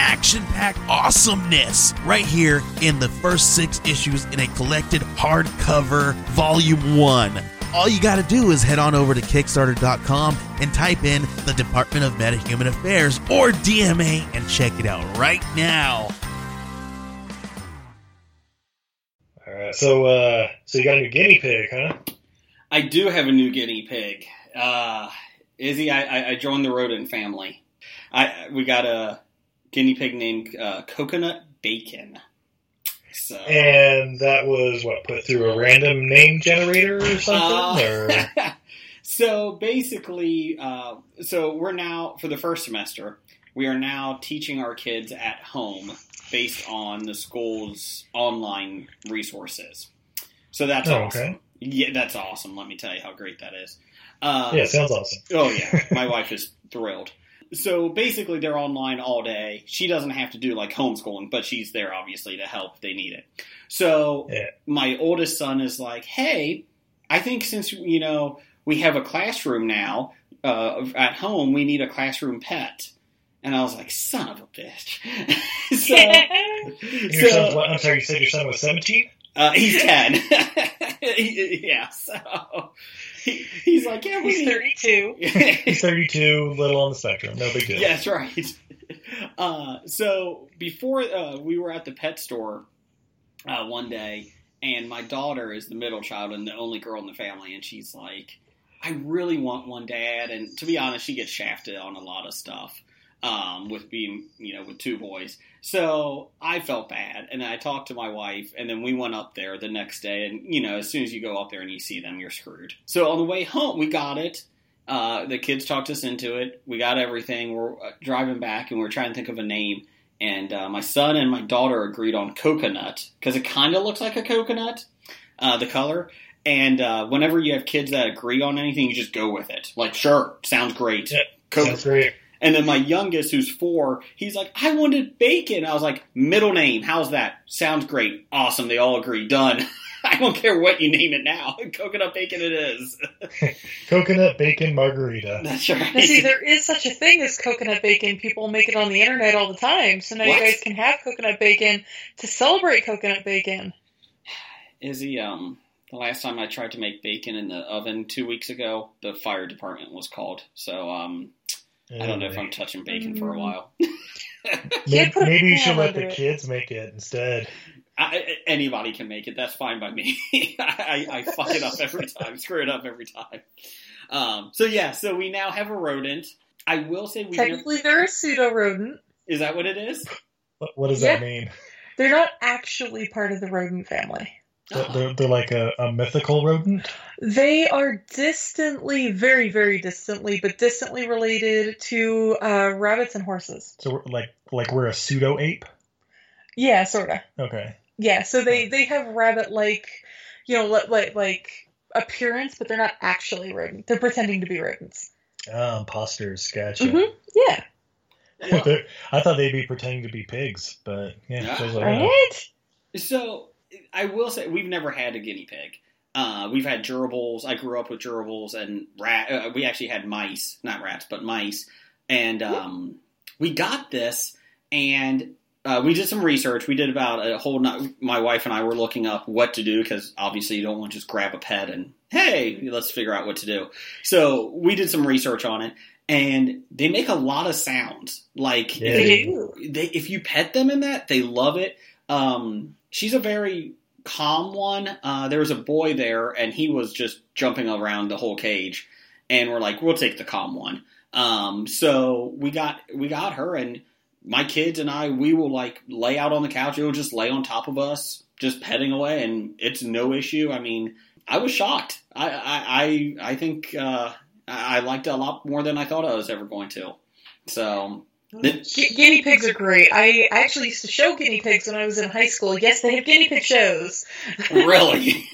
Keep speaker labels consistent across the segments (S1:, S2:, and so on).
S1: action packed awesomeness right here in the first six issues in a collected hardcover volume one. All you got to do is head on over to Kickstarter.com and type in the Department of Meta Human Affairs or DMA and check it out right now.
S2: All right. So, uh, so you got a new guinea pig, huh?
S3: I do have a new guinea pig. Uh, Izzy, I, I joined the rodent family. I we got a guinea pig named uh, Coconut Bacon. So,
S2: And that was what put through a random name generator or something. or
S3: Uh, so basically, uh, so we're now for the first semester, we are now teaching our kids at home based on the school's online resources. So that's
S2: Oh,
S3: awesome.
S2: okay.
S3: Yeah, that's awesome. Let me tell you how great that is. Uh,
S2: yeah, sounds awesome.
S3: Oh yeah, my wife is thrilled. So basically, they're online all day. She doesn't have to do like homeschooling, but she's there obviously to help. if They need it. So
S2: Yeah.
S3: my oldest son is like, "Hey, I think since you know we have a classroom now uh, at home, we need a classroom pet." And I was like, "Son of a bitch!" so,
S2: Your
S3: so-
S2: son's what? I'm sorry, you said your son was 17.
S3: uh, he's ten. He- yeah, so he, he's like, "Yeah, we
S4: He's
S3: need."
S4: 32.
S2: He's 32, little on the spectrum. No big deal.
S3: Yeah, that's right. Uh, so before uh, we were at the pet store uh, one day, and my daughter is the middle child and the only girl in the family, and she's like, "I really want one, Dad." And to be honest, she gets shafted on a lot of stuff um, with being, you know, with two boys. So I felt bad, and I talked to my wife, and then we went up there the next day. And you know, as soon as you go up there and you see them, you're screwed. So on the way home, we got it. Uh, the kids talked us into it. We got everything. We're uh, driving back, and we are trying to think of a name. And uh, my son and my daughter agreed on coconut because it kind of looks like a coconut, uh, the color. And uh, whenever you have kids that agree on anything, you just go with it. Like, sure, sounds great.
S2: Yeah,
S3: Coconut.
S2: Sounds great.
S3: And then my youngest, who's four, he's like, I wanted bacon. I was like, middle name, how's that? Sounds great. Awesome. They all agree. Done. I don't care what you name it now. Coconut bacon it is.
S2: Coconut bacon margarita.
S3: That's right.
S4: Now, see, there is such a thing as coconut bacon. People make it on the internet all the time. So now
S3: What?
S4: you guys can have coconut bacon to celebrate coconut bacon.
S3: Izzy, um, the last time I tried to make bacon in the oven two weeks ago, the fire department was called. So um, I don't know if I'm touching bacon for a
S4: Mm.
S3: while.
S2: Maybe,
S4: Can't put a
S2: maybe you
S4: pan
S2: should let
S4: under
S2: the
S4: it.
S2: kids make it instead.
S3: I, I- anybody can make it. That's fine by me. I, I fuck it up every time. Screw it up every time. Um, so yeah, so we now have a rodent. I will say we never-
S4: Technically, they're a pseudo rodent.
S3: is that what it is?
S2: What, what does that
S4: Yeah.
S2: mean?
S4: They're not actually part of the rodent family.
S3: Uh-huh.
S2: They're, they're, they're like a, a mythical rodent.
S4: They are distantly, very, very distantly, but distantly related to uh, rabbits and horses.
S2: So we're like like we're a pseudo ape.
S4: Yeah, sort of.
S2: Okay.
S4: Yeah, so they they have rabbit like, you know, li- like like appearance, but they're not actually rodent. They're pretending to be rodents.
S2: Ah, imposters. Gotcha.
S4: Mhm. Yeah,
S3: Well,
S2: They're- I thought they'd be pretending to be pigs, but yeah,
S3: Yeah.
S2: those are-
S4: right.
S3: So I will say we've never had a guinea pig. Uh, we've had gerbils. I grew up with gerbils and rat. Uh, we actually had mice, not rats, but mice. And um, we got this, and uh, we did some research. We did about a whole. Not, my wife and I were looking up what to do because obviously you don't want to just grab a pet and hey, let's figure out what to do. So we did some research on it, and they make a lot of sounds. Like
S2: Yeah,
S3: if
S2: they
S3: you-
S4: Ooh.
S3: they if you pet them in that, they love it. Um, she's a very calm one. Uh, there was a boy there, and he was just jumping around the whole cage, and we're like, we'll take the calm one. Um, so we got we got her, and my kids and I, we will like lay out on the couch. It will just lay on top of us, just petting away, and it's no issue. I mean, I was shocked. I I I, I think uh, I I liked it a lot more than I thought I was ever going to. So Th-
S4: Gu- guinea pigs are great. I, I actually used to show guinea pigs when I was in high school. Yes, they have guinea pig shows,
S3: really?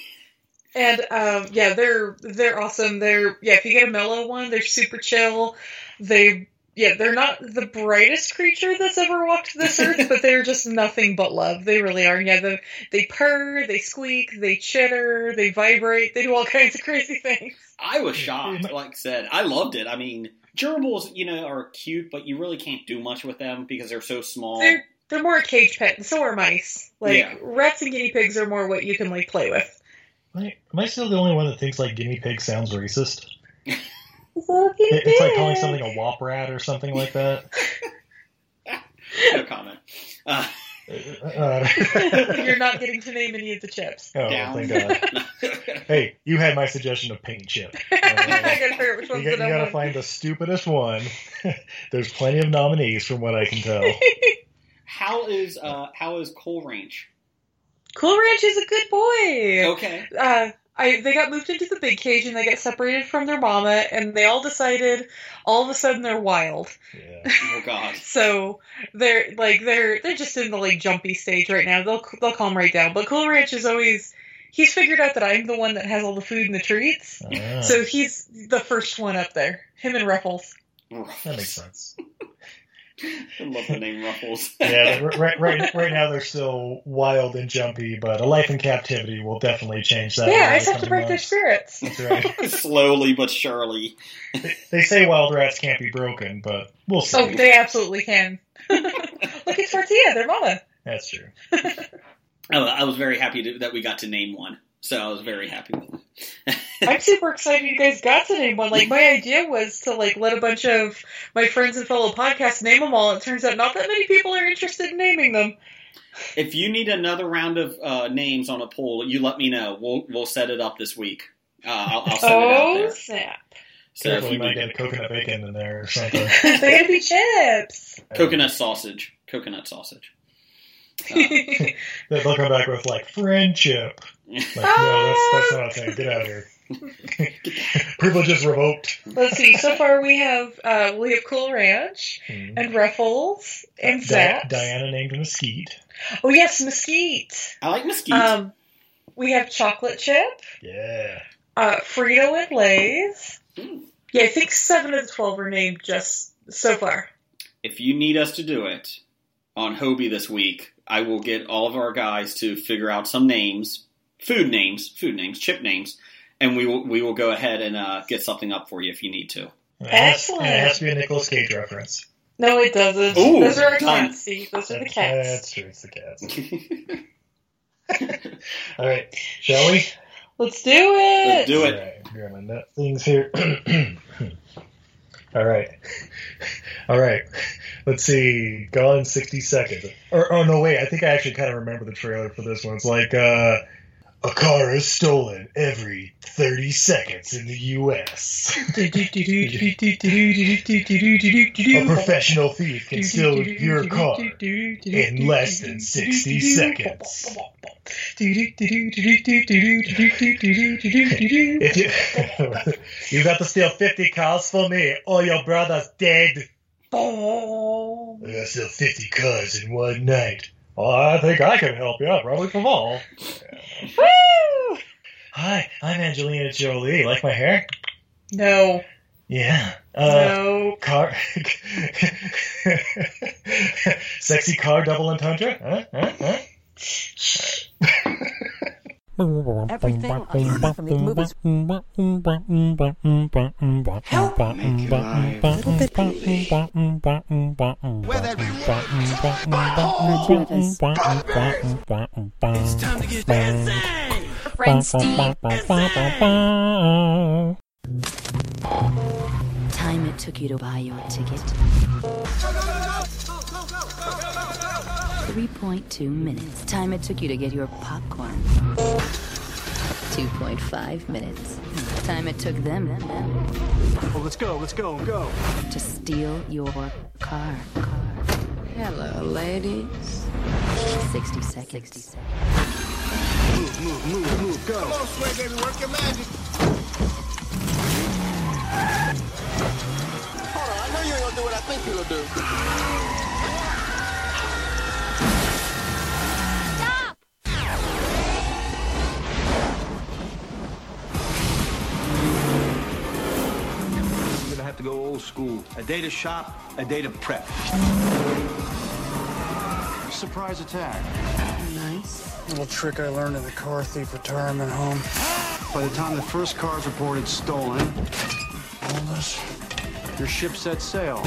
S4: and um, yeah, they're they're awesome. They're yeah, if you get a mellow one, they're super chill. They yeah, they're not the brightest creature that's ever walked this earth, but they're just nothing but love. They really are. And yeah, they they purr, they squeak, they chitter, they vibrate, they do all kinds of crazy things.
S3: I was shocked. Like I said, I loved it. I mean, gerbils, you know, are cute, but you really can't do much with them because they're so small.
S4: They're they're more a cage pet, and so are mice. Like
S3: Yeah.
S4: rats and guinea pigs are more what you can like play with.
S2: Am I- am I still the only one that thinks like guinea pig sounds racist?
S4: It's a little guinea
S2: It- It's like calling
S4: pig.
S2: something a wop rat or something like that.
S3: no comment. Uh,
S2: Uh,
S4: You're not getting to name any of the chips.
S2: oh,
S3: Down.
S2: thank God. Hey, you had my suggestion of paint chip. Uh,
S4: I gotta figure out which
S2: you
S4: one's
S2: got,
S4: the dumb
S2: to
S4: one.
S2: find the stupidest one. There's plenty of nominees from what I can tell.
S3: how is uh, how is Coal Ranch?
S4: Cool Ranch is a good boy.
S3: Okay.
S4: Uh, I they got moved into the big cage and they got separated from their mama and they all decided all of a sudden they're wild.
S2: Yeah.
S3: Oh God.
S4: So they're like they're they're just in the like jumpy stage right now. They'll they'll calm right down. But Cool Ranch is always he's figured out that I'm the one that has all the food and the treats.
S2: Ah,
S4: So he's the first one up there. Him and Ruffles.
S2: that makes sense.
S3: I love the name Ruffles.
S2: Yeah, r- right, right, right now they're still wild and jumpy, but a life in captivity will definitely change that. over
S4: yeah, I
S2: the
S4: just have to
S2: coming
S4: break their
S2: months.
S4: spirits.
S2: That's right.
S3: Slowly but surely.
S2: They say wild rats can't be broken, but we'll see.
S4: Oh, they absolutely can. Look at Tortilla, their mama.
S2: That's true.
S3: I, Oh, I was very happy to, that we got to name one. So I was very happy with it.
S4: I'm super excited you guys got to name one. Like my idea was to like let a bunch of my friends and fellow podcasts name them all. It turns out not that many people are interested in naming them.
S3: If you need another round of uh, names on a poll, you let me know. We'll we'll set it up this week. Uh, I'll, I'll send it out
S4: Oh
S3: there.
S4: snap!
S3: So if
S2: Careful,
S3: you
S2: you might
S3: need
S2: get coconut bacon in there or something.
S4: They're gonna be chips.
S3: coconut sausage, coconut sausage. Uh,
S2: They'll come back with like friendship. Like, no,
S4: Ah!
S2: that's, that's not a thing. Get out of here. Privilege is revoked.
S4: Let's see. So far we have uh, we have Cool Ranch
S2: Hmm.
S4: and Ruffles and
S2: Di-
S4: Zaps.
S2: Diana named Mesquite.
S4: Oh yes, Mesquite.
S3: I like mesquite.
S4: Um, we have Chocolate Chip.
S2: Yeah.
S4: Uh, Frito and Lay's.
S3: Ooh.
S4: Yeah, I think seven of the twelve are named just so far.
S3: if you need us to do it on Hobie this week, I will get all of our guys to figure out some names, food names, food names, chip names, and we will we will go ahead and uh, get something up for you if you need to.
S2: And it has-
S4: Excellent.
S2: and It has to be a Nicolas Cage reference.
S4: No, it doesn't.
S3: Ooh,
S4: Those are our
S3: done.
S4: cats. See, those are the
S2: That's-
S4: cats.
S2: That's true. It's the cats. All right. Shall we?
S4: Let's do it.
S3: Let's do it.
S2: All right, here are my nut things here. All right, all right. Let's see. Gone in sixty seconds. Or oh no, wait. I think I actually kind of remember the trailer for this one. It's like uh, a car is stolen every thirty seconds in the U.S. A professional thief can steal your car. in less than 60 seconds. If you you got to steal fifty cars for me, or your brother's dead.
S4: Oh.
S2: I gotta sell 50 cars in one night. Well, I think I can help you out, Robert Caval.
S4: Woo!
S2: Hi, I'm Angelina Jolie. Like my hair?
S4: No,
S2: Yeah. Uh,
S4: no.
S2: Car. Sexy car double entendre? Huh? Huh? Huh?
S5: Everything I learned from these movies
S6: Help make your life a little bit
S7: Whether you
S6: It's time to get dancing!
S8: friend Steve.
S5: Time it took you to buy your ticket. 3.2 minutes. Time it took you to get your popcorn. 2.5 minutes. Time it took them, them, them
S9: Well, let's go, let's go, go.
S5: to steal your car.
S8: Hello, ladies.
S5: 60 seconds.
S9: Move, move, move, move, go.
S7: I know you're
S9: do what I think you'll do.
S7: We're gonna have to go old school. A day to shop, a day to prep. Surprise attack.
S8: Nice.
S10: Little trick I learned in the car thief retirement home.
S7: By the time the first car's reported stolen,
S10: All this.
S7: your ship set sail.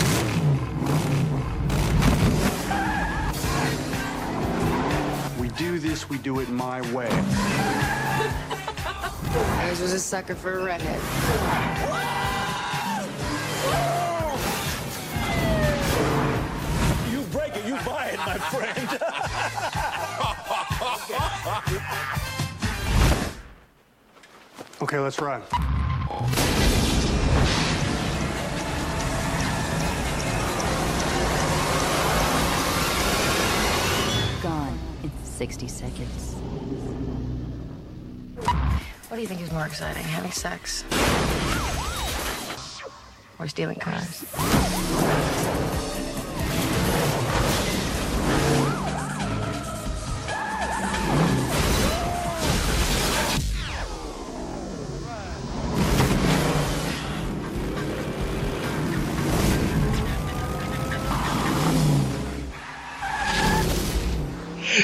S7: We do this, we do it my way.
S8: I was just a sucker for a redhead.
S7: You break it, you buy it, my friend. okay, let's ride.
S5: Gone in 60 seconds.
S8: What do you think is more exciting, having sex? Or stealing cars?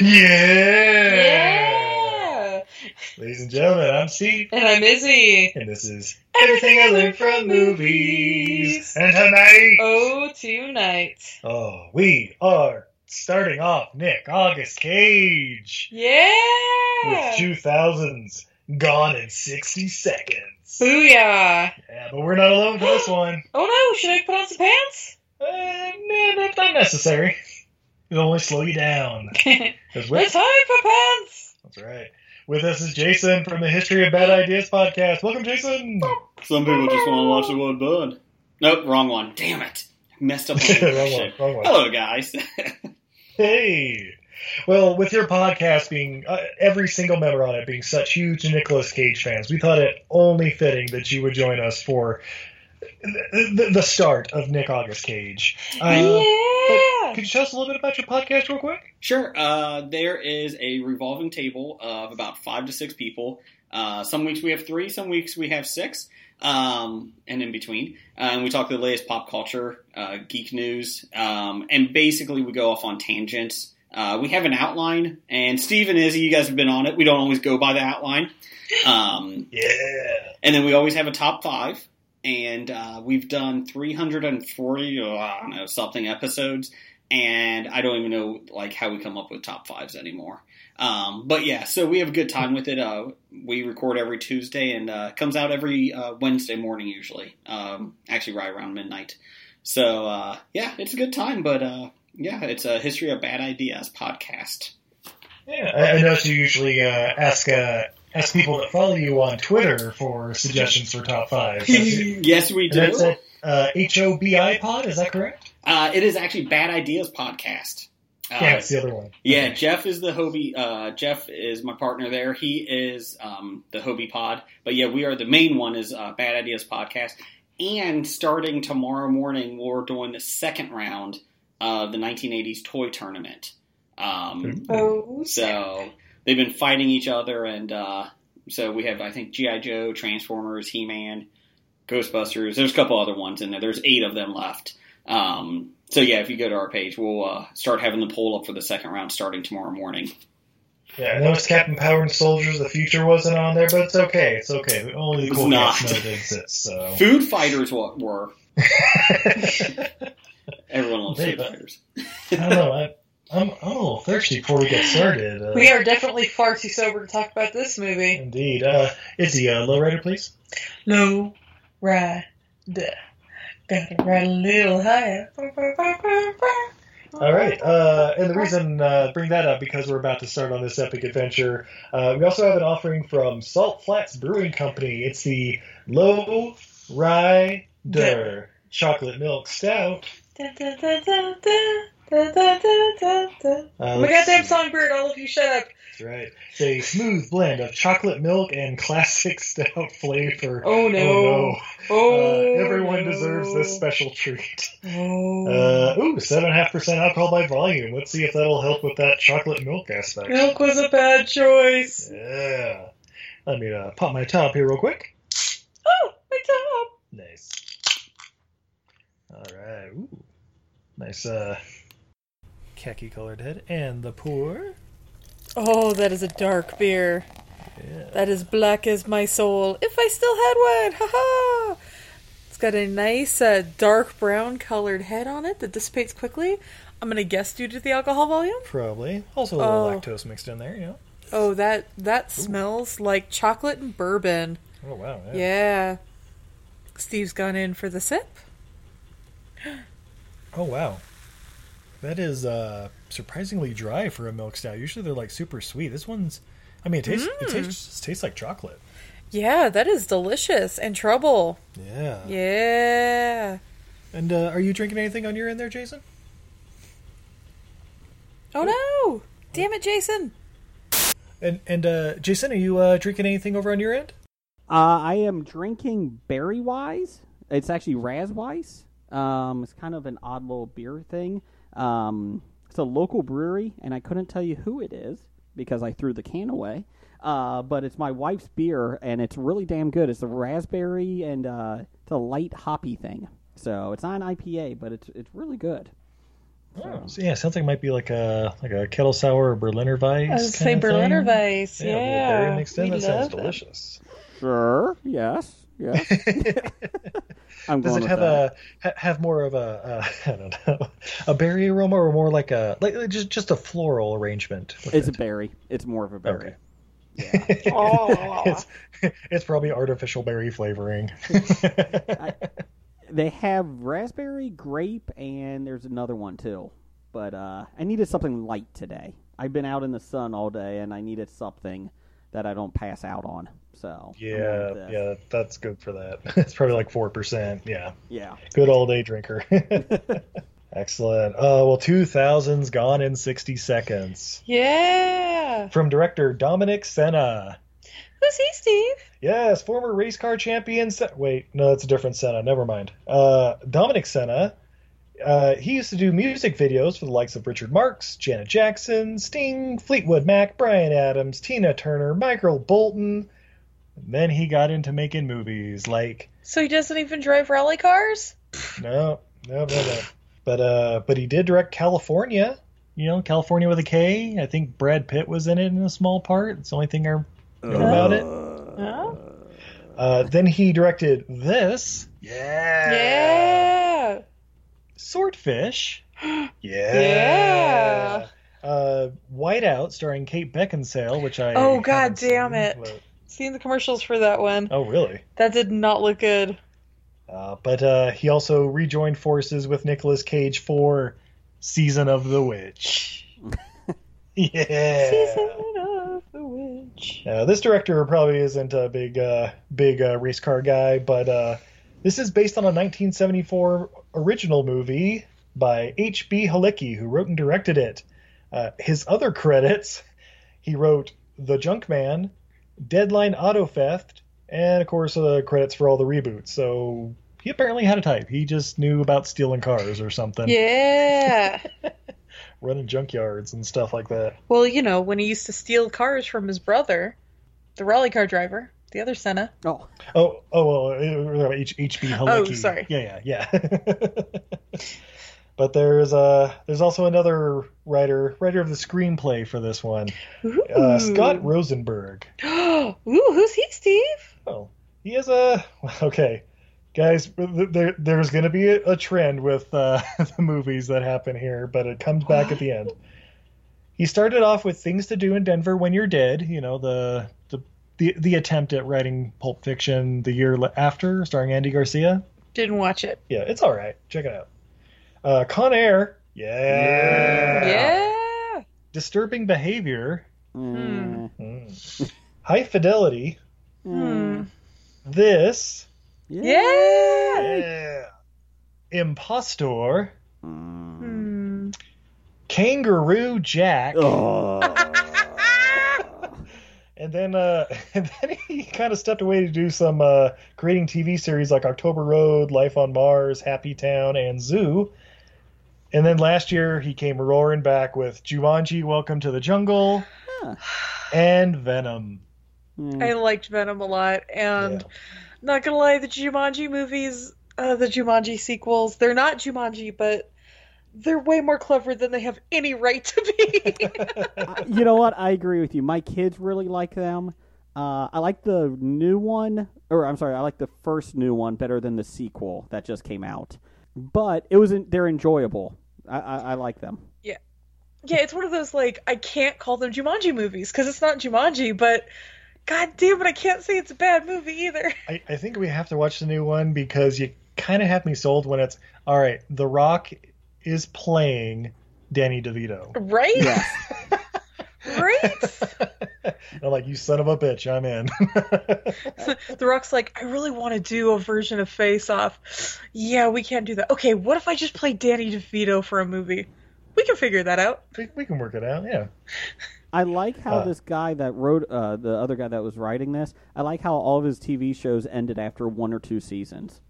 S2: Yeah.
S4: Yeah.
S2: Ladies and gentlemen, I'm Steve,
S4: And I'm Izzy.
S2: and this is Everything I Learned from Movies. And tonight,
S4: Oh, tonight.
S2: oh, we are starting off Nick August Cage with
S4: Yeah.
S2: 2000's Gone in 60 Seconds.
S4: Booyah.
S2: Yeah, but we're not alone for this one.
S4: Oh no, should I put on some pants?
S2: Uh, nah, not, not necessary. It'll only slow you down. 'Cause we're-
S4: it's time for pants!
S2: That's right. With us is Jason from the History of Bad Ideas podcast. Welcome, Jason.
S3: Some people just want to watch the one bud. Nope, wrong one. Damn it. Messed up. on the
S2: Wrong one,
S3: shit.
S2: wrong one.
S3: Hello, guys.
S2: Hey. Well, with your podcast being uh, every single member on it being such huge Nicolas Cage fans, we thought it only fitting that you would join us for the, the, the start of Nick August Cage. Uh,
S4: yeah!
S2: Could you tell us a little bit about your podcast, real quick?
S3: Sure. Uh, there is a revolving table of about five to six people. Uh, some weeks we have three, some weeks we have six, um, and in between. Uh, and we talk the latest pop culture, uh, geek news, um, and basically we go off on tangents. Uh, we have an outline, and Steve and Izzy, you guys have been on it. We don't always go by the outline. Um,
S2: Yeah.
S3: and then we always have a top five. And uh, we've done 340, or oh, I don't know, something episodes. And I don't even know like how we come up with top fives anymore. Um, but yeah, so we have a good time with it. Uh, we record every Tuesday and uh, it comes out every uh, Wednesday morning usually. Um, actually, right around midnight. So uh, yeah, it's a good time. But uh, yeah, it's a history of bad ideas podcast.
S2: Yeah. I, I noticed you usually uh, ask uh, ask people that follow you on Twitter for suggestions for top five. That's-
S3: yes, we do.
S2: That's it. Uh, H O B I pod, is that correct?
S3: Uh, it is actually Bad Ideas Podcast. Uh,
S2: yeah, it's the other one.
S3: Yeah, Jeff is the Hobie. Uh, Jeff is my partner there. He is um, the Hobie Pod. But yeah, we are the main one is uh, Bad Ideas Podcast. And starting tomorrow morning, we're doing the second round of the 1980s toy tournament. Um,
S4: Oh,
S3: so they've been fighting each other, and uh, so we have I think GI Joe, Transformers, He Man, Ghostbusters. There's a couple other ones in there. There's eight of them left. Um, so yeah, if you go to our page, we'll uh, start having the poll up for the second round starting tomorrow morning.
S2: Yeah, I noticed Captain Power and Soldiers of the Future wasn't on there, but it's okay. It's okay. Only the
S3: It's
S2: cool
S3: not.
S2: cats know they exist, so.
S3: Food fighters what were everyone loves food
S2: They-
S3: fighters.
S2: I don't know. I, I'm, I'm a little thirsty before we get started. Uh,
S4: we are definitely far too sober to talk about this movie.
S2: Indeed. Uh, Izzy, uh, lowrider, please.
S4: No, right. Gotta ride a little higher.
S2: All right. Uh, and the reason uh, bring that up because we're about to start on this epic adventure. Uh, we also have an offering from Salt Flats Brewing Company. It's the Low Rye Der Chocolate Milk Stout.
S4: Da, da, da, da, da, da, da, da, da.
S2: Uh,
S4: My
S2: let's
S4: goddamn
S2: see.
S4: songbird, all of you shut up.
S2: Uh, That's right. It's a smooth blend of chocolate milk and classic stout flavor.
S4: Oh, no.
S2: Uh,
S4: Oh,
S2: everyone
S4: no.
S2: deserves this special treat.
S4: Oh.
S2: Uh, ooh, seven and a half percent alcohol by volume. Let's see if that'll help with that chocolate milk aspect.
S4: Milk was a bad choice.
S2: Yeah. Let me uh, pop my top here real quick.
S4: Oh, my top.
S2: Nice. All right. Ooh. Nice uh, khaki colored head and the pour.
S11: Oh, that is a dark beer. That is black as my soul. If I still had one, haha! It's got a nice uh, dark brown colored head on it that dissipates quickly. I'm gonna guess due to the alcohol volume.
S2: Probably. Also a little
S11: Oh.
S2: lactose mixed in there, you know.
S11: Oh, that that smells like chocolate and bourbon.
S2: Oh wow.
S11: Yeah. Steve's gone in for the sip.
S2: Oh wow. That is uh surprisingly dry for a milk stout. Usually they're like super sweet. This one's I mean it tastes it
S11: Mm.
S2: tastes just tastes like chocolate.
S11: Yeah, that is delicious and trouble.
S2: Yeah.
S11: Yeah.
S2: And uh, are you drinking anything on your end there, Jason?
S11: Oh no! Damn it, Jason.
S2: And and uh Jason, are you uh drinking anything over on your end?
S1: Uh, I am drinking Berry Wise. It's actually Razwise. Um, it's kind of an odd little beer thing. Um, it's a local brewery, and I couldn't tell you who it is because I threw the can away. Uh, but it's my wife's beer, and it's really damn good. It's a raspberry and uh, it's a light hoppy thing. So it's not an IPA, but it's it's really good.
S2: Oh, so yeah, something might be like a like a kettle sour or Berliner Weiss.
S4: I was
S2: kinda
S4: saying Berliner
S2: thing.
S4: Weiss.
S2: Yeah, a
S4: Yeah,
S2: little berry mixed in.
S4: we
S2: That sounds
S4: love that.
S2: delicious.
S1: Sure. Yes. Yes. I'm
S2: Does
S1: going
S2: it
S1: with
S2: have
S1: that.
S2: a ha- have more of a uh, I don't know a berry aroma or more like a like like just just a floral arrangement? with
S1: It's a
S2: it?
S1: berry. It's more of a berry.
S2: it's it's probably artificial berry flavoring.
S1: They have raspberry, grape, and there's another one too. But uh, I needed something light today. I've been out in the sun all day, and I needed something that I don't pass out on. So I'm
S2: Yeah,
S1: going with this.
S2: yeah, that's good for that. It's probably like four percent. Yeah,
S1: yeah.
S2: good all day drinker. Excellent. Uh, well, two thousands gone in sixty seconds
S4: Yeah.
S2: from director Dominic Senna.
S4: Who's he, Steve?
S2: Yes, former race car champion. Se- Wait, no, that's a different Senna. Never mind. Uh, Dominic Senna. Uh, he used to do music videos for the likes of Richard Marx, Janet Jackson, Sting, Fleetwood Mac, Brian Adams, Tina Turner, Michael Bolton. And then he got into making movies like
S4: So he doesn't even drive rally cars?
S2: no, no, no, no. But uh, but he did direct California. You know, California with a K. I think Brad Pitt was in it in a small part. It's the only thing I know about it.
S4: No.
S2: Uh, then he directed this
S4: Yeah.
S2: Swordfish. yeah.
S4: Yeah.
S2: Uh, Whiteout, starring Kate Beckinsale, which I
S4: oh god damn it.
S2: but-
S4: Seen the commercials for that one.
S2: oh really.
S4: That did not look good.
S2: Uh, but uh, he also rejoined forces with Nicolas Cage for Season of the Witch. yeah.
S4: Season of the Witch.
S2: Now, Uh, this director probably isn't a big, uh, big uh, race car guy, but uh, this is based on a 1974 original movie by H.B. Halicki, who wrote and directed it. Uh, his other credits, he wrote The Junk Man, Deadline Auto Theft, and of course uh, credits for all the reboots. So he apparently had a type. He just knew about stealing cars or something,
S4: Yeah.
S2: running junkyards and stuff like that.
S4: well, you know, when he used to steal cars from his brother, the rally car driver, the other Senna.
S1: Oh,
S2: Oh, oh, well, uh, H- HB Halicki.
S4: Oh, sorry.
S2: Yeah, yeah, yeah. but there's uh, there's also another writer, writer of the screenplay for this one, uh, Scott Rosenberg.
S4: Ooh, who's he, Steve?
S2: Oh, he is a okay, guys. There, there's going to be a, a trend with uh, the movies that happen here, but it comes back at the end. He started off with Things to Do in Denver When You're Dead. You know the the the, the attempt at writing Pulp Fiction the year le- after, starring Andy Garcia.
S4: Didn't watch it.
S2: Yeah, it's all right. Check it out. Uh, Con Air. Yeah.
S4: Yeah.
S2: Disturbing Behavior.
S4: Mm-hmm.
S1: Mm.
S2: Mm. High Fidelity.
S4: Hmm.
S2: This.
S4: Yeah.
S2: Yeah. Impostor.
S1: Mm.
S4: Hmm.
S2: Kangaroo Jack.
S1: Oh.
S2: then uh, and then he kind of stepped away to do some uh, creating TV series like October Road, Life on Mars, Happy Town, and Zoo. And then last year he came roaring back with Jumanji, Welcome to the Jungle, and Venom.
S4: I liked Venom a lot, and not gonna lie, the Jumanji movies, uh, the Jumanji sequels, they're not Jumanji, but they're way more clever than they have any right to be.
S1: you know what? I agree with you. My kids really like them. Uh, I like the new one, or I'm sorry, I like the first new one better than the sequel that just came out. But it was en- they're enjoyable. I, I, I like them.
S4: Yeah. Yeah, it's one of those like I can't call them Jumanji movies because it's not Jumanji, but god damn it, I can't say it's a bad movie either.
S2: I, I think we have to watch the new one because you kind of have me sold when it's all right. The Rock is playing Danny DeVito.
S4: Right? right?
S2: I'm like, you son of a bitch, I'm in.
S4: the Rock's like, I really want to do a version of Face Off. Yeah, we can't do that. Okay, what if I just play Danny DeVito for a movie? We can figure that out.
S2: We, we can work it out, yeah.
S1: I like how
S2: Uh.
S1: this guy that wrote uh, the other guy that was writing this. I like how all of his TV shows ended after one or two seasons.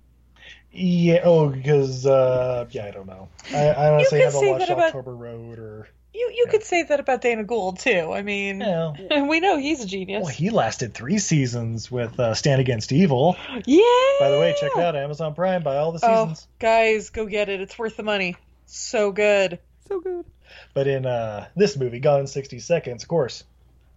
S2: Yeah, oh, because uh, yeah, I don't know. I, I honestly
S4: could
S2: haven't
S4: say
S2: watched
S4: that about-
S2: October Road or.
S4: You you could say that about Dana Gould too. I mean, we know he's a genius.
S2: Well, he lasted three seasons with uh, Stand Against Evil.
S4: Yeah.
S2: By the way, check it out Amazon Prime. Buy all the
S4: oh,
S2: seasons.
S4: guys, go get it. It's worth the money. So good.
S1: So good.
S2: But in uh, this movie, Gone in 60 Seconds, of course,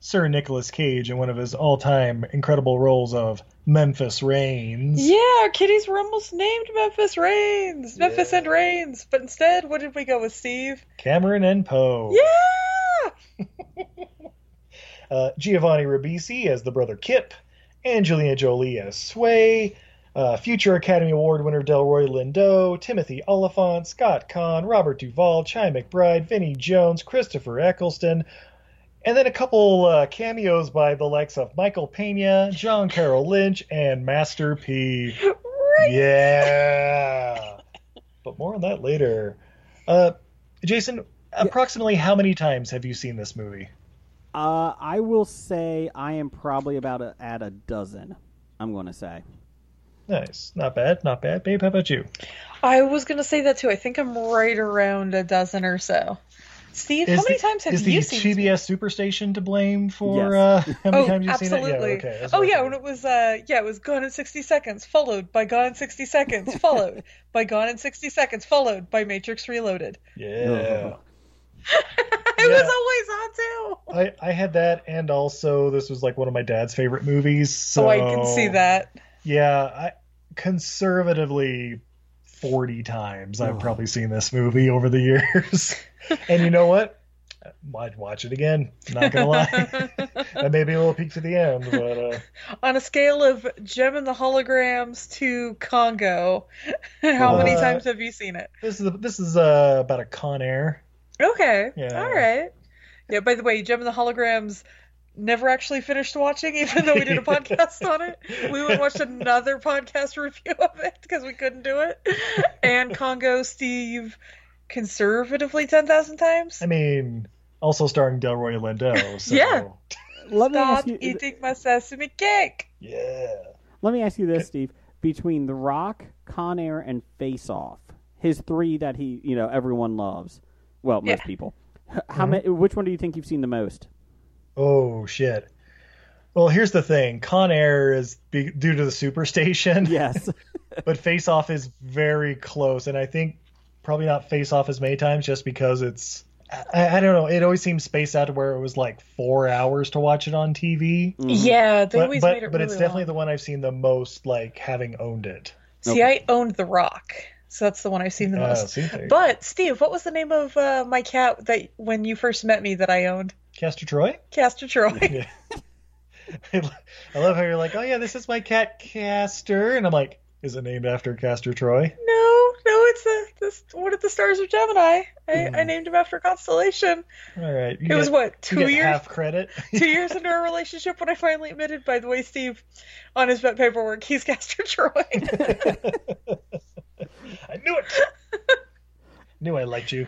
S2: Sir Nicolas Cage in one of his all-time incredible roles of Memphis Reigns.
S4: Yeah, our kitties were almost named Memphis Reigns, Memphis and Reigns, but instead, what did we go with, Steve?
S2: Cameron and Poe.
S4: Yeah.
S2: Uh, Giovanni Ribisi as the brother Kip. Angelina Jolie as Sway. Uh, future Academy Award winner Delroy Lindo, Timothy Oliphant, Scott Kahn, Robert Duvall, Chai McBride, Vinnie Jones, Christopher Eccleston, and then a couple uh, cameos by the likes of Michael Pena, John Carroll Lynch, and Master P. Yeah. but more on that later. Uh, Jason, approximately how many times have you seen this movie?
S1: Uh, I will say I am probably about a, at a dozen. I'm going to say.
S2: Nice. Not bad, not bad. Babe, how about you?
S4: I was gonna say that too. I think I'm right around a dozen or so. Steve, how
S2: Is
S4: many
S2: the-
S4: times have
S2: is
S4: you
S2: the
S4: seen?
S2: TBS Superstation to blame for
S1: Yes.
S2: uh, how many
S4: oh,
S2: times you've
S4: absolutely.
S2: seen it? Yeah, okay. that's
S4: oh
S2: what I
S4: yeah,
S2: thought.
S4: when it was uh yeah, it was gone in 60 seconds, followed by gone in 60 seconds, followed by gone in 60 seconds, followed by Matrix Reloaded.
S2: Yeah.
S4: it was always on too.
S2: I, I had that, and also this was like one of my dad's favorite movies. So
S4: oh, I can see that.
S2: Yeah, I conservatively forty times I've probably seen this movie over the years. and you know what? I'd watch it again. Not gonna lie, that may be a little peek to the end, but uh,
S4: On a scale of Gem and the Holograms to Congo, how many
S2: Uh,
S4: times have you seen it?
S2: this is this is uh, about a con air.
S4: Okay.
S2: Yeah.
S4: All right. Yeah, by the way, Gem and the Holograms never actually finished watching, even though we did a podcast on it. We would watch another podcast review of it because we couldn't do it. And Congo Steve conservatively 10,000 times.
S2: I mean, also starring Delroy Lindo. So,
S4: Yeah.
S1: Let me
S4: Stop
S1: ask you.
S4: eating my sesame cake.
S2: yeah.
S1: Let me ask you this, Steve. Between The Rock, Con Air, and Face Off, his three that he, you know, everyone loves. Well, most
S4: Yeah.
S1: people. H- How many? Which one do you think you've seen the most?
S2: Oh shit. Well, here's the thing. Con Air is be- due to the superstation,
S1: Yes.
S2: but Face Off is very close, and I think probably not Face Off as many times just because it's I, I don't know. It always seems spaced out to where it was like four hours to watch it on TV.
S4: Yeah, they
S2: but
S4: always
S2: but,
S4: made it
S2: but
S4: really
S2: it's definitely
S4: long.
S2: the one I've seen the most, like having owned it.
S4: See, I owned The Rock, so that's the one I've seen the
S2: Ah,
S4: most.
S2: see, there you go.
S4: But, Steve, what was the name of uh, my cat that when you first met me that I owned?
S2: Castor Troy.
S4: Castor Troy.
S2: Yeah. I lo- I love how you're like, oh yeah, this is my cat Castor, and I'm like, is it named after Castor Troy?
S4: No, no, it's the, this one of the stars of Gemini. I, I
S2: Mm.
S4: named him after a constellation.
S2: All right, you
S4: it was
S2: get-
S4: what
S2: you
S4: two
S2: get
S4: years?
S2: half credit.
S4: two years into our relationship when I finally admitted. By the way, Steve, on his vet paperwork, he's Castor Troy.
S2: I knew it. knew I liked you.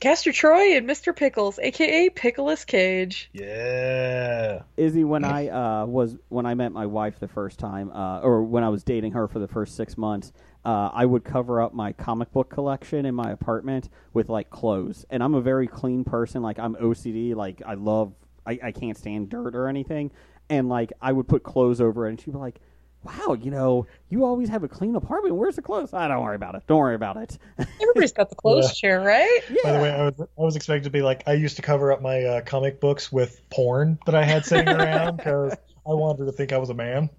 S11: Caster Troy and Mr. Pickles, aka Pickleless Cage.
S2: Yeah.
S1: Izzy, when I uh, was when I met my wife the first time, uh, or when I was dating her for the first six months, uh, I would cover up my comic book collection in my apartment with like clothes, and I'm a very clean person. Like I'm OCD. Like I love. I, I can't stand dirt or anything, and like I would put clothes over it, and she'd be like. Wow, you know, you always have a clean apartment. Where's the clothes? I don't worry about it. Don't worry about it.
S4: Everybody's got the clothes chair, right?
S2: By the way, I was I was expected to be like I used to cover up my uh, comic books with porn that I had sitting around because I wanted to think I was a man.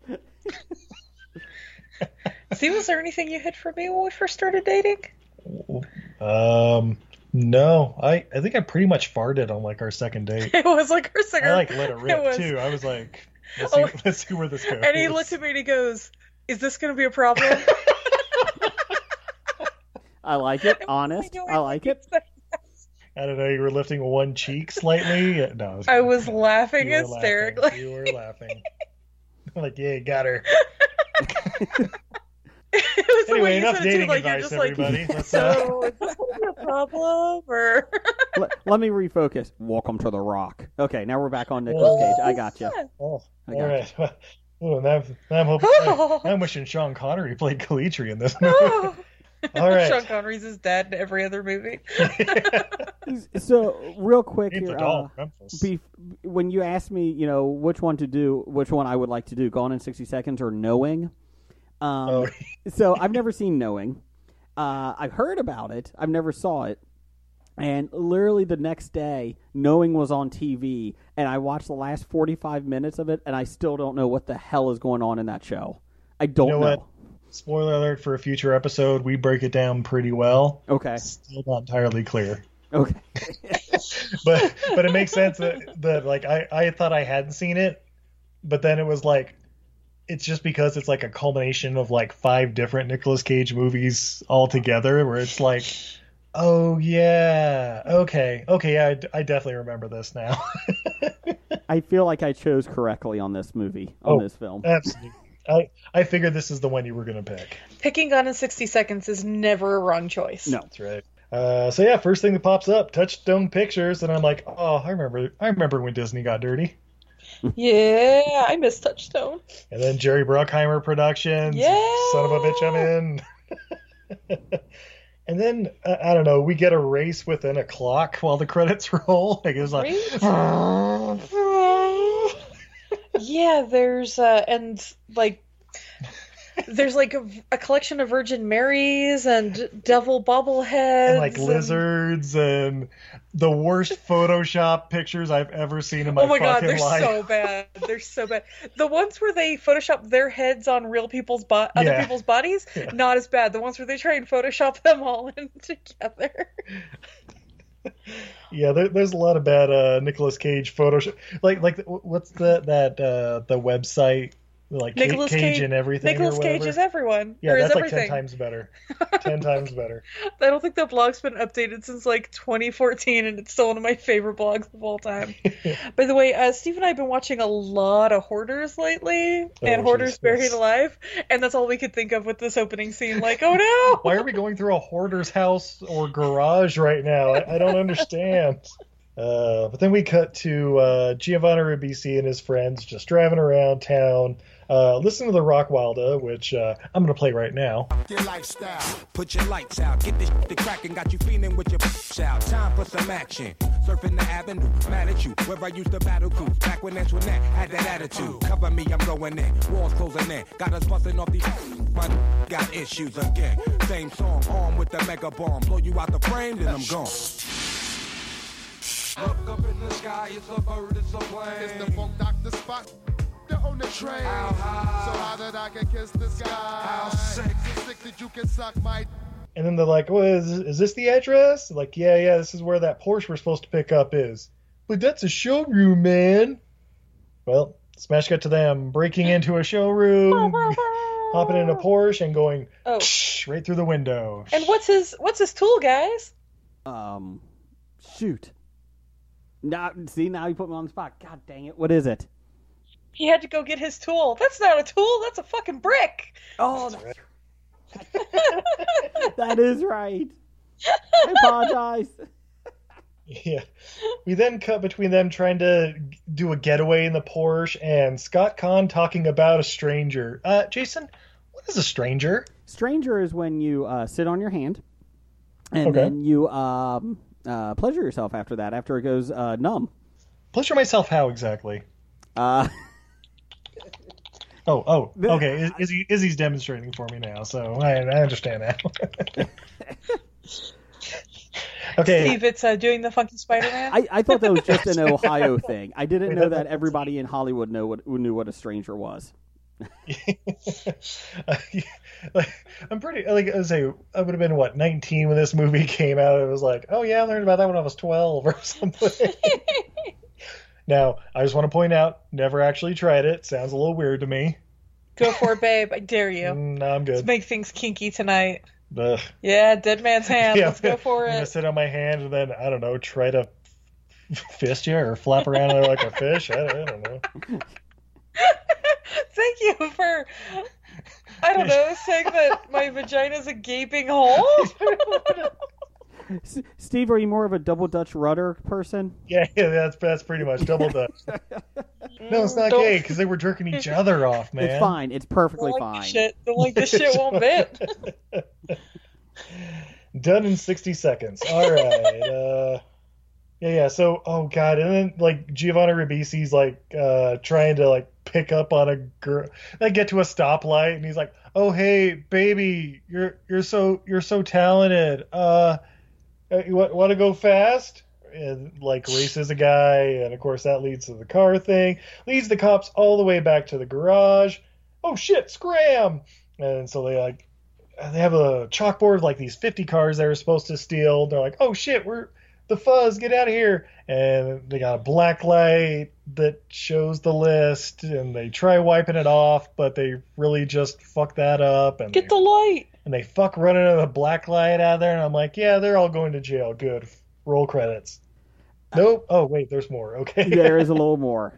S4: See, was there anything you hid from me when we first started dating?
S2: Um, no, I I think I pretty much farted on like our second date.
S4: It was like her second.
S2: I like let it rip
S4: it was-
S2: too. I was like, let's see,
S4: Oh.
S2: let's see where this goes.
S4: And he looked at me and he goes, "Is this going to be a problem?"
S1: I like it. Honest. I like it.
S2: I don't know. You were lifting one cheek slightly. No, I was,
S4: I was laughing
S2: You were laughing.
S4: hysterically.
S2: You were laughing. I'm like, yeah, got her.
S4: It was the
S2: Anyway,
S4: way you
S2: enough
S4: said it, too,
S2: dating
S4: like, you're
S2: advice,
S4: just like,
S2: everybody. Let's, uh,
S4: so is this going to be a problem or?
S1: let, let me refocus. Welcome to the Rock. Okay, now we're back on Nicolas Cage. I got you.
S2: Oh,
S1: I got
S2: all right. Ooh, now, I'm- now I'm hoping. now I'm wishing Sean Connery played Calitri in this movie. all right.
S4: Oh, Sean Connery's his dad in every other movie.
S1: So, real quick
S4: Need the
S1: here,
S4: dog,
S1: uh, bef- when you asked me, you know, which one to do, which one I would like to do, Gone in 60 Seconds or Knowing. Um, so, I've never seen Knowing. Uh, I've heard about it, I've never saw it. And literally the next day, Knowing was on TV, and I watched the last 45 minutes of it, and I still don't know what the hell is going on in that show. I don't
S2: You know
S1: know.
S2: what? Spoiler alert for a future episode. We break it down pretty well.
S1: Okay.
S2: Still not entirely clear.
S1: Okay.
S2: but but it makes sense that, that like I, I thought I hadn't seen it, but then it was like it's just because it's like a culmination of like five different Nicolas Cage movies all together where it's like oh yeah okay okay yeah, I d- I, definitely remember this now
S1: I feel like I chose correctly on this movie, on
S2: Oh,
S1: this film.
S2: absolutely I I figured this is the one you were gonna pick
S4: Picking Gun in 60 Seconds is never a wrong choice.
S1: No.
S2: that's right uh, so yeah first thing that pops up Touchstone Pictures and I'm like oh I remember I remember when Disney got dirty
S4: Yeah, I miss Touchstone.
S2: And then Jerry Bruckheimer Productions.
S4: Yeah.
S2: Son of a bitch, I'm in. and then, uh, I don't know, we get a race within a clock while the credits roll. Like, it was like,
S4: yeah, there's uh, and like there's like a, a collection of Virgin Marys and devil bobbleheads,
S2: and, like lizards and the worst Photoshop pictures I've ever seen in my,
S4: oh my god,
S2: fucking
S4: they're
S2: life.
S4: so bad. They're so bad. The ones where they Photoshop their heads on real people's bo- other
S2: Yeah.
S4: people's bodies,
S2: Yeah.
S4: not as bad. The ones where they try and Photoshop them all in together.
S2: Yeah, there, there's a lot of bad uh, Nicolas Cage Photoshop. Like, like what's the that uh, the website like Ca-
S4: Nicholas
S2: Cage, and everything? or
S4: Nicholas Cage
S2: whatever?
S4: is everyone.
S2: Yeah,
S4: or is
S2: that's like
S4: everything.
S2: ten times better. ten times better.
S4: I don't think the blog's been updated since like 2014, and it's still one of my favorite blogs of all time. By the way, uh, Steve and I have been watching a lot of Hoarders lately,
S2: Oh,
S4: and Hoarders
S2: yes,
S4: Buried
S2: yes.
S4: Alive, and that's all we could think of with this opening scene. Like, oh no!
S2: Why are we going through a hoarder's house or garage right now? I, I don't understand. Uh, but then we cut to uh, Giovanni Ribisi and his friends just driving around town. Uh, listen to the Rock Wilda, which uh, I'm going to play right now.
S12: Your lifestyle, put your lights out, get this shit to cracking, got you feeling with your shout. Time for some action. Surfing the avenue, mad at you. Where I used to battle cruise, back when Antoinette had that attitude. Cover me, I'm going in. Walls closing in, got us busting off these. My got issues again. Same song, armed with the mega bomb, blow you out the frame, then I'm gone.
S13: Look up in the sky, it's a bird, it's a plane. It's the funk doctor spot. They're on the train. How high? So high that I can kiss the sky. How sick? So sick that you can suck my.
S2: And then they're like, well, is, is this the address? Like, yeah, yeah, this is where that Porsche we're supposed to pick up is. But that's a showroom, man. Well, smash cut to them breaking into a showroom, hopping in a Porsche, and going
S4: Oh,
S2: right through the window.
S4: and what's his what's his tool, guys?
S1: Um, shoot. Now, see, now you put me on the spot. God dang it! What is it?
S4: He had to go get his tool. That's not a tool. That's a fucking brick.
S1: Oh, that is right. I apologize.
S2: Yeah. We then cut between them trying to do a getaway in the Porsche and Scott Kahn talking about a stranger. Uh, Jason, what is a stranger?
S1: Stranger is when you uh, sit on your hand, and
S2: Okay.
S1: then you um, uh, pleasure yourself after that. After it goes uh, numb.
S2: Pleasure myself how exactly?
S1: Uh,
S2: Oh, oh, okay. Iz- Izzy, Izzy's demonstrating for me now, so I, I understand now. okay,
S4: Steve, it's uh, doing the funky Spider-Man.
S1: I, I thought that was just an Ohio thing. I didn't know that everybody in Hollywood know what knew what a stranger was.
S2: like, I'm pretty like I say I would have been what 19 when this movie came out. It was like, oh yeah, I learned about that when I was 12 or something. now I just want to point out, never actually tried it. Sounds a little weird to me.
S4: Go for it, babe. I dare you.
S2: No, I'm
S4: Let's
S2: good.
S4: make things kinky tonight.
S2: Ugh.
S4: Yeah, dead man's hand.
S2: Yeah,
S4: Let's go for
S2: I'm gonna
S4: it.
S2: sit on my hand and then I don't know, try to fist you or flap around there like a fish. I, I don't know.
S4: Thank you for, I don't know, saying that my vagina's a gaping hole.
S1: S- Steve, are you more of a double Dutch rudder person?
S2: Yeah, yeah, that's that's pretty much double dutch. No, it's not
S1: Don't-
S2: gay because they were jerking each other off, man.
S1: It's fine. It's perfectly
S4: Don't like
S1: fine.
S4: this shit. Don't like this shit one bit.
S2: Done in 60 seconds. All right. uh, yeah, yeah. So, oh god, and then like Giovanni Ribisi's like uh, trying to like pick up on a girl. They get to a stoplight, and he's like, "Oh hey, baby, you're you're so you're so talented. Uh, uh, you want, want to go fast?" And like races a guy, and of course that leads to the car thing. Leads the cops all the way back to the garage. Oh shit, scram! And so they like uh, they have a chalkboard of like these 50 cars they were supposed to steal. They're like, oh shit, we're the fuzz, get out of here. And they got a black light that shows the list, and they try wiping it off, but they really just fuck that up. And
S4: Get the light.
S2: and they fuck running out of the black light out of there, and I'm like, yeah, they're all going to jail. Good. Roll credits.
S1: Uh,
S2: Nope. Oh wait, there's more. Okay.
S1: there is a little more.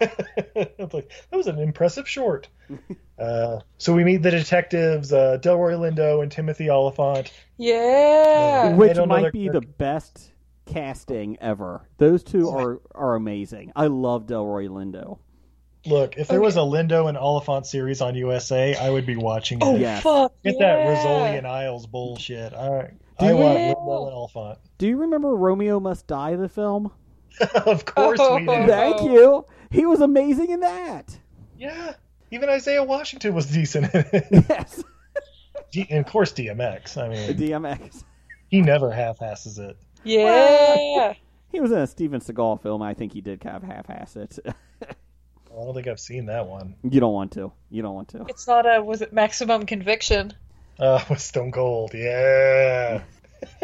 S2: It's like, that was an impressive short. Uh, so we meet the detectives, uh, Delroy Lindo and Timothy Oliphant.
S4: Yeah.
S2: I
S1: Which
S2: don't know
S1: might
S2: their
S1: be the best casting ever. Those two are, are amazing. I love Delroy Lindo.
S2: Look, if there was a Lindo and Oliphant series on USA, I would be watching
S1: Oh,
S2: it.
S1: Yes. fuck,
S2: Get
S1: yeah.
S2: that Rizzoli and Isles bullshit. I,
S1: Do
S2: I
S1: you-
S2: want Lindo and Oliphant.
S1: Do you remember Romeo Must Die, the film?
S2: of course we do.
S1: Thank you. He was amazing in that.
S2: Yeah. Even Isaiah Washington was decent in it.
S1: Yes.
S2: D- and of course DMX. I mean,
S1: DMX.
S2: He never half-asses it.
S4: Yeah.
S1: He was in a Steven Seagal film. I think he did kind of half-ass it.
S2: I don't think I've seen that one.
S1: you don't want to. You don't want to.
S4: It's not a was it maximum conviction?
S2: Uh, with Stone Cold, yeah.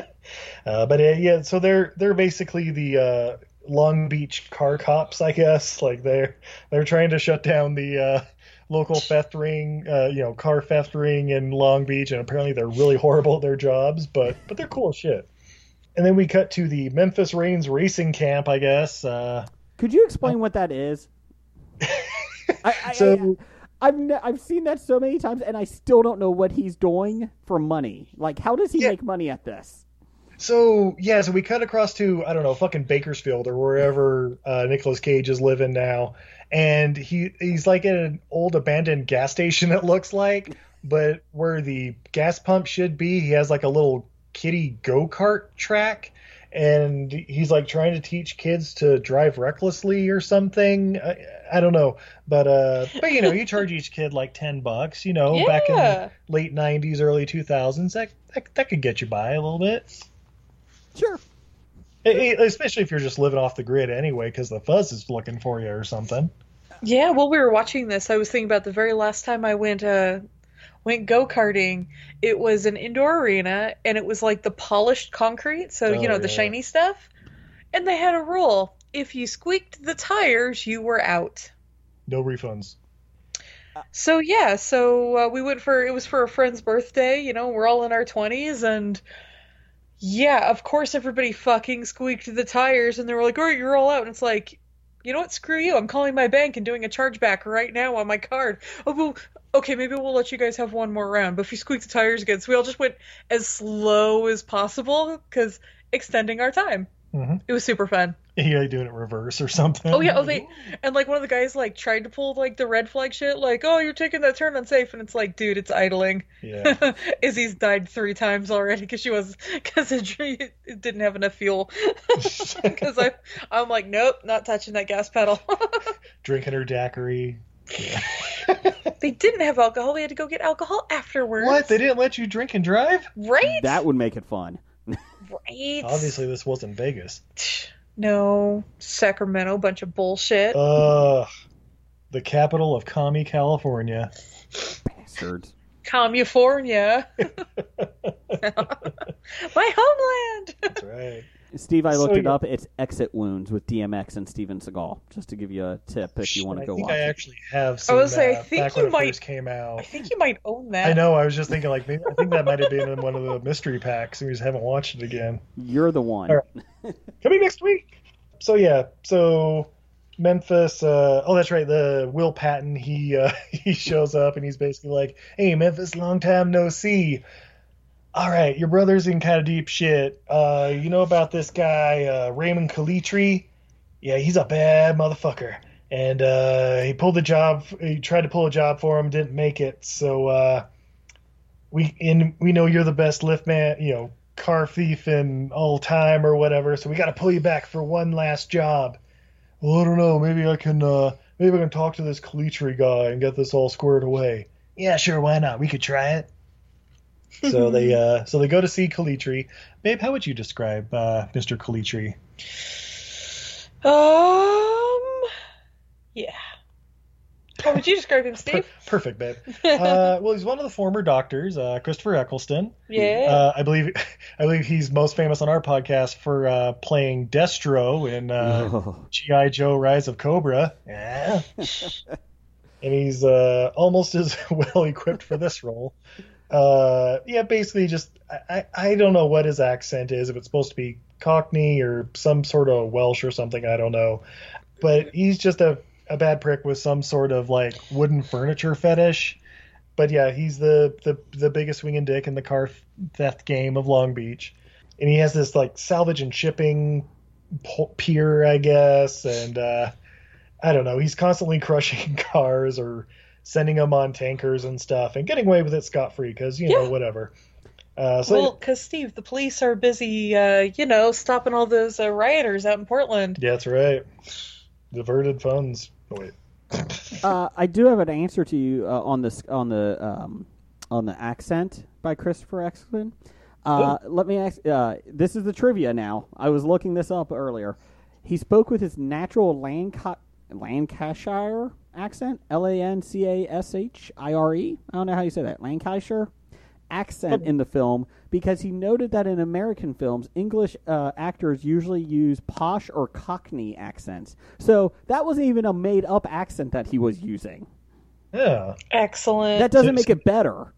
S2: uh, but uh, yeah, so they're they're basically the uh, Long Beach car cops, I guess. Like they're they're trying to shut down the uh, local theft ring, uh, you know, car theft ring in Long Beach, and apparently they're really horrible at their jobs, but but they're cool as shit. And then we cut to the Memphis Reigns racing camp, I guess. Uh,
S1: Could you explain what that is? I, I,
S2: So-
S1: I, have ne- I've seen that so many times, and I still don't know what he's doing for money. Like, how does he make money at this?
S2: So yeah, so we cut across to I don't know, fucking Bakersfield or wherever uh, Nicolas Cage is living now, and he he's like in an old abandoned gas station. It looks like, but where the gas pump should be, he has like a little kiddie go kart track, and he's like trying to teach kids to drive recklessly or something. I, I don't know, but uh, but you know, you charge each kid like ten bucks. You know, back in
S4: Yeah.
S2: the late '90s, early 2000s, that that, that could get you by a little bit.
S1: Sure.
S2: Eh, eh, Especially if you're just living off the grid anyway, because the fuzz is looking for you or something.
S4: Yeah, while we were watching this, I was thinking about the very last time I went uh went go karting. It was an indoor arena, and it was like the polished concrete, so
S14: Oh,
S4: you know
S14: yeah.
S4: the shiny stuff. And they had a rule: if you squeaked the tires, you were out.
S2: No refunds.
S4: So yeah, so uh, we went for it was for a friend's birthday. You know, we're all in our twenties, and yeah, of course everybody fucking squeaked the tires, and they were like, "All right, you're all out," and it's like, you know what? Screw you. I'm calling my bank and doing a chargeback right now on my card. Oh, well, okay, maybe we'll let you guys have one more round. But if you squeak the tires again, so we all just went as slow as possible because extending our time.
S2: Mhm.
S4: It was super fun.
S2: Yeah, you're doing it reverse or something.
S4: Oh yeah, oh they
S2: Mm-hmm.
S4: and like one of the guys like tried to pull like the red flag shit, like, oh you're taking that turn unsafe, and it's like, dude, it's idling.
S2: Yeah.
S4: Izzy's died three times already because she was because it, it didn't have enough fuel. Because I I'm like, nope, not touching that gas pedal.
S2: Drinking her daiquiri.
S4: they didn't have alcohol. They had to go get alcohol afterwards.
S2: What? They didn't let you drink and drive?
S4: Right?
S1: That would make it fun.
S4: Right.
S2: Obviously, this wasn't Vegas.
S4: No, Sacramento, bunch of bullshit.
S2: Uh. Ugh. The capital of commie California.
S1: Bastards.
S4: California. My homeland.
S2: That's right.
S1: Steve, I looked
S2: So
S1: it
S2: you-
S1: up. It's Exit Wounds with DMX and Steven Seagal. Just to give you a tip if you want
S2: I
S1: to go
S2: think
S1: watch
S2: I
S1: it.
S2: actually have
S4: I
S2: some
S4: was like, I
S2: uh,
S4: think
S2: back
S4: you
S2: when
S4: might-
S2: it first came out.
S4: I think you might own that.
S2: I know. I was just thinking, like, maybe I think that might have been in one of the mystery packs, and we just haven't watched it again.
S1: You're the one.
S2: All Coming next week. So yeah. So Memphis. Uh, oh, that's right. The Will Patton. He uh, he shows up and he's basically like, "Hey, Memphis, long time no see. All right, your brother's in kind of deep shit. Uh, you know about this guy uh, Raymond Calitri? Yeah, he's a bad motherfucker." And uh, he pulled the job. He tried to pull a job for him, didn't make it. So uh, we and we know you're the best lift man, you know, car thief in all time or whatever. So we got to pull you back for one last job. Well, I don't know. Maybe I can. Uh, maybe I can talk to this Calitri guy and get this all squared away. Yeah, sure. Why not? We could try it. so they uh, so they go to see Calitri. Babe, how would you describe uh, Mr. Calitri?
S4: Um, yeah. How would you describe him, Steve?
S2: Perfect, babe. Uh, well, he's one of the former doctors, uh, Christopher Eccleston.
S4: Yeah.
S2: Uh, I believe I believe he's most famous on our podcast for uh, playing Destro in uh, GI Joe: Rise of Cobra. Yeah. and he's uh, almost as well equipped for this role. Uh, yeah, basically, just I, I I don't know what his accent is. If it's supposed to be Cockney or some sort of Welsh or something, I don't know. But he's just a a bad prick with some sort of like wooden furniture fetish. But yeah, he's the the the biggest swinging dick in the car theft game of Long Beach, and he has this like salvage and shipping po- pier, I guess, and uh, I don't know. He's constantly crushing cars or sending them on tankers and stuff, and getting away with it scot free because you know whatever. Uh, so
S4: well, because Steve, the police are busy, uh, you know, stopping all those uh, rioters out in Portland.
S2: yeah, that's right. Diverted funds. Oh, wait.
S1: uh, I do have an answer to you uh, on this on the um, on the accent by Christopher Eccleston. Uh, let me ask. Uh, this is the trivia now. I was looking this up earlier. He spoke with his natural Lanca- Lancashire accent, L A N C A S H I R E. I don't know how you say that, Lancashire accent in the film because he noted that in American films, English uh, actors usually use posh or Cockney accents. So that wasn't even a made up accent that he was using.
S2: Yeah.
S4: Excellent.
S1: That doesn't make it better.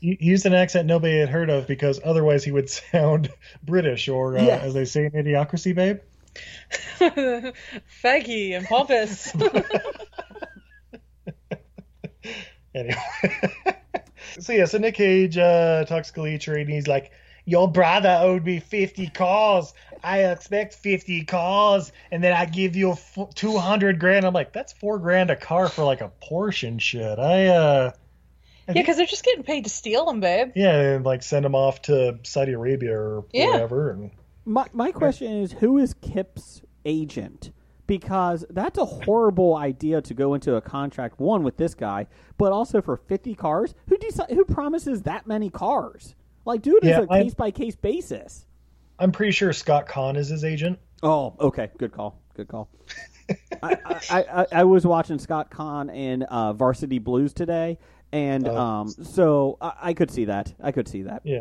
S2: He he used an accent nobody had heard of because otherwise he would sound British or, uh,
S1: Yes.
S2: as they say in Idiocracy, babe.
S4: Faggy and pompous.
S2: Anyway. so, yeah, so Nick Cage uh, talks to Gleacher and he's like, Your brother owed me 50 calls. I expect 50 calls. And then I give you f- 200 grand. I'm like, That's four grand a car for like a Porsche and shit. I, uh,
S4: yeah, because they're just getting paid to steal them, babe.
S2: yeah, and like send him off to Saudi Arabia or
S4: Yeah.
S2: whatever. And
S1: My, my question is who is Kip's agent? Because that's a horrible idea to go into a contract, one with this guy, but also for 50 cars. Who, deci- who promises that many cars? Like, dude,
S2: Yeah,
S1: it's a
S2: I-
S1: case by case basis.
S2: I'm pretty sure Scott Kahn is his agent.
S1: Oh, okay. Good call. Good call. I, I, I, I was watching Scott Kahn in uh, Varsity Blues today, and um, so I, I could see that. I could see that.
S2: Yeah.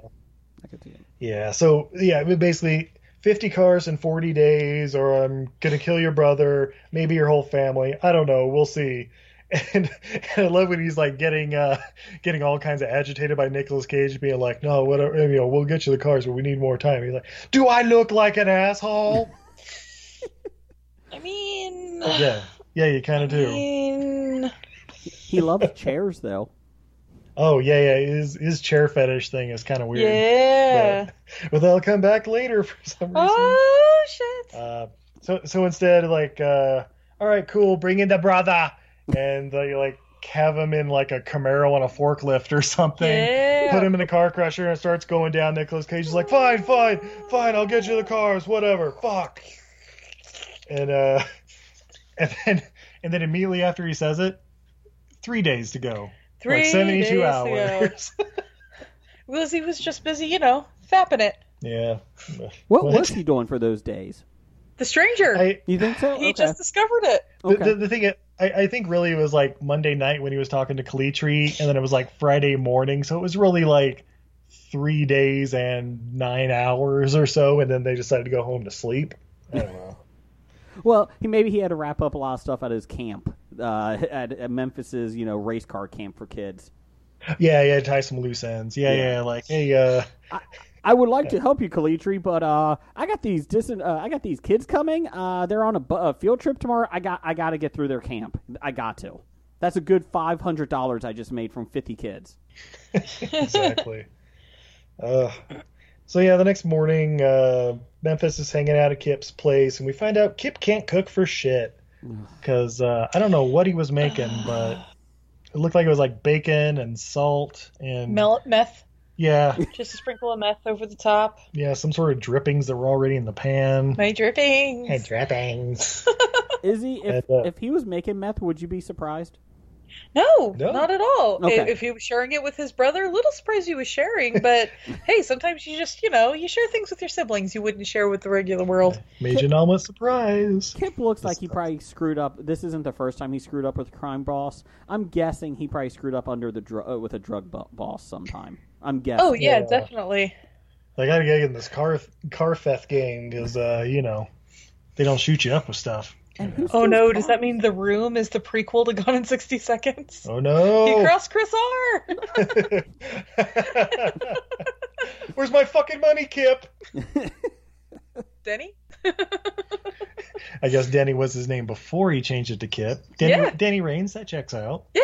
S1: I could see it.
S2: Yeah. So yeah, I mean, basically, fifty cars in forty days, or I'm gonna kill your brother, maybe your whole family. I don't know. We'll see. And, and I love when he's like getting uh, getting all kinds of agitated by Nicolas Cage being like, "No, whatever, you know, we'll get you the cars, but we need more time." He's like, "Do I look like an asshole?"
S4: I mean,
S2: Yeah, yeah, you kind of
S4: I
S2: do.
S4: mean,
S1: He loves chairs though.
S2: Oh yeah, yeah. His his chair fetish thing is kind of weird.
S4: Yeah.
S2: But, but that'll come back later for some reason.
S4: Oh shit.
S2: Uh, so so instead, like, uh, all right, cool, bring in the brother, and they like have him in like a Camaro on a forklift or something.
S4: Yeah.
S2: Put him in a car crusher and it starts going down. Nicholas Cage is like, fine, fine, fine, I'll get you the cars, whatever. Fuck. And uh, and then and then immediately after he says it, three days to go.
S4: Three
S2: like seventy-two
S4: days
S2: hours.
S4: ago. Lizzie was just busy, you know, fapping it.
S2: Yeah.
S1: What, was he doing for those days?
S4: The stranger.
S1: You think
S2: Oh,
S1: so?
S4: he
S1: Okay.
S4: just discovered it.
S2: The, the, the thing is, I, I think really it was like Monday night when he was talking to Kalitri, and then it was like Friday morning. So it was really like three days and nine hours or so, and then they decided to go home to sleep. I don't know.
S1: Well, he, maybe he had to wrap up a lot of stuff at his camp, uh, at, at Memphis's, you know, race car camp for kids.
S2: yeah, yeah, tie some loose ends. Yeah, yeah,
S1: Yeah.
S2: like hey, uh,
S1: I would like to help you, Kalitri, but uh, I got these dis- uh, I got these kids coming. Uh, they're on a, bu- a field trip tomorrow. I got I got to get through their camp. I got to. That's a good five hundred dollars I just made from fifty kids.
S2: exactly. uh, so yeah, the next morning, uh, Memphis is hanging out at Kip's place, and we find out Kip can't cook for shit because uh, I don't know what he was making, but it looked like it was like bacon and salt and
S4: Mel- meth.
S2: yeah,
S4: Just a sprinkle of meth over the top.
S2: yeah, some sort of drippings that were already in the pan.
S4: My drippings.
S2: And drippings.
S1: Izzy, if
S2: And, uh,
S1: if he was making meth, would you be surprised?
S4: No,
S1: No.
S4: not at all.
S1: Okay.
S4: If, if he was sharing it with his brother, little surprise he was sharing. But hey, sometimes you just, you know, you share things with your siblings you wouldn't share with the regular world.
S2: Made you an omelet surprise.
S1: Kip looks like he probably screwed up. This isn't the first time he screwed up with crime boss. I'm guessing he probably screwed up under the dr- uh, with a drug bu- boss sometime. I'm guessing.
S4: Oh yeah, definitely.
S2: I gotta get in this car car theft game because uh, you know they don't shoot you up with stuff.
S4: Oh no, does that mean the room is the prequel to Gone in sixty seconds?
S2: Oh no!
S4: He crossed Chris R.
S2: Where's my fucking money, Kip?
S4: Denny.
S2: I guess Danny was his name before he changed it to Kip. Danny,
S4: Yeah.
S2: Danny Reigns, that checks out.
S4: Yeah.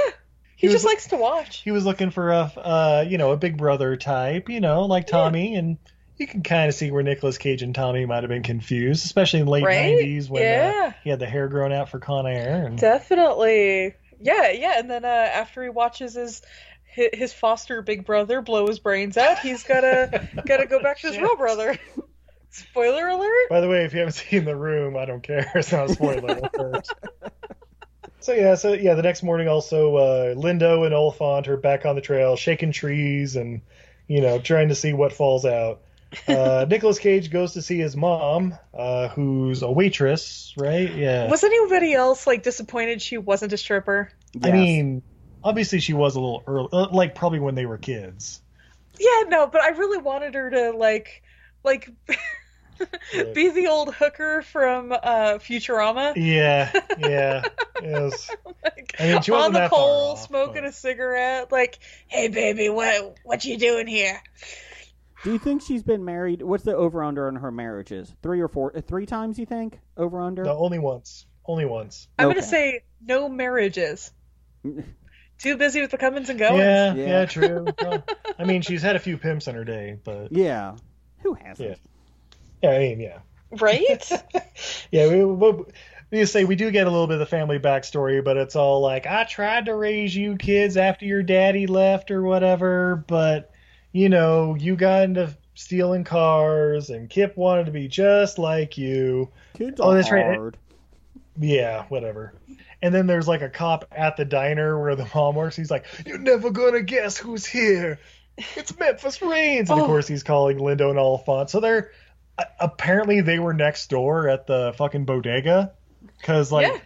S4: He,
S2: was-
S4: just likes to watch.
S2: He was looking for a, uh, you know, a big brother type, you know, like Tommy, and you can kind of see where Nicolas Cage and Tommy might have been confused, especially in the late
S4: Right?
S2: '90s when uh,
S4: Yeah.
S2: he had the hair grown out for Con Air. And,
S4: Definitely. Yeah, yeah. And then uh, after he watches his hi- his foster big brother blow his brains out, he's gotta gotta go back to his real brother. Spoiler alert.
S2: By the way, if you haven't seen the room, I don't care. It's not a spoiler. alert. so yeah, so yeah, the next morning also, uh, Lindo and Oliphant are back on the trail, shaking trees and you know trying to see what falls out. Uh, Nicholas Cage goes to see his mom, uh, who's a waitress, right? Yeah.
S4: Was anybody else like disappointed she wasn't a stripper?
S2: I mean, obviously she was a little early, uh, like probably when they were kids.
S4: Yeah, no, but I really wanted her to like like be the old hooker from uh Futurama.
S2: Yeah, yeah, yes.
S4: Oh
S2: I mean, she
S4: on
S2: wasn't
S4: the
S2: that far
S4: coal,
S2: off,
S4: smoking a cigarette, like, "Hey, baby, what what you doing here?"
S1: Do you think she's been married? What's the over under on her marriages? Three or four? uh, Three times? You think over under?
S2: No, only once. Only once.
S4: I'm
S1: Okay.
S4: gonna say no marriages. Too busy with the comings and goings.
S2: Yeah, yeah, true. No. I mean, she's had a few pimps in her day, but
S1: Yeah. Who hasn't?
S2: yeah, yeah. I mean, yeah,
S4: Right?
S2: yeah. We, we, we just say we do get a little bit of the family backstory, but it's all like I tried to raise you kids after your daddy left or whatever, but you know, you got into stealing cars, and Kip wanted to be just like you.
S1: Kids
S2: Oh,
S1: are
S2: that's right.
S1: hard.
S2: Yeah, whatever. And then there's like a cop at the diner where the mom works. He's like, "You're never gonna guess who's here. It's Memphis Reigns." And
S4: Oh.
S2: of course, he's calling Lindo and Oliphant. So they're a- apparently they were next door at the fucking bodega because like
S4: Yeah.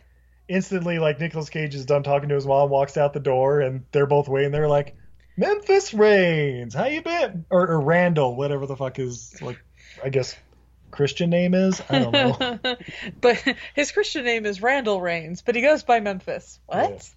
S2: instantly like Nicolas Cage is done talking to his mom, walks out the door, and they're both waiting. They're like, "Memphis Reigns, how you been?" Or, or Randall, whatever the fuck his like, I guess Christian name is. I don't know.
S4: but his Christian name is Randall Reigns, but he goes by Memphis. What?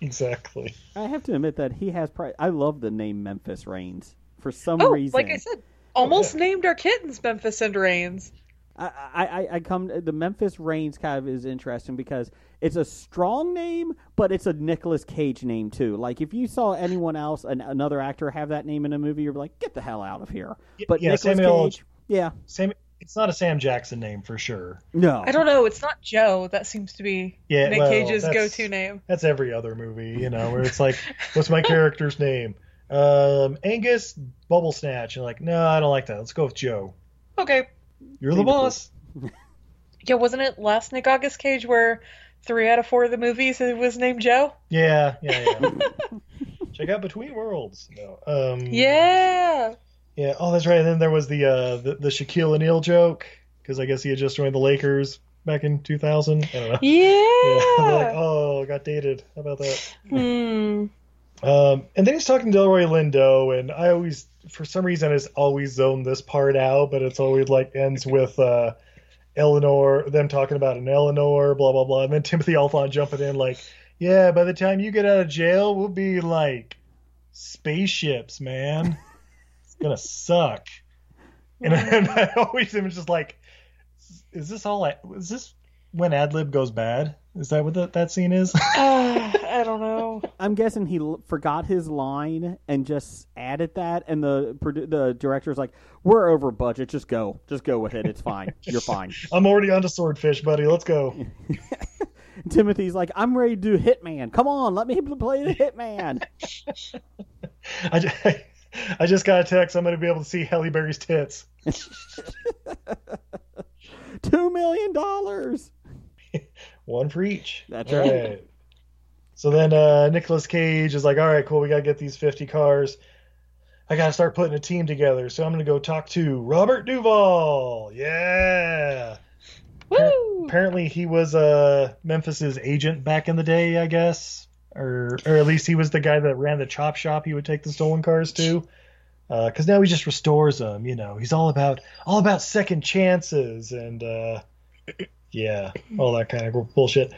S2: exactly.
S1: I have to admit that he has. Pri- I love the name Memphis Reigns for some
S4: oh,
S1: reason.
S4: like I said, almost named our kittens Memphis and Reigns.
S1: I, I, I come the Memphis Reigns kind of is interesting because it's a strong name, but it's a Nicolas Cage name too. Like if you saw anyone else, an, another actor have that name in a movie, you're like, get the hell out of here. But
S2: yeah,
S1: Nicolas
S2: Samuel-
S1: Cage, yeah,
S2: Sam, it's not a Sam Jackson name for sure.
S1: no,
S4: I don't know. It's not Joe. That seems to be
S2: Yeah,
S4: Nick
S2: well,
S4: Cage's
S2: that's-
S4: go-to name.
S2: That's every other movie, you know, where it's like, what's my character's name? Um, Angus Bubble Snatch. You're like, no, I don't like that. Let's go with Joe.
S4: Okay.
S2: You're the boss.
S4: Yeah, wasn't it last Nick August Cage where three out of four of the movies it was named Joe?
S2: Yeah, yeah, yeah. Check out Between Worlds. No. Um,
S4: Yeah.
S2: Yeah. Oh, that's right. And then there was the uh, the, the Shaquille O'Neal joke because I guess he had just joined the Lakers back in 2000. I don't know.
S4: Yeah.
S2: They're like, oh, got dated. How about that?
S4: Hmm.
S2: Um, and then he's talking to Delroy Lindo, and I always, for some reason, it's always zoned this part out, but it's always like ends with uh, Eleanor, them talking about an Eleanor, blah blah blah, and then Timothy Alphon jumping in like, yeah, by the time you get out of jail, we'll be like spaceships, man. It's gonna suck. And, and I always am just like, is this all? I, is this when ad lib goes bad? Is that what that that scene is?
S4: I don't know.
S1: I'm guessing he l- forgot his line and just added that, and the produ- the director's like, "We're over budget. Just go, just go with it. It's fine. You're fine."
S2: I'm already onto swordfish, buddy. Let's go.
S1: Timothy's like, "I'm ready to do Hitman. Come on, let me play the Hitman."
S2: I just, I just got a text. I'm going to be able to see Halle Berry's tits.
S1: Two million dollars.
S2: One for each.
S1: That's
S2: All
S1: right.
S2: So then uh, Nicholas Cage is like, all right, cool. We got to get these 50 cars. I got to start putting a team together. So I'm going to go talk to Robert Duvall. Yeah. Woo! Apparently he was uh, Memphis's agent back in the day, I guess. Or, or at least he was the guy that ran the chop shop he would take the stolen cars to. Because now he just restores them, you know. He's all about all about second chances and uh, yeah, all that kind of bullshit.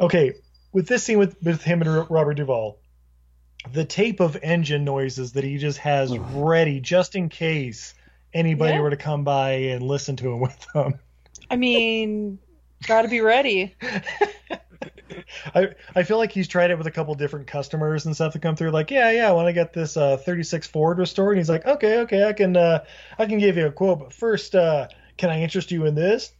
S2: Okay, with this scene with, with him and R- Robert Duvall, the tape of engine noises that he just has ready just in case anybody
S4: Yeah.
S2: were to come by and listen to him with them.
S4: I mean, gotta be ready.
S2: I I feel like he's tried it with a couple different customers and stuff that come through. Like, yeah, yeah, I want to get this uh, 36 Ford restored. And he's like, okay, okay, I can uh, I can give you a quote, but first, uh, can I interest you in this?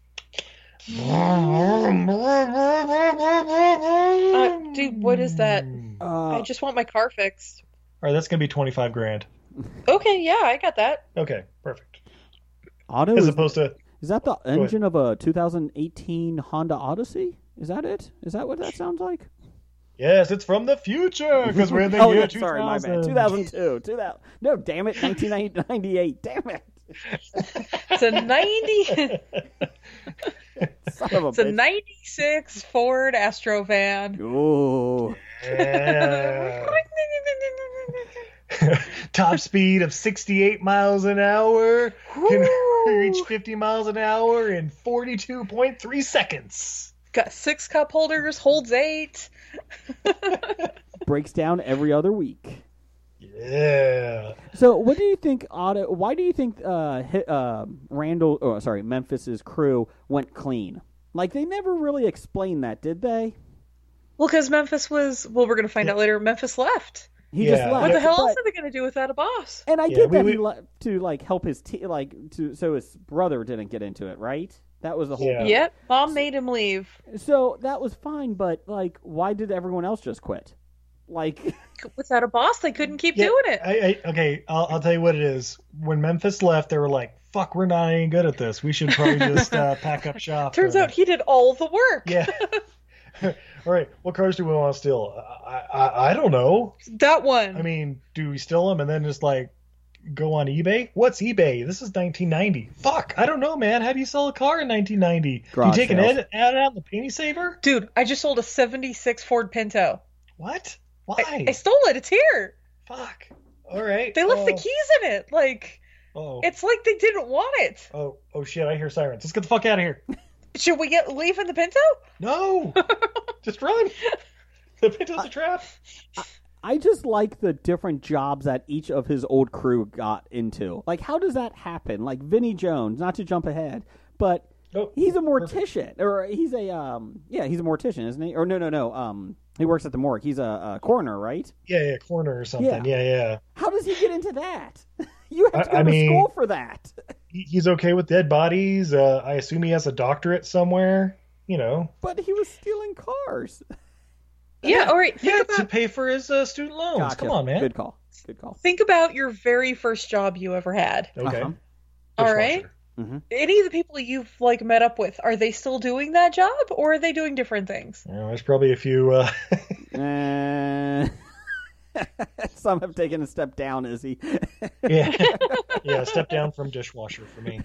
S4: Uh, dude, what is that?
S2: Uh,
S4: I just want my car fixed.
S2: All right, that's gonna be 25 grand.
S4: Okay, yeah, I got that.
S2: Okay, perfect.
S1: Auto
S2: As
S1: is,
S2: opposed to
S1: is that the
S2: ahead.
S1: engine of a 2018 Honda Odyssey? Is that it? Is that what that sounds like?
S2: yes, it's from the future because we're in the
S1: oh,
S2: year
S1: yeah,
S2: 2000.
S1: sorry, my bad. 2002. 2000. No, damn it, 1998. Damn it,
S4: It's a ninety.
S1: son of a
S4: It's a
S1: bitch.
S4: ninety-six Ford Astrovan.
S1: Ooh.
S2: Yeah. Top speed of 68 miles an hour can reach 50 miles an hour in 42.3 seconds.
S4: Got six cup holders, holds eight.
S1: Breaks down every other week.
S2: Yeah.
S1: So, what do you think? Auto? Why do you think uh, hi uh, Randall? Oh, sorry, Memphis's crew went clean. Like they never really explained that, did they?
S4: Well, because Memphis was. Well, we're gonna find out later. Memphis left.
S1: He
S2: Yeah.
S1: just left.
S4: What the hell
S1: But-
S4: else are they gonna do without a boss?
S1: And I
S2: Yeah,
S1: get
S2: we-
S1: that
S2: we-
S1: he left to like help his te- like to so his brother didn't get into it, right? That was the whole.
S2: Yeah.
S4: Yep, mom made him leave.
S1: So that was fine, but like, why did everyone else just quit? Like,
S4: Without a boss, they couldn't keep
S2: Yeah,
S4: doing it.
S2: I, I, okay, I'll, I'll tell you what it is. When Memphis left, they were like, fuck, we're not any good at this. We should probably just uh, pack up shop.
S4: Turns
S2: and-
S4: out he did all the work.
S2: Yeah. All right, what cars do we want to steal? I, I, I don't know.
S4: That one.
S2: I mean, do we steal them and then just like go on eBay? What's eBay? This is 1990. Fuck, I don't know, man. How do you sell a car in 1990?
S1: Garage
S2: you take an
S1: sales.
S2: ad, ad out in the penny saver?
S4: Dude, I just sold a 76 Ford Pinto.
S2: What? Why?
S4: I, I stole it. It's here.
S2: Fuck. All right.
S4: They left the
S2: Oh,
S4: keys in it. Like,
S2: Oh.
S4: it's like they didn't want it.
S2: Oh, oh shit! I hear sirens. Let's get the fuck out of here.
S4: Should we get leave in the Pinto?
S2: No, just run. The Pinto's a trap.
S1: I just like the different jobs that each of his old crew got into. Like, how does that happen? Like Vinnie Jones, not to jump ahead, but
S2: Oh,
S1: he's a mortician, or he's a um, yeah, he's a mortician, isn't he? Or no, no, no. Um, he works at the morgue. He's a, a coroner, right?
S2: Yeah, yeah, corner or something.
S1: Yeah.
S2: Yeah, yeah.
S1: How does he get into that? you have to
S2: I-
S1: go
S2: I
S1: to
S2: mean-
S1: school for that.
S2: He- He's okay with dead bodies. Uh, I assume he has a doctorate somewhere. You know,
S1: But he was stealing cars.
S2: Oh,
S4: Yeah, all right.
S2: Yeah, to pay for his uh, student loans.
S1: Gotcha.
S2: Come on, man.
S1: Good call. Good call.
S4: Think about your very first job you ever had.
S2: Okay.
S1: Uh-huh.
S4: All right.
S1: Mhm.
S4: Any of the people you've like met up with, are they still doing that job or are they doing different things?
S2: You know, there's probably a few. Uh,
S1: Uh, some have taken a step down, Izzy.
S2: yeah, yeah. Step down from dishwasher for me.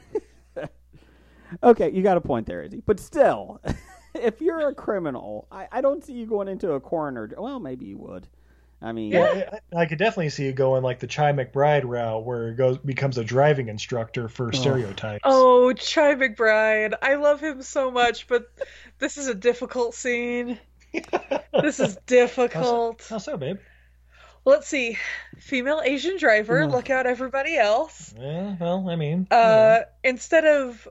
S1: Okay, you got a point there, Izzy. But still, if you're a criminal, I, I don't see you going into a coroner. Well, maybe you would. I mean,
S2: Yeah, I, I could definitely see you going like the Chai McBride route, where it goes becomes a driving instructor for stereotypes.
S4: Oh, Chai McBride. I love him so much, but this is a difficult scene. this is difficult.
S2: How so, babe?
S4: Let's see. Female Asian driver,
S2: Ugh.
S4: look out everybody else.
S2: Uh-huh. Yeah, well, I mean,
S4: Uh instead of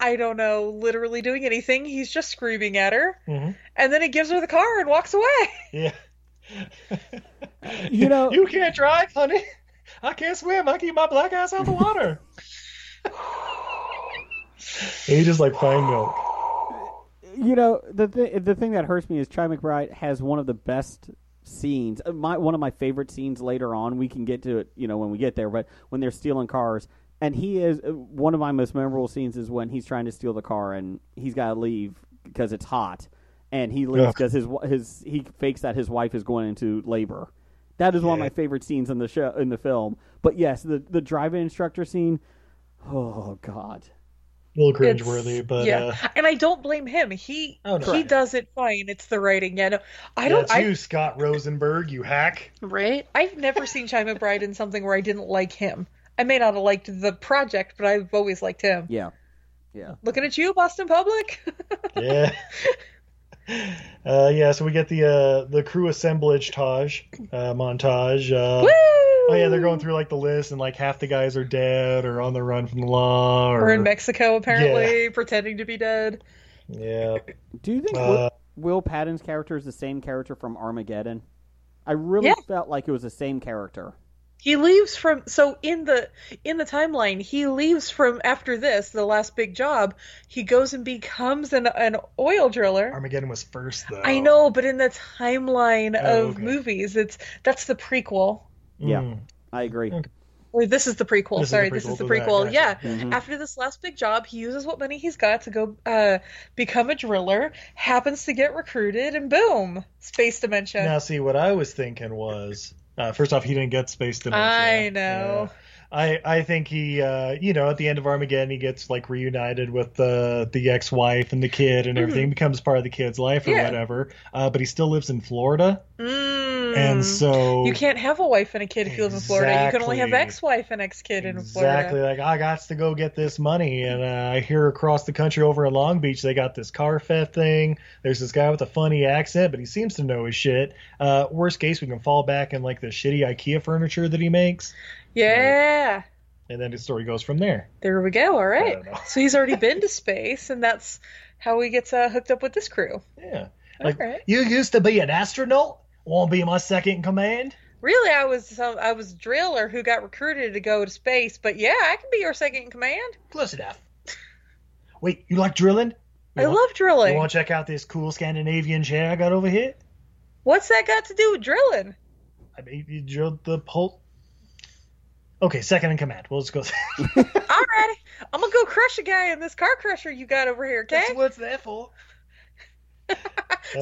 S4: I don't know, literally doing anything, he's just screaming at her.
S2: Mhm.
S4: And then he gives her the car and walks away.
S2: yeah.
S1: you
S4: oh.
S1: know,
S2: You can't drive, honey. I can't swim. I keep my black ass out the water. Age is like fine milk.
S1: you know the th- the thing that hurts me is Chai McBride has one of the best scenes. uh, My one of my favorite scenes later on. We can get to it, you know, when we get there. But when they're stealing cars, and he is uh, one of my most memorable scenes is when he's trying to steal the car and he's got to leave because it's hot, and he leaves
S2: Ugh.
S1: because his wi- his he fakes that his wife is going into labor. That is one of my favorite scenes in the show in the film. But yes, the the driving instructor scene. Oh God.
S2: A little cringeworthy, but
S4: yeah.
S2: uh,
S4: and I don't blame him. He
S2: Oh, no.
S4: he does it fine. It's the writing. Yeah, no, I don't.
S2: that's
S4: I,
S2: you, Scott Rosenberg, you hack.
S4: Right? I've never seen Chai McBride in something where I didn't like him. I may not have liked the project, but I've always liked him.
S1: Yeah. Yeah.
S4: Looking at you, Boston Public.
S2: yeah. Uh, yeah, so we get the uh, the crew assemblage taj uh, montage. Uh, Oh yeah, they're going through like the list, and like half the guys are dead or on the run from the law, or
S4: We're in Mexico apparently, pretending to be dead.
S2: yeah.
S1: Do you think
S2: Uh,
S1: Will, Will Patton's character is the same character from Armageddon? I really
S4: Yeah.
S1: felt like it was the same character.
S4: He leaves from so in the in the timeline, he leaves from after this, the last big job, he goes and becomes an an oil driller.
S2: Armageddon was first though.
S4: I know, but in the timeline
S2: Oh,
S4: of
S2: okay.
S4: movies, it's that's the prequel.
S2: Mm.
S1: Yeah, I agree.
S4: Or this is the prequel.
S1: This is the
S4: Sorry, this
S1: prequel
S4: is the
S1: to that,
S4: prequel.
S1: gotcha.
S4: Yeah.
S1: Mhm.
S4: After this last big job, he uses what money he's got to go uh, become a driller. Happens to get recruited, and boom, space dementia.
S2: Now see, what I was thinking was, uh, first off, he didn't get space dementia.
S4: I know.
S2: I, I think he uh, you know at the end of Armageddon he gets like reunited with the the ex wife and the kid and everything becomes part of the kid's life or
S4: Mm-hmm. Yeah.
S2: whatever. Uh, but he still lives in Florida,
S4: Mm.
S2: and so
S4: you can't have a wife and a kid if you live in Florida. You can only have
S2: Exactly.
S4: ex-wife and ex-kid in Florida.
S2: exactly like I got to go get this money, and uh, I hear across the country over in Long Beach they got this car theft thing. There's this guy with a funny accent, but he seems to know his shit. Uh, worst case, we can fall back in like the shitty IKEA furniture that he makes,
S4: Yeah.
S2: and then the story goes from there.
S4: There we go. All right.
S2: don't know.
S4: So he's already been to space, and that's how he gets uh, hooked up with this crew.
S2: Yeah, like
S4: Alright.
S2: you used to be an astronaut. Won't be my second in command.
S4: Really, I was some, I was a driller who got recruited to go to space, but yeah, I can be your second in command.
S2: Close enough. Wait, you like drilling? You
S4: I
S2: want-
S4: love drilling.
S2: You want to check out this cool Scandinavian chair I got over here?
S4: What's that got to do with drilling?
S2: I mean, you drilled the pole. Okay, second in command. We'll just go.
S4: Alrighty, I'm gonna go crush a guy in this car crusher you got over here. Okay?
S2: what's that for?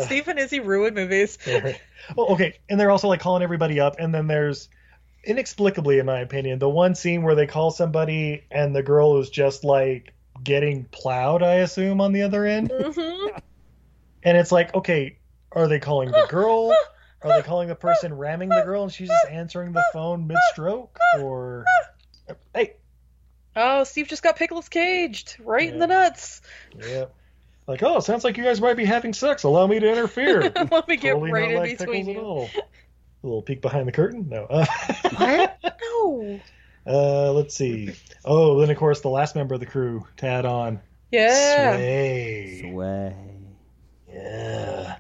S4: Stephen Izzy ruined movies.
S2: well, Oh, okay, and they're also like calling everybody up, and then there's inexplicably, in my opinion, the one scene where they call somebody and the girl is just like getting plowed. I assume on the other end,
S4: Mhm.
S2: and it's like, okay, are they calling the girl? Are they calling the person ramming the girl, and she's just answering the phone mid-stroke? Or hey,
S4: Oh, Steve just got Pickles caged right in the nuts.
S2: yeah. Like, oh, sounds like you guys might be having sex. Allow me to interfere.
S4: Let me get
S2: Totally
S4: right
S2: not
S4: in
S2: like
S4: between
S2: pickles
S4: you.
S2: at all. A little peek behind the curtain? No. Uh,
S4: No.
S2: uh, let's see. Oh, then of course the last member of the crew to add on
S4: Yeah.
S2: Sway.
S1: Sway.
S2: Yeah.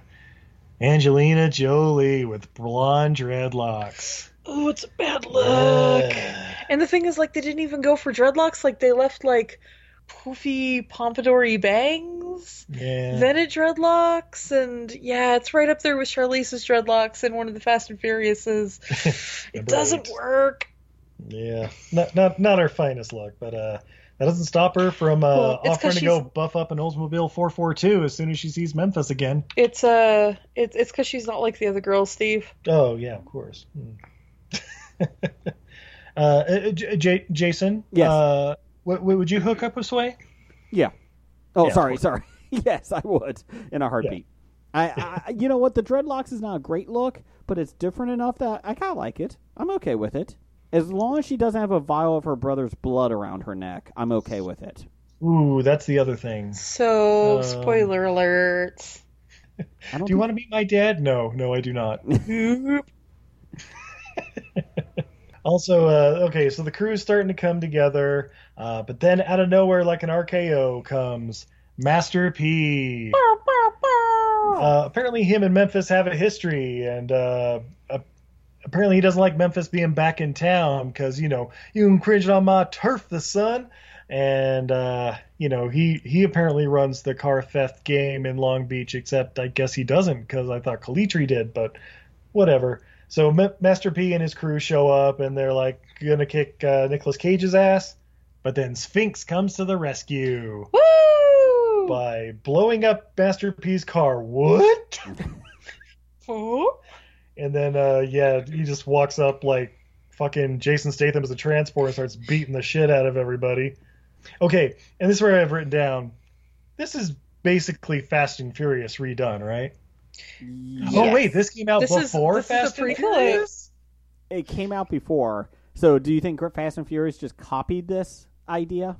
S2: Angelina Jolie with blonde dreadlocks.
S4: Oh, it's a bad look. And the thing is, like, they didn't even go for dreadlocks. Like, they left like poofy pompadoury bangs,
S2: Yeah.
S4: vented dreadlocks, and yeah, it's right up there with Charlize's dreadlocks in one of the Fast and Furiouses. it
S2: Number
S4: doesn't work.
S2: Yeah, not not not her finest look, but uh, that doesn't stop her from uh,
S4: Well, it's 'cause
S2: offering to
S4: she's-
S2: go buff up an Oldsmobile 442 as soon as she sees Memphis again.
S4: It's uh, it's it's because she's not like the other girls, Steve.
S2: Oh yeah, of course. Hmm. uh, uh, J- J- Jason.
S1: Yes.
S2: Uh, w- w- would you hook up with Sway?
S1: Yeah. Oh,
S2: Yeah.
S1: sorry, sorry. yes, I would in a heartbeat. I, I, you know what? The dreadlocks is not a great look, but it's different enough that I kind of like it. I'm okay with it, as long as she doesn't have a vial of her brother's blood around her neck. I'm okay with it.
S2: Ooh, that's the other thing.
S4: So,
S2: Um,
S4: spoiler alert.
S1: I don't
S2: Do you want to be my dad? No, no, I do not. Also, uh, okay, so the crew's starting to come together, uh, but then out of nowhere, like an RKO, comes Master P. Uh, apparently, him and Memphis have a history, and uh, a- apparently, he doesn't like Memphis being back in town because you know you infringed on my turf, the son. And uh, you know he he apparently runs the car theft game in Long Beach, except I guess he doesn't because I thought Calitri did, but whatever. So M- Master P and his crew show up, and they're like gonna kick uh, Nicolas Cage's ass, but then Sphinx comes to the rescue
S4: Woo!
S2: by blowing up Master P's car. What?
S4: Oh.
S2: And then uh, yeah, he just walks up like fucking Jason Statham as a transporter and starts beating the shit out of everybody. Okay, and this is where I've written down. This is basically Fast and Furious redone, right? Oh
S1: Yes.
S2: wait, this came out
S1: This is-
S2: before
S1: this is a
S2: Fast and
S1: prequel.
S2: Furious.
S1: It came out before, so do you think Fast and Furious just copied this idea?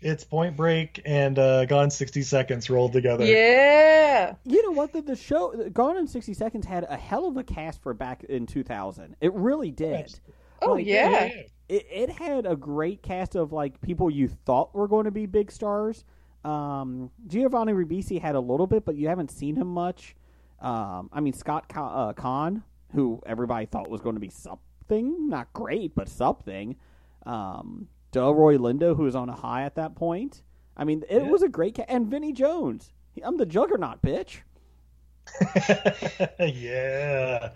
S2: It's Point Break and uh, Gone 60 Seconds rolled together.
S4: Yeah.
S1: You know what? The, the show Gone in sixty seconds had a hell of a cast for back in two thousand. It really did.
S4: Oh, yeah.
S1: It, it had a great cast of like people you thought were going to be big stars. Um, Giovanni Ribisi had a little bit, but you haven't seen him much. Um, I mean Scott Ca- uh, Kahn, who everybody thought was going to be something, not great, but something. Um, Delroy Lindo, who was on a high at that point. I mean, it was a great ca- and Vinny Jones. He- I'm the Juggernaut, bitch.
S2: yeah.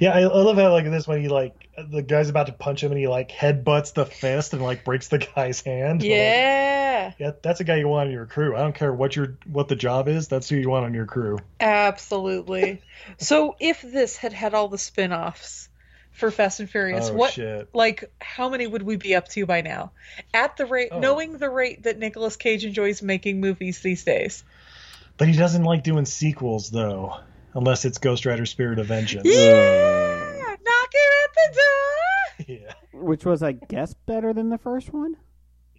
S2: Yeah, I, I love how like in this one he like the guy's about to punch him and he like headbutts the fist and like breaks the guy's hand.
S4: Yeah.
S2: Like, yeah, that's a guy you want on your crew. I don't care what your what the job is, that's who you want on your crew.
S4: Absolutely. so if this had had all the spin-offs for Fast and Furious,
S2: Oh,
S4: what
S2: shit.
S4: like how many would we be up to by now? At the rate
S2: Oh.
S4: knowing the rate that Nicolas Cage enjoys making movies these days.
S2: But he doesn't like doing sequels though, unless it's Ghost Rider Spirit of Vengeance.
S4: Yeah, knock it at the door.
S2: Yeah.
S1: Which was, I guess, better than the first one.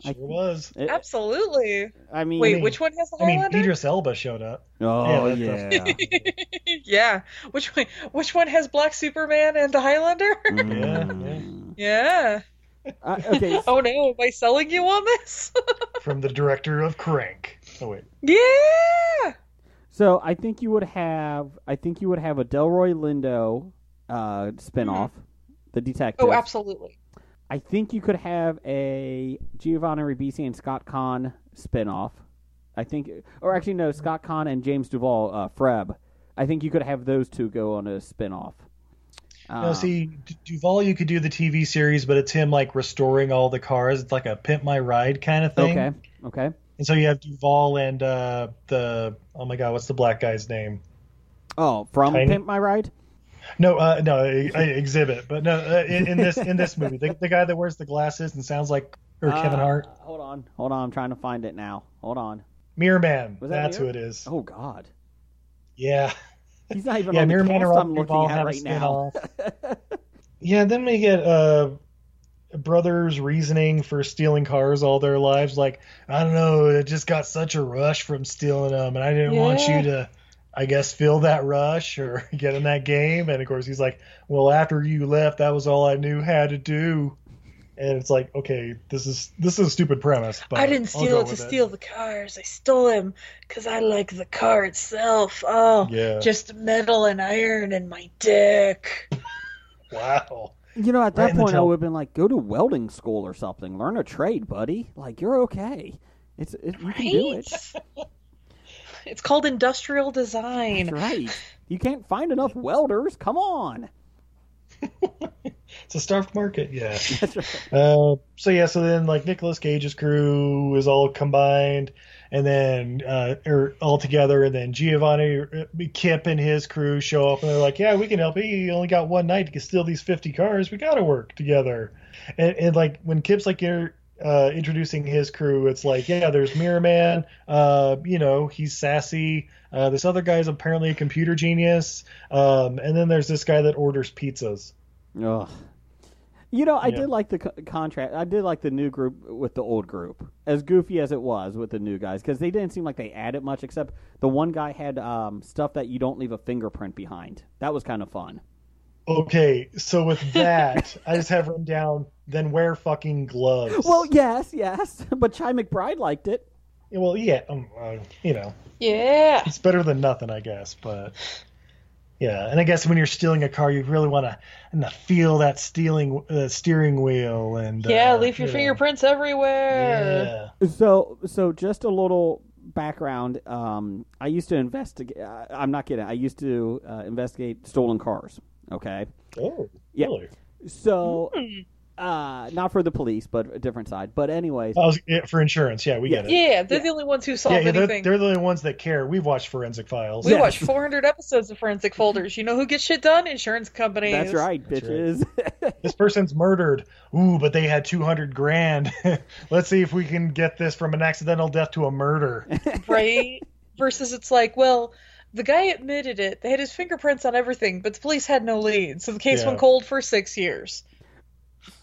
S2: Sure was.
S4: Absolutely.
S1: I mean,
S4: Wait, which one has the
S2: I mean,
S4: Highlander?
S2: Idris Elba showed up.
S1: Oh
S2: Yeah,
S1: yeah,
S2: that's-
S4: yeah. Which one which one has Black Superman and the Highlander? yeah.
S1: Uh, okay.
S4: oh no, am I selling you on this?
S2: From the director of Crank. Oh wait.
S4: yeah.
S1: So I think you would have, I think you would have a Delroy Lindo uh, spinoff, the detective.
S4: Oh, absolutely.
S1: I think you could have a Giovanni Ribisi and Scott Kahn spinoff. I think, or actually no, Scott Kahn and James Duvall, uh, Freb. I think you could have those two go on a spinoff. Uh, Ah.
S2: No, see, D- Duval, you could do the TV series, but it's him like restoring all the cars. It's like a pimp my ride kind of thing.
S1: Okay. Okay.
S2: And so you have Duval and uh, the oh my god, what's the black guy's name?
S1: Oh, from
S2: Tiny-
S1: Pimp My Ride.
S2: No, uh, no, I, I exhibit, but no, uh, in, in this in this movie, the, the guy that wears the glasses and sounds like or
S1: Uh,
S2: Kevin Hart,
S1: Hold on, hold on. I'm trying to find it now. Hold on.
S2: Mirror Man.
S1: Was that
S2: That's
S1: Mirror?
S2: who it is.
S1: Oh God.
S2: Yeah,
S1: He's not even
S2: yeah,
S1: on the
S2: Mirror Man
S1: cast I'm
S2: and Robert
S1: looking
S2: Duvall
S1: at
S2: have a
S1: right now.
S2: spin-off. yeah, then we get uh, brothers reasoning for stealing cars all their lives. Like, I don't know, it just got such a rush from stealing them, and I didn't want
S4: Yeah.
S2: you to, I guess, feel that rush or get in that game. And of course, he's like, Well, after you left, that was all I knew how to do. and it's like, okay, this is this is a stupid premise. But
S4: I didn't
S2: I'll go
S4: steal it to
S2: with
S4: steal the cars. I stole him because I like the car itself. Oh,
S2: Yeah.
S4: just metal and iron and my dick.
S2: Wow.
S1: You know, at that
S4: Right in the
S1: point, I
S4: toe.
S1: would have been like, go to welding school or something, learn a trade, buddy. Like you're okay. It's it, you can do it.
S4: It's called industrial design.
S1: That's right. You can't find enough welders. Come on.
S2: It's a starved market. Yeah. uh, so yeah, so then like Nicolas Cage's crew is all combined, and then uh, or all together, and then Giovanni uh, Kip and his crew show up, and they're like, "Yeah, we can help you. You only got one night to steal these fifty cars. We got to work together." And, and like when Kip's like you're. Uh, introducing his crew, it's like, yeah, there's Mirror Man. Uh, you know, he's sassy. Uh, this other guy's apparently a computer genius. Um, and then there's this guy that orders pizzas.
S1: Ugh. You know, I
S2: Yeah.
S1: did like the co- contract. I did like the new group with the old group, as goofy as it was with the new guys, because they didn't seem like they added much, except the one guy had um, stuff that you don't leave a fingerprint behind. That was kind of fun.
S2: Okay, so with that, I just have written down. Then wear fucking gloves.
S1: Well, yes, yes, but Chai McBride liked it.
S2: Well, yeah, um, uh, you know,
S4: Yeah.
S2: it's better than nothing, I guess. But yeah, and I guess when you're stealing a car, you really want to feel that stealing uh, steering wheel and
S4: yeah,
S2: uh,
S4: leave your
S2: you know.
S4: fingerprints everywhere.
S1: So, so just a little background. Um, I used to investigate. I- I'm not kidding. I used to uh, investigate stolen cars. Okay.
S2: Oh,
S1: Yeah.
S2: really?
S1: So, uh, not for the police, but a different side. But anyways,
S2: I was, yeah, for insurance. Yeah, we get it.
S4: Yeah, they're the only ones who solve
S2: yeah, yeah, they're,
S4: anything.
S2: they're the only ones that care. We've watched Forensic Files.
S4: we watched 400 episodes of Forensic Folders. You know who gets shit done? Insurance companies.
S1: That's right, bitches.
S2: this person's murdered. Ooh, but they had 200 grand. Let's see if we can get this from an accidental death to a murder.
S4: right? Versus it's like, well, the guy admitted it. They had his fingerprints on everything, but the police had no lead, so the case
S1: Yeah.
S4: went cold for six years.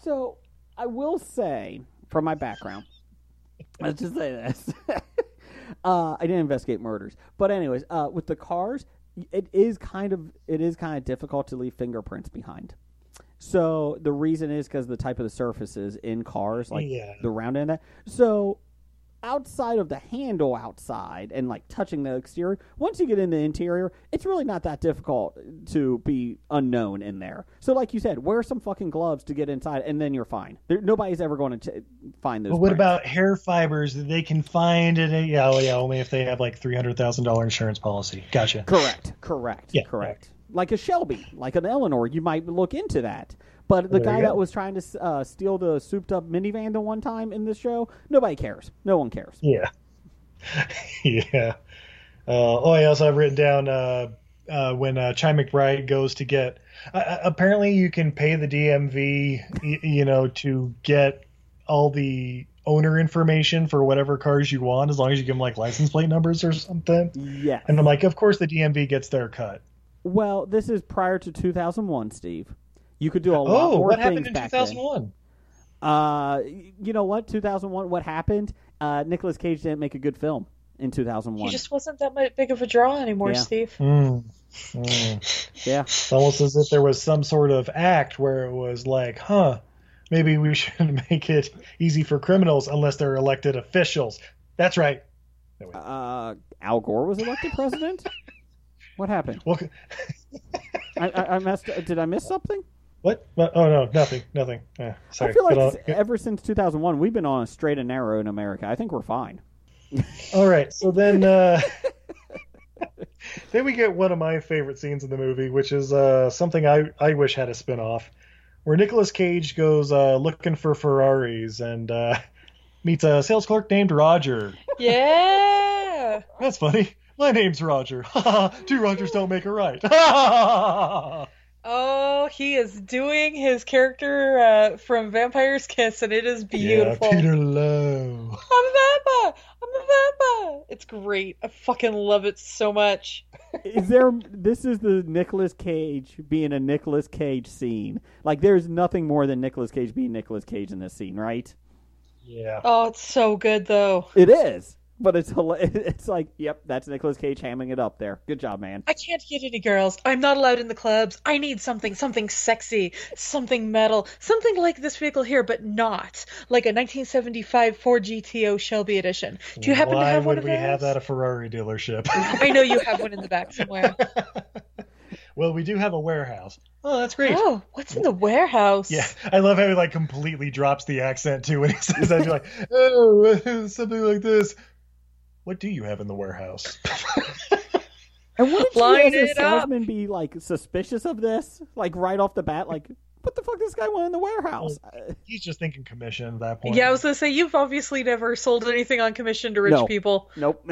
S1: So I will say, from my background, let's just say this: uh, I didn't investigate murders, but anyways, uh, with the cars, it is kind of it is kind of difficult to leave fingerprints behind. So the reason is because the type of the surfaces in cars, like
S2: Yeah.
S1: the round end. That so outside of the handle outside and like touching the exterior once you get in the interior it's really not that difficult to be unknown in there so like you said wear some fucking gloves to get inside and then you're fine there, nobody's ever going to find those
S2: But what
S1: prints.
S2: about hair fibers that they can find in a yeah, oh, yeah, only if they have like three hundred thousand dollar insurance policy. Gotcha.
S1: correct correct
S2: Yeah,
S1: correct like a shelby like an eleanor you might look into that but the
S2: There you
S1: guy
S2: go.
S1: that was trying to uh, steal the souped up minivan the one time in this show nobody cares no one cares
S2: Yeah. yeah. Uh, oh, I also have written down uh, uh, when uh, Chai McBride goes to get. Uh, uh, apparently, you can pay the DMV, y- you know, to get all the owner information for whatever cars you want, as long as you give them like license plate numbers or something.
S1: Yeah.
S2: And I'm like, of course, the DMV gets their cut.
S1: Well, this is prior to 2001, Steve. You could do a lot
S2: Oh,
S1: more
S2: what
S1: things
S2: happened in
S1: back
S2: 2001?
S1: Then. Uh, y- you know what? 2001. What happened? Uh, Nicolas Cage didn't make a good film in 2001.
S4: He just wasn't that mu- big of a draw anymore,
S1: Yeah.
S4: Steve.
S2: Mm. Mm.
S1: Yeah.
S2: It's almost as if there was some sort of act where it was like, huh, maybe we should make it easy for criminals unless they're elected officials. That's right.
S1: Uh, Al Gore was elected president. what happened?
S2: Well,
S1: I, I, I messed. Did I miss something?
S2: What? What? Oh, no, nothing, nothing. Eh, sorry.
S1: I feel like
S2: But, uh,
S1: s- ever since 2001, we've been on a straight and narrow in America. I think we're fine.
S2: All right, so then uh, then we get one of my favorite scenes in the movie, which is uh, something I, I wish had a spinoff, where Nicolas Cage goes uh, looking for Ferraris and uh, meets a sales clerk named Roger.
S4: Yeah.
S2: That's funny. My name's Roger. Two Rogers don't make a right.
S4: Oh, he is doing his character uh, from Vampire's Kiss, and it is beautiful.
S2: Yeah, Peter Lowe.
S4: I'm a vampire. I'm a vampire. It's great. I fucking love it so much.
S1: is there this is the Nicolas Cage being a Nicolas Cage scene. Like there's nothing more than Nicolas Cage being Nicolas Cage in this scene, right?
S2: Yeah.
S4: Oh, it's so good though.
S1: It is. But it's hila- it's like, yep, that's Nicolas Cage hamming it up there. Good job, man.
S4: I can't get any girls. I'm not allowed in the clubs. I need something, something sexy, something metal, something like this vehicle here, but not like a 1975 Ford GTO Shelby edition. Do you happen
S2: Why
S4: to have
S2: would
S4: one of
S2: we
S4: those?
S2: have that at a Ferrari dealership?
S4: I know you have one in the back somewhere.
S2: well, we do have a warehouse. Oh, that's great.
S4: Oh, what's in the warehouse?
S2: Yeah, I love how he like completely drops the accent too when he says that. You're like, oh, something like this. What do you have in the warehouse?
S1: And wouldn't
S4: Line
S1: you as a
S4: it up.
S1: salesman be like suspicious of this? Like right off the bat, like what the fuck this guy want in the warehouse?
S4: Oh.
S2: He's just thinking commission at that point.
S4: Yeah, I was gonna say you've obviously never sold anything on commission to rich
S2: No.
S4: people.
S1: Nope.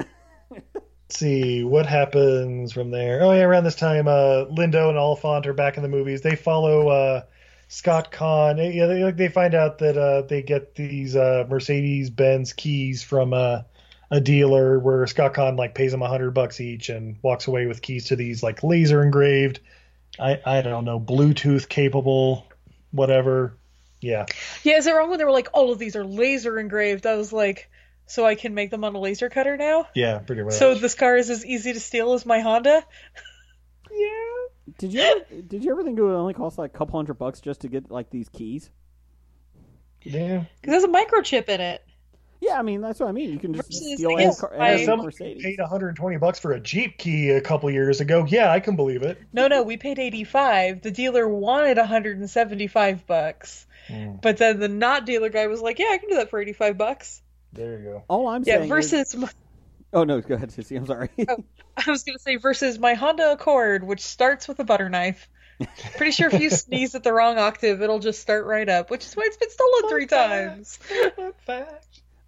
S2: Let's see what happens from there. Oh yeah, around this time, uh, Lindo and Oliphant are back in the movies. They follow uh, Scott Kahn. They- Yeah, they like they find out that uh, they get these uh, Mercedes Benz keys from uh, a dealer, where Scott Kahn like pays them a hundred bucks each and walks away with keys to these like laser engraved, I I don't know, Bluetooth capable, whatever. Yeah.
S4: Yeah, is it wrong when they were like, all of these are laser engraved? I was like, so I can make them on a laser cutter now?
S2: Yeah, pretty much.
S4: So this car is as easy to steal as my Honda?
S1: Did you ever, did you ever think it would only cost like a couple hundred bucks just to get like these keys?
S2: Yeah.
S4: Because there's a microchip in it.
S1: Yeah, I mean that's what I mean. You can just
S4: Versus
S1: steal
S4: the
S1: any
S4: gas
S1: car,
S4: pipe.
S1: any
S4: Yeah, some-
S1: Mercedes.
S2: Paid 120 bucks for a Jeep key a couple years ago. Yeah, I can believe it.
S4: No, no, we paid 85. The dealer wanted 175 bucks.
S2: Hmm.
S4: But then the not dealer guy was like, yeah, I can do that for 85 bucks.
S2: There you go.
S1: All I'm
S4: Yeah,
S1: saying
S4: versus Oh. my,
S1: is, oh no, go ahead, Sissy. I'm sorry.
S4: I was going to say versus my Honda Accord, which starts with a butter knife. Pretty sure if you sneeze at the wrong octave, it'll just start right up, which is why it's been stolen three times.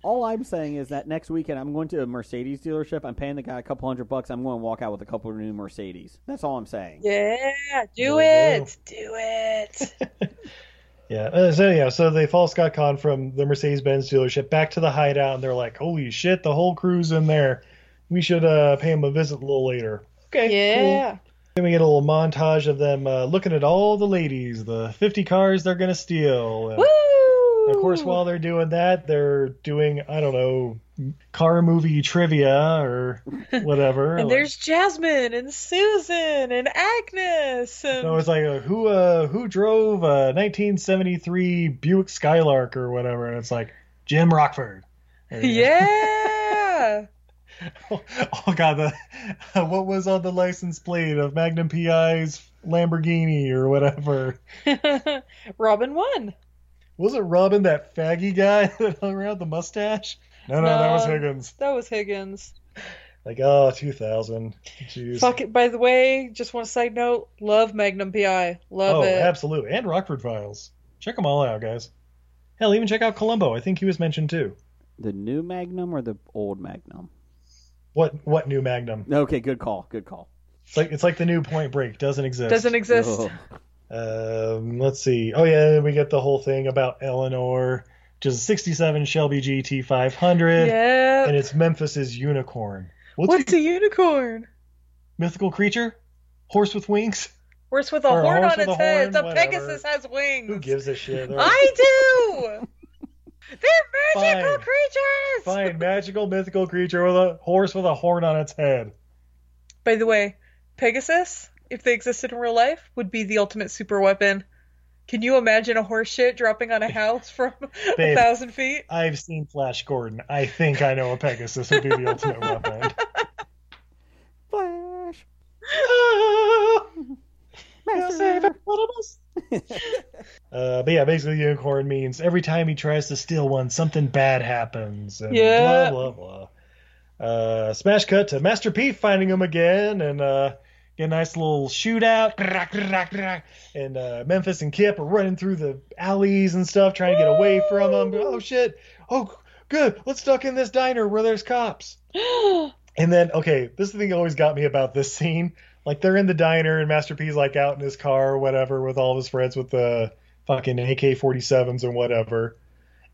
S1: All I'm saying is that next weekend I'm going to a Mercedes dealership. I'm paying the guy a couple hundred bucks. I'm going to walk out with a couple of new Mercedes. That's all I'm saying.
S4: Yeah, do
S2: There you
S4: it. Do it.
S2: Yeah. uh, So yeah. So they follow Scott Kahn from the Mercedes Benz dealership back to the hideout, and they're like, "Holy shit! The whole crew's in there. We should uh, pay him a visit a little later."
S4: Okay. Yeah.
S2: Then we get a little montage of them uh, looking at all the ladies, the 50 cars they're gonna steal. And Of course, while they're doing that, they're doing I don't know car movie trivia or whatever.
S4: And
S2: like-
S4: there's Jasmine and Susan and Agnes and
S2: No, it's like uh, who uh, who drove a 1973 Buick Skylark or whatever, and it's like Jim Rockford. There you go.
S4: yeah.
S2: Oh god, the, what was on the license plate of Magnum PI's Lamborghini or whatever?
S4: Robin won.
S2: Was it Robin that faggy guy that hung around the mustache? No, no, that was
S4: No.
S2: Higgins.
S4: Uh, That was Higgins.
S2: Like oh, 2000. Jeez.
S4: Fuck it. By the way, just one side note: love Magnum PI. Love
S2: oh,
S4: it.
S2: absolutely. And Rockford Files. Check them all out, guys. Hell, even check out Columbo. I think he was mentioned too.
S1: The new Magnum or the old Magnum?
S2: What what new Magnum?
S1: Okay, good call. Good call. Oh.
S2: It's like it's like the new Point Break doesn't exist.
S4: Doesn't exist.
S2: Um, let's see. Oh yeah, then we get the whole thing about Eleanor, which is a '67 Shelby GT 500,
S4: Yeah.
S2: and it's Memphis's unicorn. What's,
S4: What's a unicorn?
S2: a mythical creature? Horse with wings?
S4: Horse with a
S2: Or a
S4: horn
S2: horse
S4: on
S2: with
S4: its
S2: a
S4: head.
S2: horn,
S4: The
S2: whatever.
S4: Pegasus has wings.
S2: Who gives a shit? They're
S4: I do. They're magical
S2: Fine.
S4: creatures.
S2: Fine, magical mythical creature with a horse with a horn on its head.
S4: By the way, Pegasus, if they existed in real life, would be the ultimate super weapon. Can you imagine a horse shit dropping on a house from a
S2: Babe.
S4: thousand feet?
S2: I've seen Flash Gordon. I think I know a Pegasus would be the ultimate weapon.
S1: Flash.
S2: Uh, but yeah, basically, unicorn means every time he tries to steal one, something bad happens. And
S4: Yeah.
S2: Blah blah blah. Uh, smash cut to Master P finding him again, and uh, get a nice little shootout. And uh, Memphis and Kip are running through the alleys and stuff, trying to get away from him. Oh shit! Oh good, let's duck in this diner where there's cops. And then, okay, this is the thing that always got me about this scene. Like they're in the diner and Master P's like out in his car or whatever with all of his friends with the fucking AK forty sevens and whatever.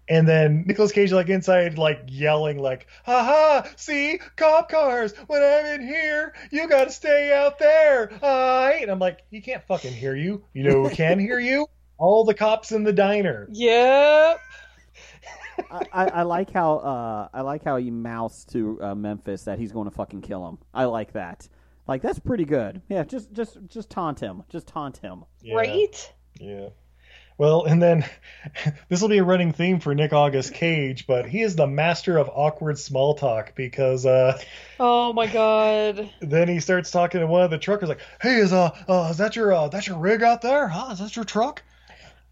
S2: And then Nicolas Cage like inside like yelling like, "Ha ha! See cop cars. When I'm in here, you gotta stay out there." I and I'm like, he can't fucking hear you. You know who can hear you? All the cops in the diner.
S4: Yep.
S1: I, I, I like how uh, I like how he mouths to uh, Memphis that he's going to fucking kill him. I like that. Like that's pretty good. Yeah, just just just taunt him. Just taunt him.
S2: Yeah. Right? Yeah. Well, and then this will be a running theme for Nick August Cage, but he is the master of awkward small talk because uh,
S4: Oh my god.
S2: then he starts talking to one of the truckers like, "Hey, is uh, uh is that your uh, that's your rig out there? Huh? Is that your truck?"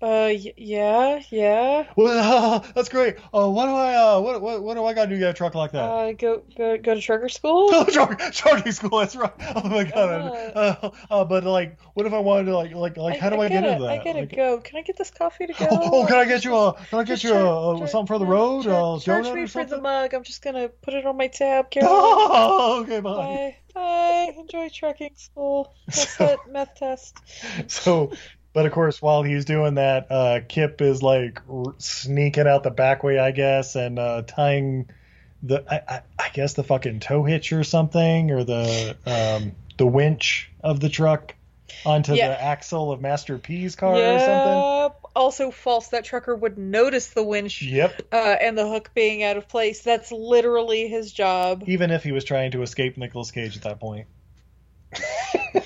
S4: Uh, y- yeah, yeah.
S2: Well, that's great. Uh, what do I uh, what, what what do I got to do to get a truck like that?
S4: Uh, go go go to trucker school.
S2: Oh, truck, trucking school. That's right. Oh my god. Uh, uh, but like, what if I wanted to like like like? How do I, get
S4: gotta-
S2: into that?
S4: I gotta
S2: Like,
S4: go. Can I get this coffee to go?
S2: oh, oh, can I get you a can I get
S4: Just
S2: you a,
S4: charge-
S2: a
S4: charge-
S2: something for the road?
S4: Char-
S2: a
S4: charge
S2: donut
S4: me
S2: or
S4: for
S2: something?
S4: the mug. I'm just gonna put it on my tab. Carol.
S2: Oh, okay, bye.
S4: Bye. Bye. Enjoy trucking school. That's it. Meth test.
S2: so but of course while he's doing that uh kip is like r- sneaking out the back way i guess and uh tying the i i, I guess the fucking tow hitch or something or the um the winch of the truck onto
S4: Yeah.
S2: the axle of master p's car or something
S4: Yep. Also false. That trucker would notice the winch
S2: yep
S4: uh, and the hook being out of place. That's literally his job.
S2: even if he was trying to escape Nicolas Cage at that point.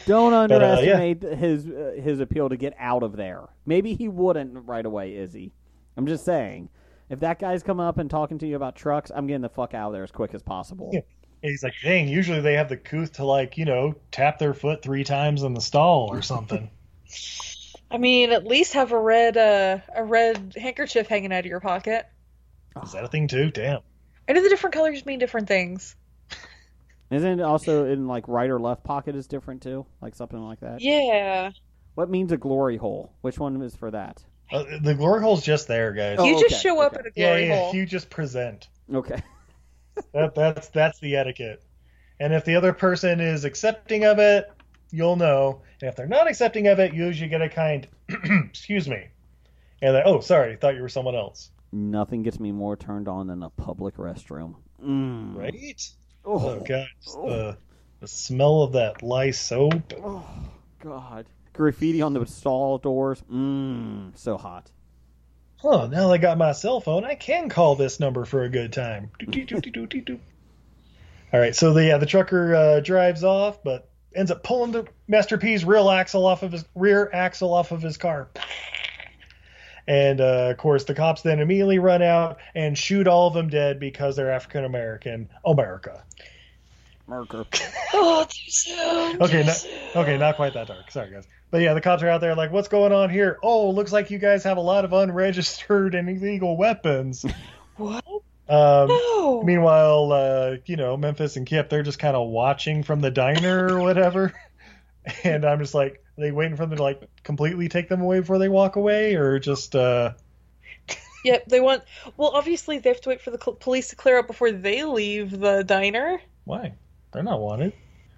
S1: Don't
S2: uh, yeah.
S1: underestimate his uh, his appeal to get out of there. Maybe he wouldn't right away, Izzy. I'm just saying. If that guy's coming up and talking to you about trucks, I'm getting the fuck out of there as quick as possible.
S2: Yeah. And he's like, dang, usually they have the couth to, like, you know, tap their foot three times in the stall or something.
S4: I mean, at least have a red uh, a red handkerchief hanging out of your pocket.
S2: Is that a thing, too? Damn.
S4: I know the different colors mean different things.
S1: Isn't it also in like right or left pocket is different too? Like something like that.
S4: Yeah.
S1: What means a glory hole? Which one is for that?
S2: Uh, the glory hole's just there, guys.
S1: Oh,
S4: you
S1: okay,
S4: just show up at a
S2: Yeah,
S4: glory
S2: yeah,
S4: hole.
S2: you just present.
S1: Okay.
S2: That, that's that's the etiquette. And if the other person is accepting of it, you'll know. And if they're not accepting of it, you usually get a kind, excuse me. And they're, oh, sorry, thought you were someone else.
S1: Nothing gets me more turned on than a public restroom.
S2: Right?
S1: Oh,
S2: Oh, God. just The, the smell of that lye soap.
S1: Oh, God. Graffiti on the stall doors. Mmm, so hot.
S2: Oh, now I got my cell phone. I can call this number for a good time. Doo-doo-doo-doo-doo-doo. All right, so the yeah, the trucker uh, drives off, but ends up pulling the Master P's rear axle off of his rear axle off of his car. And uh, of course, the cops then immediately run out and shoot all of them dead because they're African American. America.
S1: Marker.
S4: Oh, too soon.
S2: Okay, not, okay, not quite that dark. Sorry, guys. But yeah, the cops are out there like, "What's going on here? Oh, looks like you guys have a lot of unregistered and illegal weapons."
S4: What?
S2: Um,
S4: No.
S2: Meanwhile, uh, you know, Memphis and Kip, they're just kind of watching from the diner or whatever. And I'm just like, are they waiting for them to like completely take them away before they walk away, or just uh,
S4: Yep, they want. Well, obviously they have to wait for the cl- police to clear up before they leave the diner.
S2: why? They're not wanted.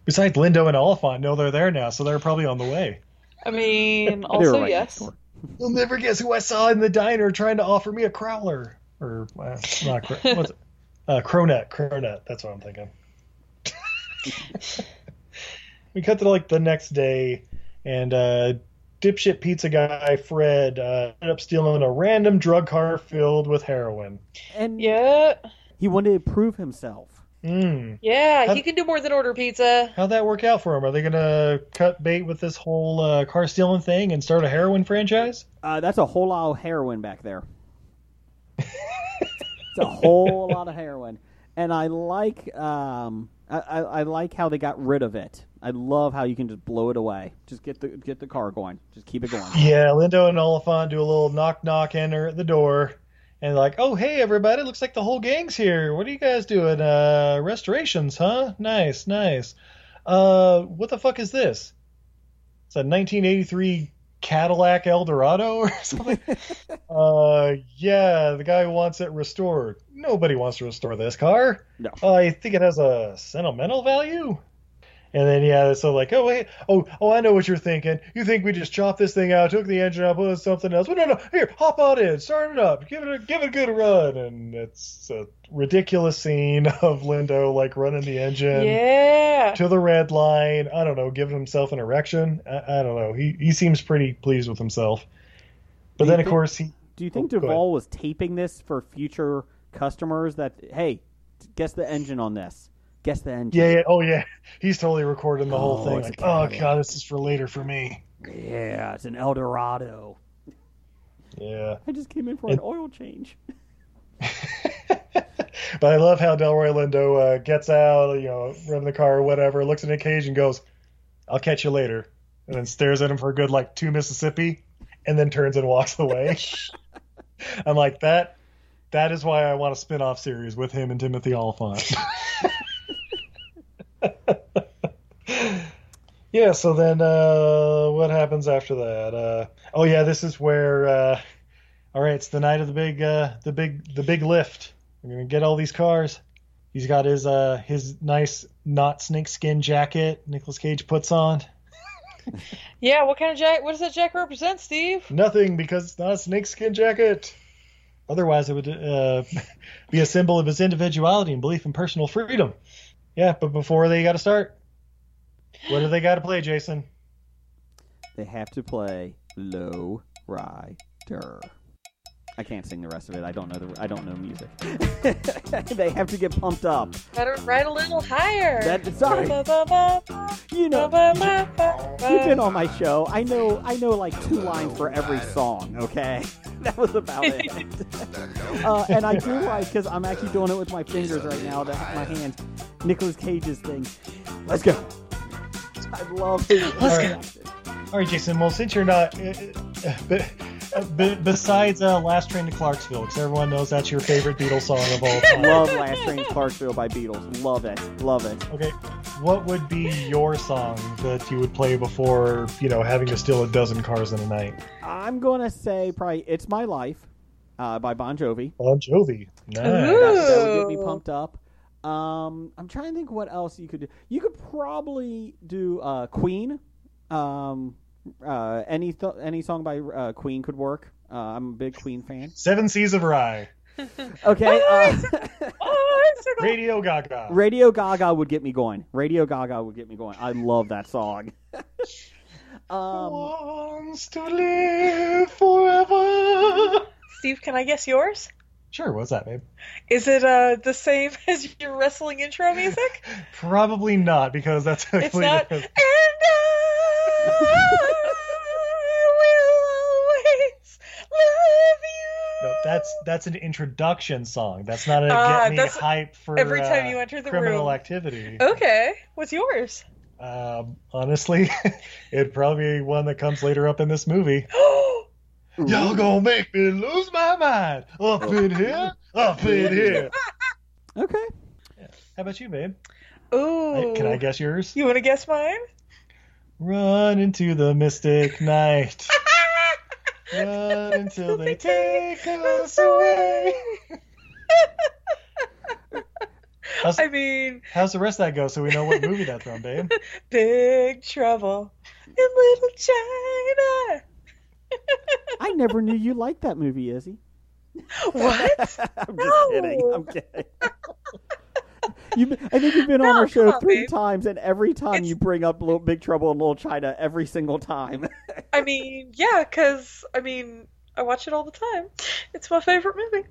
S2: Besides, Lindo and Oliphant know they're there now, so they're probably on the way.
S4: I mean, also
S1: right next
S4: yes.
S1: door.
S2: You'll never guess who I saw in the diner trying to offer me a crowler or uh, not cro- what's it? Uh, cronut, cronut. That's what I'm thinking. we cut to like the next day, and uh, dipshit pizza guy Fred uh, ended up stealing a random drug car filled with heroin.
S1: And
S4: Yeah,
S1: he wanted to prove himself.
S2: Mm.
S4: yeah,
S2: Have-
S4: you can do more than order pizza.
S2: How'd that work out for him? Are they gonna cut bait with this whole uh, car stealing thing and start a heroin franchise?
S1: Uh, that's a whole lot of heroin back there. it's a whole lot of heroin, and I like um, I, I, I like how they got rid of it. I love how you can just blow it away. Just get the get the car going. Just keep it going.
S2: Yeah, Lindo and Oliphant do a little knock knock enter at the door and like, oh hey everybody, looks like the whole gang's here. What are you guys doing? Uh restorations, huh? Nice, nice. Uh what the fuck is this? It's a nineteen eighty three Cadillac Eldorado or something. uh yeah, the guy wants it restored. Nobody wants to restore this car.
S1: No.
S2: I think it has a sentimental value. And then yeah, so like, oh wait, oh oh, I know what you're thinking. You think we just chopped this thing out, took the engine out, put it in something else? Well, no, no, here, hop on in, start it up, give it a give it a good run, and it's a ridiculous scene of Lindo like running the engine
S4: Yeah,
S2: to the red line. I don't know, giving himself an erection. I, I don't know. He he seems pretty pleased with himself.
S1: Do
S2: But
S1: you
S2: then of
S1: think-
S2: course he
S1: Do you think
S2: Oh, go
S1: Duvall was taping this for future customers? That hey, guess the engine on this. Guess the engine.
S2: Yeah, yeah. Oh, yeah. He's totally recording the
S1: Oh,
S2: whole thing.
S1: it's a
S2: Like, oh,
S1: Cadillac.
S2: God, this is for later for me.
S1: Yeah, it's an Eldorado.
S2: Yeah.
S1: I just came in for an oil change.
S2: But I love how Delroy Lindo uh, gets out, you know, running the car or whatever, looks in the cage and goes, I'll catch you later. And then stares at him for a good, like, two Mississippi and then turns and walks away. I'm like, that. That is why I want a spin off series with him and Timothy Oliphant. yeah, so then uh, what happens after that? Uh, oh, yeah, this is where. Uh, all right, it's the night of the big, uh, the big, the big lift. We're gonna get all these cars. He's got his uh his nice not snakeskin jacket Nicolas Cage puts on.
S4: Yeah, what kind of jack? What does that jack represent, Steve?
S2: Nothing because it's not a snakeskin jacket. Otherwise, it would uh, be a symbol of his individuality and belief in personal freedom. Yeah, but before they got to start, what do they got to play, Jason?
S1: They have to play Low Rider. I can't sing the rest of it. I don't know the. I don't know music. they have to get pumped up.
S4: Better ride a little higher.
S1: That- sorry.
S4: You
S1: know- You've been on my show. I know. I know like two lines for every song. Okay, that was about it. uh, and I do like because I'm actually doing it with my fingers right now, to, my hands. Nicolas Cage's thing. Let's go. I love it.
S2: All right. All right, Jason. Well, since you're not, uh, uh, be- uh, be- besides uh, "Last Train to Clarksville," because everyone knows that's your favorite Beatles song of all time.
S1: Love Last Train to Clarksville by Beatles. Love it. Love it.
S2: Okay, what would be your song that you would play before, you know, having to steal a dozen cars in a night?
S1: I'm gonna say probably "It's My Life" uh, by Bon Jovi.
S2: Bon Jovi.
S1: That,
S2: Nice.
S1: that would get me pumped up. Um, I'm trying to think what else you could do. You could probably do uh, Queen. Um, uh, any th- any song by uh, Queen could work. Uh, I'm a big Queen fan.
S2: Seven Seas of Rye.
S1: Okay. uh,
S4: Oh,
S2: Radio Gaga.
S1: Radio Gaga would get me going. Radio Gaga would get me going. I love that song. Um,
S2: Wants to live forever.
S4: Steve, can I guess yours?
S2: Sure, what's that, babe?
S4: Is it uh the same as your wrestling intro music?
S2: Probably not, because that's a
S4: It's
S2: complete-
S4: not. And I
S2: No, that's that's an introduction song. That's not a
S4: Ah,
S2: get me
S4: that's-
S2: hype for
S4: every time
S2: uh,
S4: you enter the
S2: criminal
S4: room. Oh.
S2: activity.
S4: will always. Okay, what's yours?
S2: Um, honestly, it'd probably be one that comes later up in this movie.
S4: Oh,
S2: Y'all gonna make me lose my mind up
S1: Oh.
S2: in here, up in here.
S1: Okay.
S2: How about you, babe?
S4: Ooh.
S2: I- can
S1: Oh.
S2: I guess yours?
S4: You want to guess mine?
S2: Run into the mystic night. Run until they take us away. How's,
S4: I mean,
S2: how's the rest of that go so we know what movie that's from, babe?
S4: big trouble in little China.
S1: I never knew you liked that movie, Izzy.
S4: What?
S1: I'm just kidding. I'm kidding. You've been- I think you've been on our show
S4: on,
S1: three
S4: babe.
S1: times, and every time you bring up Little, Big Trouble in Little China, every single time.
S4: I mean, yeah, because I mean, I watch it all the time. It's my favorite movie.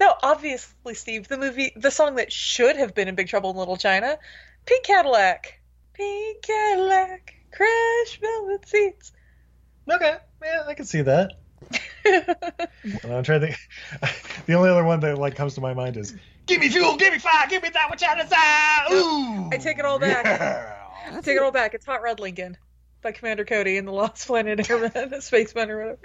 S4: No, obviously, Steve, the movie, the song that should have been in Big Trouble in Little China, Pink Cadillac, Pink Cadillac, crash velvet seats.
S2: Okay, yeah, I can see that. And I'm trying to think. The only other one that like comes to my mind is
S9: Give me fuel, give me fire, give me that which I desire. Ooh.
S4: I take it all back. I take it all back. It's Hot Rod Lincoln by Commander Cody and the Lost Planet Airmen, Spacemen, or whatever.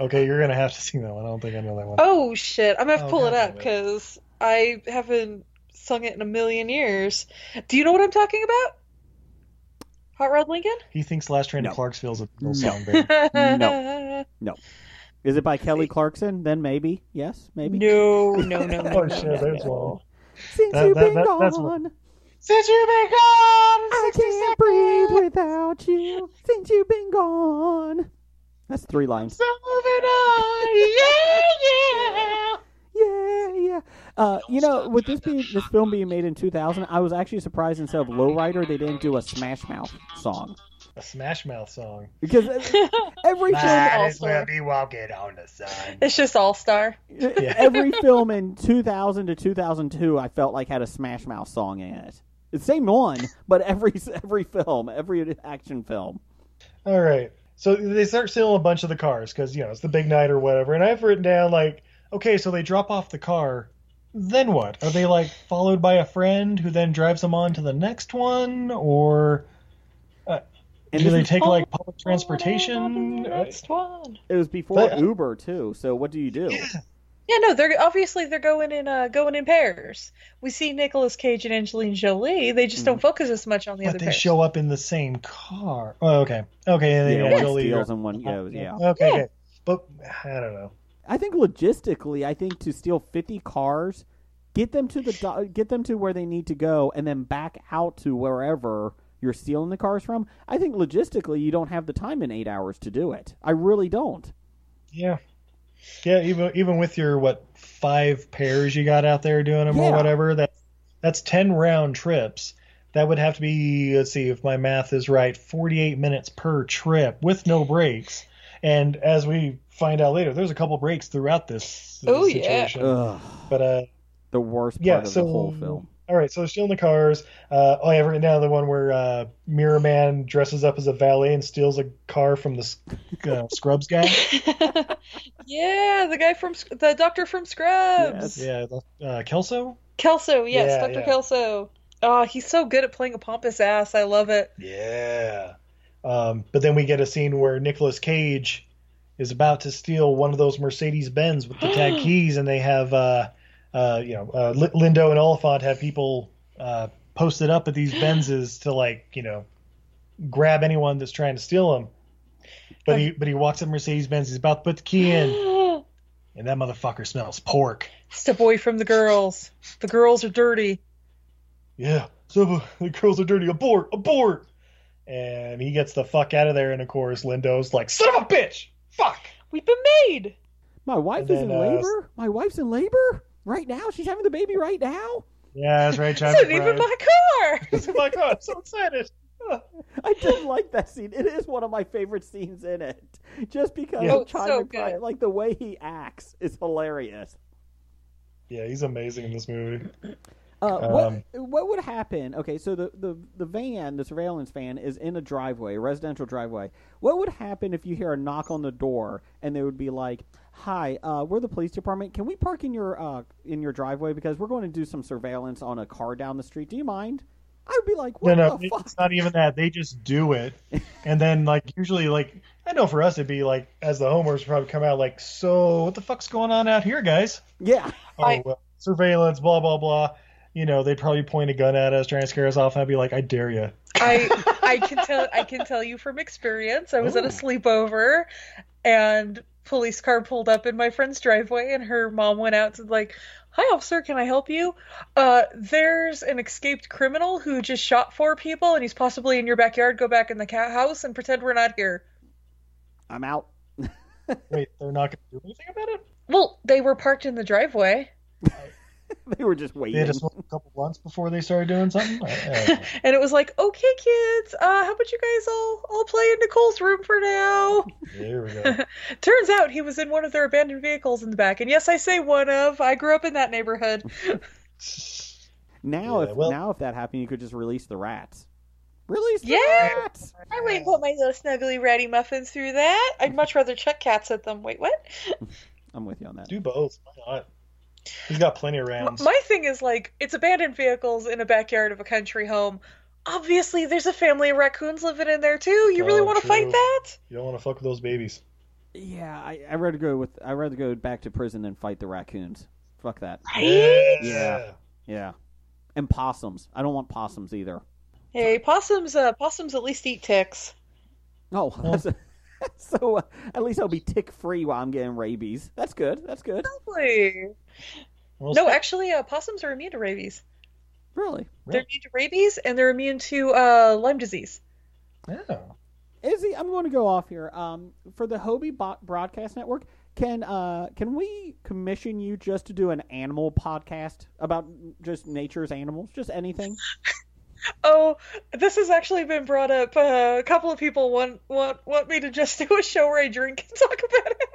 S2: okay. You're gonna have to sing that one. I don't think I know that one.
S4: Oh shit! I'm gonna have to
S2: Oh,
S4: pull it
S2: God
S4: up because I haven't sung it in a million years. Do you know what I'm talking about? Hot Rod Lincoln?
S2: He thinks Last Train to Clarksville's a
S1: No.
S2: Beatles song, babe.
S1: No. No. Is it by Kelly Clarkson? Then maybe. Yes, maybe.
S4: No, no, no,
S2: oh shit, there's one.
S1: Since
S2: That-
S1: you've
S2: that-
S1: been
S2: that- that's
S1: gone,
S2: Since you've been gone,
S1: I can't breathe without you. Since you've been gone. That's three lines. Yeah, yeah. Uh, you know, with this being this film being made in 2000, I was actually surprised instead of Lowrider, they didn't do a Smash Mouth song.
S2: a Smash Mouth song.
S1: Because every
S2: Might
S1: film,
S2: as well be walking on the sun.
S4: It's just All Star.
S1: every film in 2000 to 2002, I felt like had a Smash Mouth song in it. The same one, but every every film, every action film.
S2: All right. So they start stealing a bunch of the cars because you know it's the big night or whatever. And I've written down like, okay, so they drop off the car. Then what? Are they like followed by a friend who then drives them on to the next one, or uh,
S1: And
S2: do
S1: this
S2: they
S1: is-
S2: take like public transportation? uh,
S4: Next one.
S1: It was before
S2: But-
S1: Uber too. So what do you do?
S4: Yeah, no, they're obviously they're going in uh going in pairs. We see Nicolas Cage and Angelina Jolie. They just don't focus as much on the
S2: Mm. But
S4: other
S2: they
S4: pair.
S2: show up in the same car. Oh, okay, okay, and
S1: Yeah,
S2: then
S1: one
S2: Jolie-
S1: steals and one goes, yeah.
S2: Okay,
S1: Yeah.
S2: okay. but I don't know.
S1: I think logistically, I think to steal 50 cars, get them to the do- get them to where they need to go, and then back out to wherever you're stealing the cars from. I think logistically, you don't have the time in eight hours to do it. I really don't.
S2: Yeah. Yeah, even even with your what five pairs you got out there doing them or
S1: Yeah.
S2: whatever, that that's ten round trips. That would have to be let's see if my math is right, forty eight minutes per trip with no breaks. And as we find out later, there's a couple breaks throughout this,
S4: Oh, yeah.
S2: situation.
S1: Ugh,
S2: But uh,
S1: the worst part
S2: yeah,
S1: of
S2: so
S1: the whole film.
S2: all right, so they're stealing the cars. Uh, oh, yeah, right now the one where uh, Mirror Man dresses up as a valet and steals a car from the sc- uh, Scrubs guy.
S4: Yeah, the guy from Sc- the doctor from Scrubs.
S2: Yeah, uh, Kelso.
S4: Kelso, yes,
S2: Yeah,
S4: Dr.
S2: yeah.
S4: Kelso. Oh, he's so good at playing a pompous ass. I love it.
S2: Yeah. Um, but then we get a scene where Nicolas Cage is about to steal one of those Mercedes Benz with the tag keys, and they have, uh, uh, you know, uh, L- Lindo and Oliphant have people uh, posted up at these Benzes to like, you know, grab anyone that's trying to steal them. But he but he walks up Mercedes Benz. He's about to put the key in,
S4: it's
S2: and that motherfucker smells pork.
S4: the boy from the girls. The girls are dirty.
S2: yeah, so the girls are dirty. Abort, abort. And he gets the fuck out of there. And of course, Lindo's like, son of a bitch. Fuck.
S4: We've been made.
S1: My wife
S2: And
S1: is in
S2: then, uh,
S1: labor. My wife's in labor right now. She's having the baby right now.
S2: Yeah, that's right, John.
S4: This isn't even my car.
S2: This is Oh my car. I'm so excited.
S1: I did like that scene. It is one of my favorite scenes in it, just because
S2: Yeah.
S1: of
S2: Oh,
S1: Chai
S4: so
S1: McBride.
S4: good.
S1: Like the way he acts is hilarious.
S2: Yeah, he's amazing in this movie.
S1: Uh,
S2: Um,
S1: what what would happen? Okay, so the, the the van, the surveillance van, is in a driveway, a residential driveway. What would happen if you hear a knock on the door and they would be like, "Hi, uh, we're the police department. Can we park in your uh, in your driveway because we're going to do some surveillance on a car down the street? Do you mind?" I would be like,
S2: No,
S1: "What
S2: no,
S1: the fuck?"
S2: it's not even that. They just do it, and then like usually like I know for us it'd be like as the homers probably come out like, so what the fuck's going on out here, guys?
S1: Yeah,
S2: Oh, well, surveillance, blah blah blah. You know, they'd probably point a gun at us, trying to scare us off, and I'd be like, I dare you.
S4: I I can tell I can tell you from experience. I was at a
S2: Ooh.
S4: sleepover and police car pulled up in my friend's driveway and her mom went out to like, "Hi officer, can I help you? Uh there's an escaped criminal who just shot four people and he's possibly in your backyard. Go back in the ca- house and pretend we're not here."
S1: I'm out.
S2: Wait, they're not going to do anything about it?
S4: Well, they were parked in the driveway
S1: They were just
S2: They
S1: waiting.
S2: had to smoke a couple blunts before they started doing something? I- I don't know.
S4: and it was like, "Okay, kids, uh how about you guys all all play in Nicole's room for now?"
S2: there we go.
S4: Turns out he was in one of their abandoned vehicles in the back. And yes, I say one of. I grew up in that neighborhood.
S1: Now,
S2: Yeah,
S1: if
S2: well-
S1: now if that happened, you could just release the rats. Release the
S4: Yeah.
S1: rats.
S4: I wouldn't put my little snuggly ratty muffins through that. I'd much rather chuck cats at them. Wait, what?
S1: I'm with you on that.
S2: Do both. Why not? He's got plenty of rounds.
S4: My thing is like it's abandoned vehicles in a backyard of a country home. Obviously, there's a family of raccoons living in there too. You really
S2: Oh,
S4: want to
S2: true.
S4: fight that?
S2: You don't want to fuck with those babies.
S1: Yeah, I I rather go with I rather go back to prison than fight the raccoons. Fuck that.
S4: Right?
S1: Yeah. Yeah, and possums. I don't want possums either.
S4: Hey, possums. Uh, possums at least eat ticks.
S1: Oh, that's a- so uh, at least I'll be tick free while I'm getting rabies. That's good. That's good.
S4: Lovely.
S2: Well,
S4: no,
S2: sp-
S4: actually, uh, possums are immune to rabies.
S1: Really?
S4: They're immune to rabies and they're immune to uh, Lyme disease.
S2: Oh.
S1: Izzy, I'm going to go off here. Um, for the Hobie Bo- Broadcast Network, can uh can we commission you just to do an animal podcast about just nature's animals, just anything?
S4: Oh, this has actually been brought up. Uh, a couple of people want want want me to just do a show where I drink and talk about it.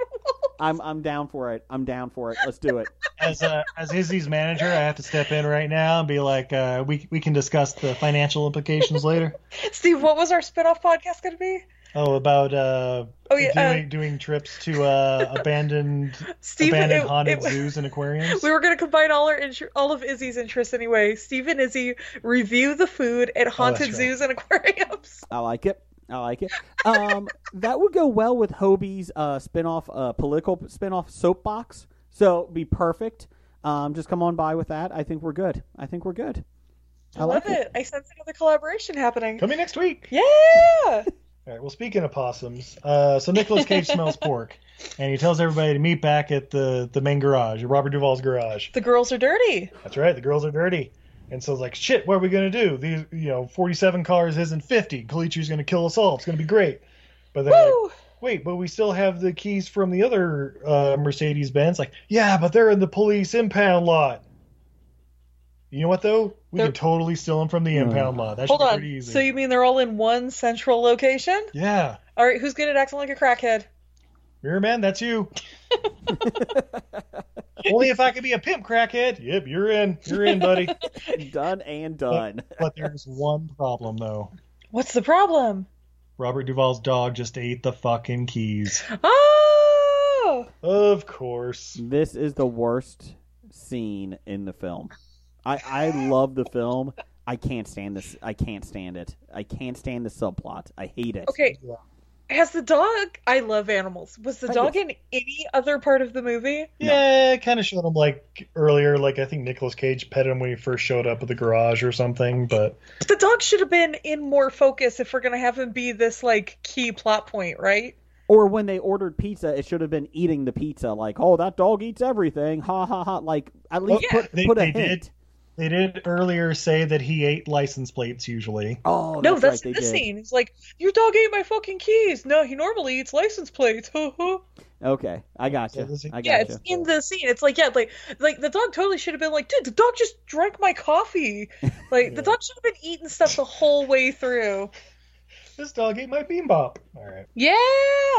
S1: I'm I'm down for it. I'm down for it. Let's do it.
S2: As uh, as Izzy's manager, I have to step in right now and be like, uh, we we can discuss the financial implications later.
S4: Steve, what was our spinoff podcast going to be?
S2: Oh, about uh,
S4: Oh, yeah, uh,
S2: doing, doing trips to uh, abandoned
S4: Steve,
S2: abandoned
S4: it-
S2: haunted
S4: it-
S2: zoos and aquariums.
S4: We were going to combine all our inter- all of Izzy's interests anyway. Steve and Izzy review the food
S2: Oh,
S4: at haunted
S1: right.
S4: zoos and aquariums.
S1: I like it. I like it. Um, that would go well with Hobie's uh, spinoff, uh, political spinoff soapbox. So it'd be perfect. Um, just come on by with that. I think we're good. I think we're good. I, like
S4: Love it. I sense another collaboration happening.
S2: Coming next week.
S4: Yeah.
S2: All right. Well, speaking of possums, uh, so Nicolas Cage smells pork, and he tells everybody to meet back at the the main garage, Robert Duvall's garage.
S4: The girls are dirty.
S2: That's right. The girls are dirty, and so it's like, shit, what are we gonna do? These, you know, forty-seven cars isn't fifty. Kalichi's gonna kill us all. It's gonna be great. But then, like, wait, but we still have the keys from the other uh, Mercedes Benz. Like, yeah, but they're in the police impound lot. You know what though? We can totally steal them from the impound lot. That should
S4: Hold
S2: be
S4: on.
S2: pretty easy.
S4: So you mean they're all in one central location?
S2: yeah.
S4: All right, who's good at acting like a crackhead?
S2: Mirror Man, that's you. Only if I could be a pimp crackhead. Yep, you're in. You're in, buddy.
S1: done and done.
S2: But, there's one problem though.
S4: What's the problem?
S2: Robert Duvall's dog just ate the fucking keys.
S4: Oh!
S2: Of course.
S1: This is the worst scene in the film. I, I love the film. I can't stand this. I can't stand it. I can't stand the subplot. I hate it.
S4: Okay. Has the dog? I love animals. Was the
S1: I
S4: dog in any other part of the movie?
S2: Yeah, it kind of showed him like earlier, like I think Nicolas Cage petted him when he first showed up at the garage or something. But
S4: The dog should have been in more focus if we're gonna have him be this like key plot point, right?
S1: Or when they ordered pizza, it should have been eating the pizza. Like, oh, that dog eats everything. Ha ha ha. Like, at least put,
S2: they,
S1: put a
S2: they
S1: hint.
S2: did. They did earlier say that he ate license plates usually.
S1: Oh,
S4: no, that's in this scene. It's like your dog ate my fucking keys. No, he normally eats license plates. Ho, ho.
S1: Okay, I got gotcha. you. I got
S4: yeah,
S1: gotcha.
S4: it's in the scene. It's like yeah, like like the dog totally should have been like, dude, the dog just drank my coffee. Like the dog should have been eating stuff the whole way through.
S2: This dog ate my beanbop. All right.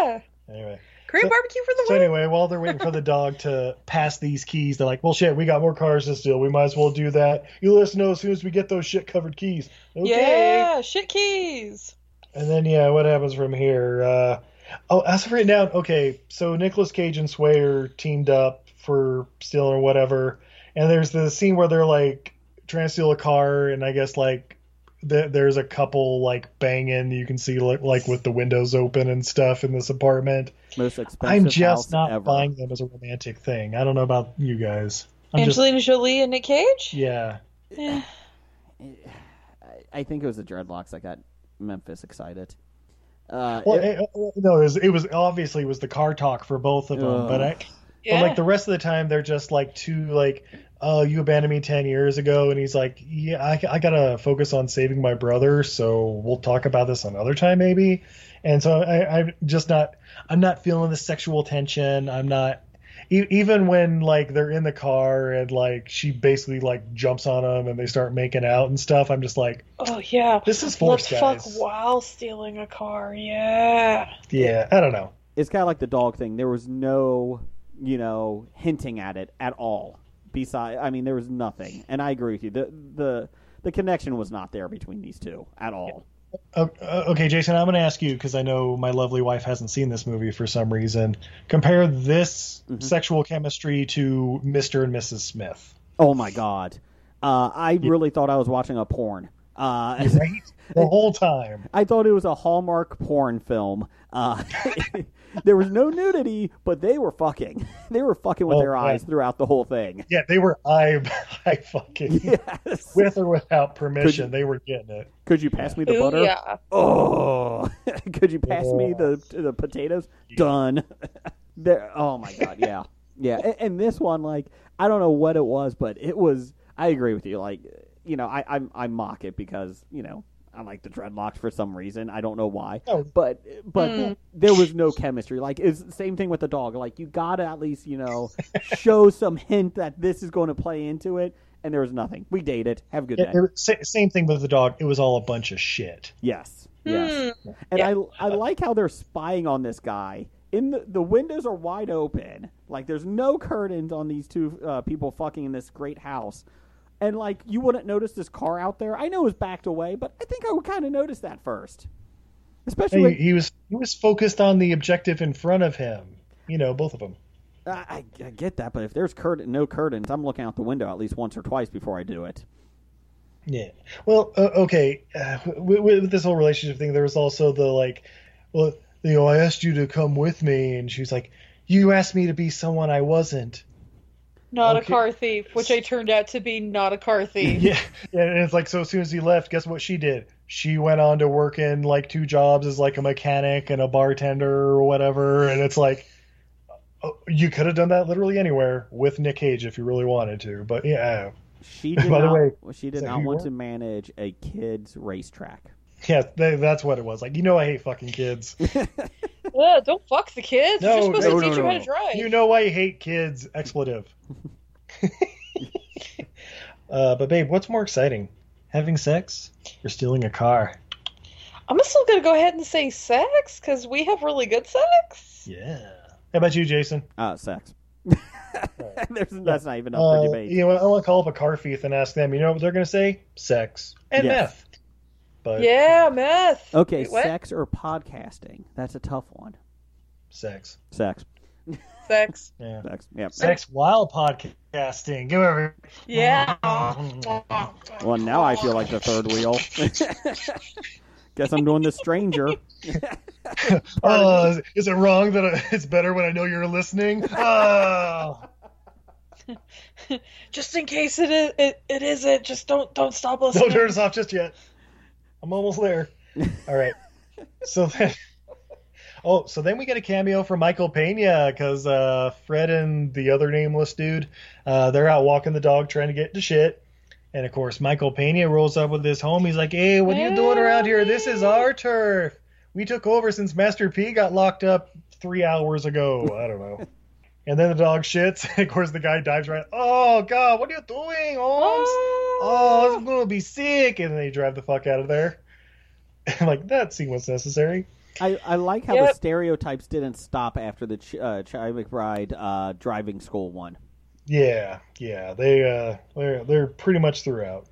S4: Yeah,
S2: Anyway.
S4: great
S2: So-
S4: barbecue for the
S2: So anyway, while they're waiting for the dog to pass these keys, they're like, "Well, shit, we got more cars to steal. We might as well do that. You let us know as soon as we get those shit-covered keys." Okay.
S4: Yeah, shit keys.
S2: And then yeah, what happens from here? Uh, oh, as of right now, okay. So Nicolas Cage and Sway are teamed up for stealing or whatever, and there's the scene where they're like trying to steal a car, and I guess like th- there's a couple like banging you can see like, like with the windows open and stuff in this apartment.
S1: Most expensive
S2: I'm just
S1: house
S2: not
S1: ever.
S2: buying them as a romantic thing. I don't know about you guys. I'm
S4: Angelina Jolie and Nick Cage.
S2: just yeah.
S4: Yeah.
S1: I think it was the dreadlocks that got Memphis excited. Uh,
S2: Well,
S1: it-
S2: it- well, no, it was, it was obviously it was the car talk for both of them,
S1: Ugh.
S2: but I,
S1: Yeah.
S2: but like the rest of the time they're just like two like, oh, you abandoned me ten years ago, and he's like, yeah, I, I gotta focus on saving my brother, so we'll talk about this another time maybe. And so I, I'm just not, I'm not feeling the sexual tension. I'm not. e- Even when like they're in the car and like she basically like jumps on him and they start making out and stuff, I'm just like,
S4: Oh yeah.
S2: This is forced,
S4: Let's
S2: guys.
S4: fuck while stealing a car. Yeah.
S2: yeah, I don't know.
S1: It's kind of like the dog thing. There was no, you know, hinting at it at all. Besides, I mean, there was nothing. And I agree with you. The the the connection was not there between these two at all.
S2: Uh, uh, okay, Jason, I'm going to ask you because I know my lovely wife hasn't seen this movie for some reason. Compare this sexual chemistry to Mr. and Mrs. Smith.
S1: Oh my god, uh, I really thought I was watching a porn. Uh,
S2: The whole time,
S1: I thought it was a Hallmark porn film. Uh, there was no nudity, but they were fucking. They were fucking with
S2: Oh,
S1: their
S2: yeah.
S1: eyes throughout the whole thing.
S2: Yeah, they were eye, eye fucking. With or without permission,
S1: Could-
S2: they were getting it.
S1: Could you pass me the
S2: Ooh,
S1: butter?
S2: yeah.
S1: Oh, could you pass me the the potatoes? Done. there. Oh my god. Yeah. Yeah. And, and this one, like, I don't know what it was, but it was. I agree with you. Like, you know, I I, I mock it because you know I like the dreadlocks for some reason. I don't know why.
S2: Oh.
S1: But but
S2: Mm.
S1: there was no chemistry. Like it's the same thing with the dog. Like you gotta at least you know show some hint that this is going to play into it. and there was nothing. We date it. Have a good
S2: It-
S1: day.
S2: it- sa- same thing with the dog. It was all a bunch of shit.
S1: Yes. Yes. And I I like how they're spying on this guy. In the, the windows are wide open. Like there's no curtains on these two uh, people fucking in this great house. And like you wouldn't notice this car out there. I know it was backed away, but I think I would kind of notice that first. Especially
S2: Hey,
S1: when-
S2: he, was he was focused on the objective in front of him. You know, both of them.
S1: I, I, I get that, but if there's curtain, no curtains, I'm looking out the window at least once or twice before I do it.
S2: Yeah. Well, uh, okay. Uh, with, with this whole relationship thing, there was also the like, well, you know, I asked you to come with me, and she was like, "You asked me to be someone I wasn't."
S4: Not
S2: Okay.
S4: a car thief, which I turned out to be not a car thief.
S2: Yeah. And it's like, so as soon as he left, guess what she did? She went on to work in like two jobs as like a mechanic and a bartender or whatever. And it's like, oh, you could have done that literally anywhere with Nick Cage if you really wanted to. But yeah.
S1: She did
S2: By
S1: not,
S2: the way,
S1: she
S2: is
S1: did
S2: that
S1: not
S2: who you
S1: want
S2: were?
S1: to manage a kid's racetrack.
S2: Yeah, tha- that's what it was. Like, you know, I hate fucking kids.
S4: Ugh, don't fuck the kids.
S2: No,
S4: You're supposed
S2: no,
S4: to teach
S2: no,
S4: them how
S2: no.
S4: to drive.
S2: You know I hate kids. Expletive. uh, but babe, what's more exciting, having sex or stealing a car?
S4: I'm still gonna go ahead and say sex because we have really good sex.
S2: Yeah. How about you, Jason?
S1: Uh, sex. There's, that's not even up
S2: Uh,
S1: for debate.
S2: you know, what, I want to call up a car thief and ask them. You know what they're going to say? Sex and
S1: Yes.
S2: meth. But
S4: yeah, meth.
S1: Okay,
S4: Wait, what?
S1: sex or podcasting? That's a tough one.
S2: sex,
S1: Sex.
S4: Sex.
S2: yeah,
S1: Sex. Yep.
S2: sex while podcasting. Give over.
S4: Yeah.
S1: Well, now I feel like the third wheel. Guess I'm doing the stranger.
S2: Oh, is, is it wrong that I, it's better when I know you're listening? Oh.
S4: Just in case it is, it, it isn't. Just don't don't stop listening.
S2: Don't turn us off just yet. I'm almost there. All right. So then, oh, so then we get a cameo from Michael Pena because uh, Fred and the other nameless dude, uh, they're out walking the dog trying to get to shit. And of course, Michael Pena rolls up with his home. He's like, "Hey, what are you doing around here? This is our turf. We took over since Master P got locked up three hours ago. I don't know." And then the dog shits. And of course, the guy dives right. Oh God, what are you doing,
S4: Oh,
S2: Holmes? Oh, I'm gonna be sick. And they drive the fuck out of there. like that scene was necessary.
S1: I, I like how the
S2: Yep.
S1: stereotypes didn't stop after the Ch- uh, Chi McBride uh, driving school one.
S2: Yeah, yeah. They uh, they're they're pretty much throughout.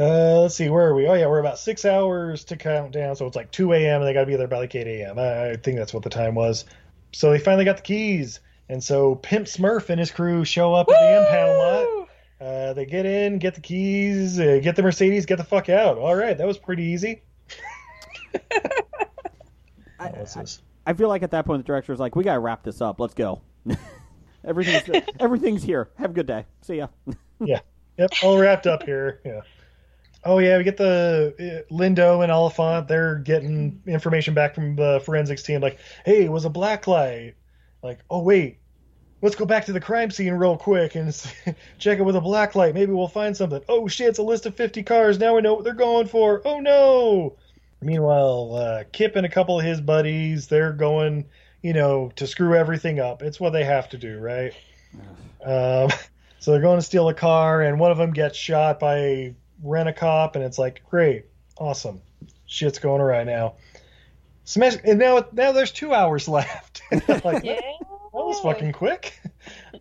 S2: Uh, let's see, where are we? Oh yeah, we're about six hours to count down, so it's like two a.m. and they got to be there by like eight a.m. I, I think that's what the time was. So they finally got the keys, and so Pimp Smurf and his crew show up at the impound lot. Uh, they get in, get the keys, uh, get the Mercedes, get the fuck out. All right, that was pretty easy.
S1: I,
S2: what's this?
S1: I feel like at that point the director was like, "We gotta wrap this up. Let's go. everything's everything's here. Have a good day. See ya."
S2: yeah. Yep. All wrapped up here. Yeah. Oh yeah, we get the uh, Lindo and Oliphant. They're getting information back from the forensics team. Like, hey, it was a black light. Like, oh wait, let's go back to the crime scene real quick and s- check it with a black light. Maybe we'll find something. Oh shit, it's a list of fifty cars. Now we know what they're going for. Oh no. Meanwhile, uh, Kip and a couple of his buddies, they're going, you know, to screw everything up. It's what they have to do, right? Um, so they're going to steal a car, and one of them gets shot by a rent a cop, and it's like, great, awesome, shit's going right now. Smash, and now now there's two hours left. like that was fucking quick.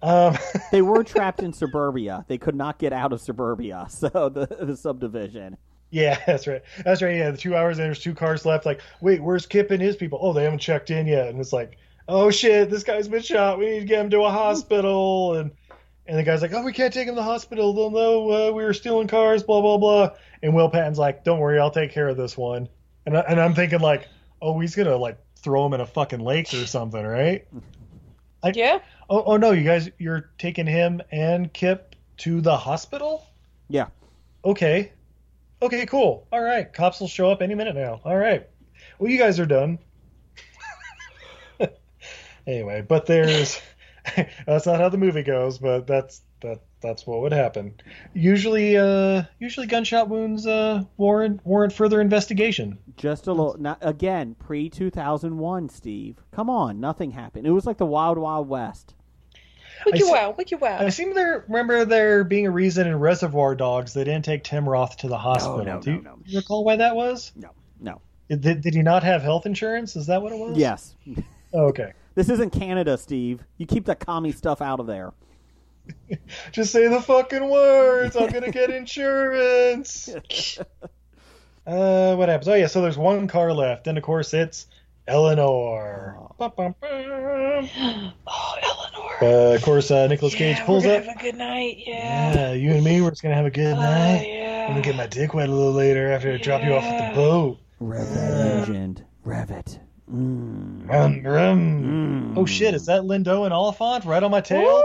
S2: Um,
S1: they were trapped in suburbia. They could not get out of suburbia, so the the subdivision.
S2: Yeah, that's right. That's right. Yeah, the two hours and there's two cars left. Like, wait, where's Kip and his people? Oh, they haven't checked in yet. And it's like, oh shit, this guy's been shot. We need to get him to a hospital. And and the guy's like, oh, we can't take him to the hospital. They'll know uh, we were stealing cars. Blah blah blah. And Will Patton's like, don't worry, I'll take care of this one. And I, and I'm thinking like, oh, he's gonna like throw him in a fucking lake or something, right? Like,
S4: yeah.
S2: Oh, oh no, you guys, you're taking him and Kip to the hospital
S1: Yeah.
S2: okay okay cool all right cops will show up any minute now all right well you guys are done anyway but there's that's not how the movie goes but that's that that's what would happen usually uh usually gunshot wounds uh warrant warrant further investigation
S1: Just a little. Not, again, pre two thousand one. Steve, come on, nothing happened. It was like the Wild Wild West.
S4: Wiki
S2: I se-
S4: wow, wiki wow.
S2: I seem to remember there being a reason in Reservoir Dogs they didn't take Tim Roth to the hospital.
S1: no,
S2: Do
S1: no,
S2: you recall why that was?
S1: No, no.
S2: Did, did he not have health insurance? Is that what it was?
S1: Yes.
S2: Oh, okay.
S1: This isn't Canada, Steve. You keep that commie stuff out of there.
S2: Just say the fucking words. I'm gonna get insurance. uh, what happens? Oh yeah, so there's one car left, and of course it's Eleanor. Uh, of course, uh, Nicholas Cage pulls
S4: Oh, we're
S2: up.
S4: gonna Oh, Have a good night. Yeah.
S2: Yeah, you and me, we're just gonna have a good night. I'm gonna get my dick wet a little later after I drop you off at the boat.
S1: Legend. Revit. Mm.
S2: Rum, rum.
S1: Mm.
S2: Oh shit, is that Lindo and Oliphant right on my tail?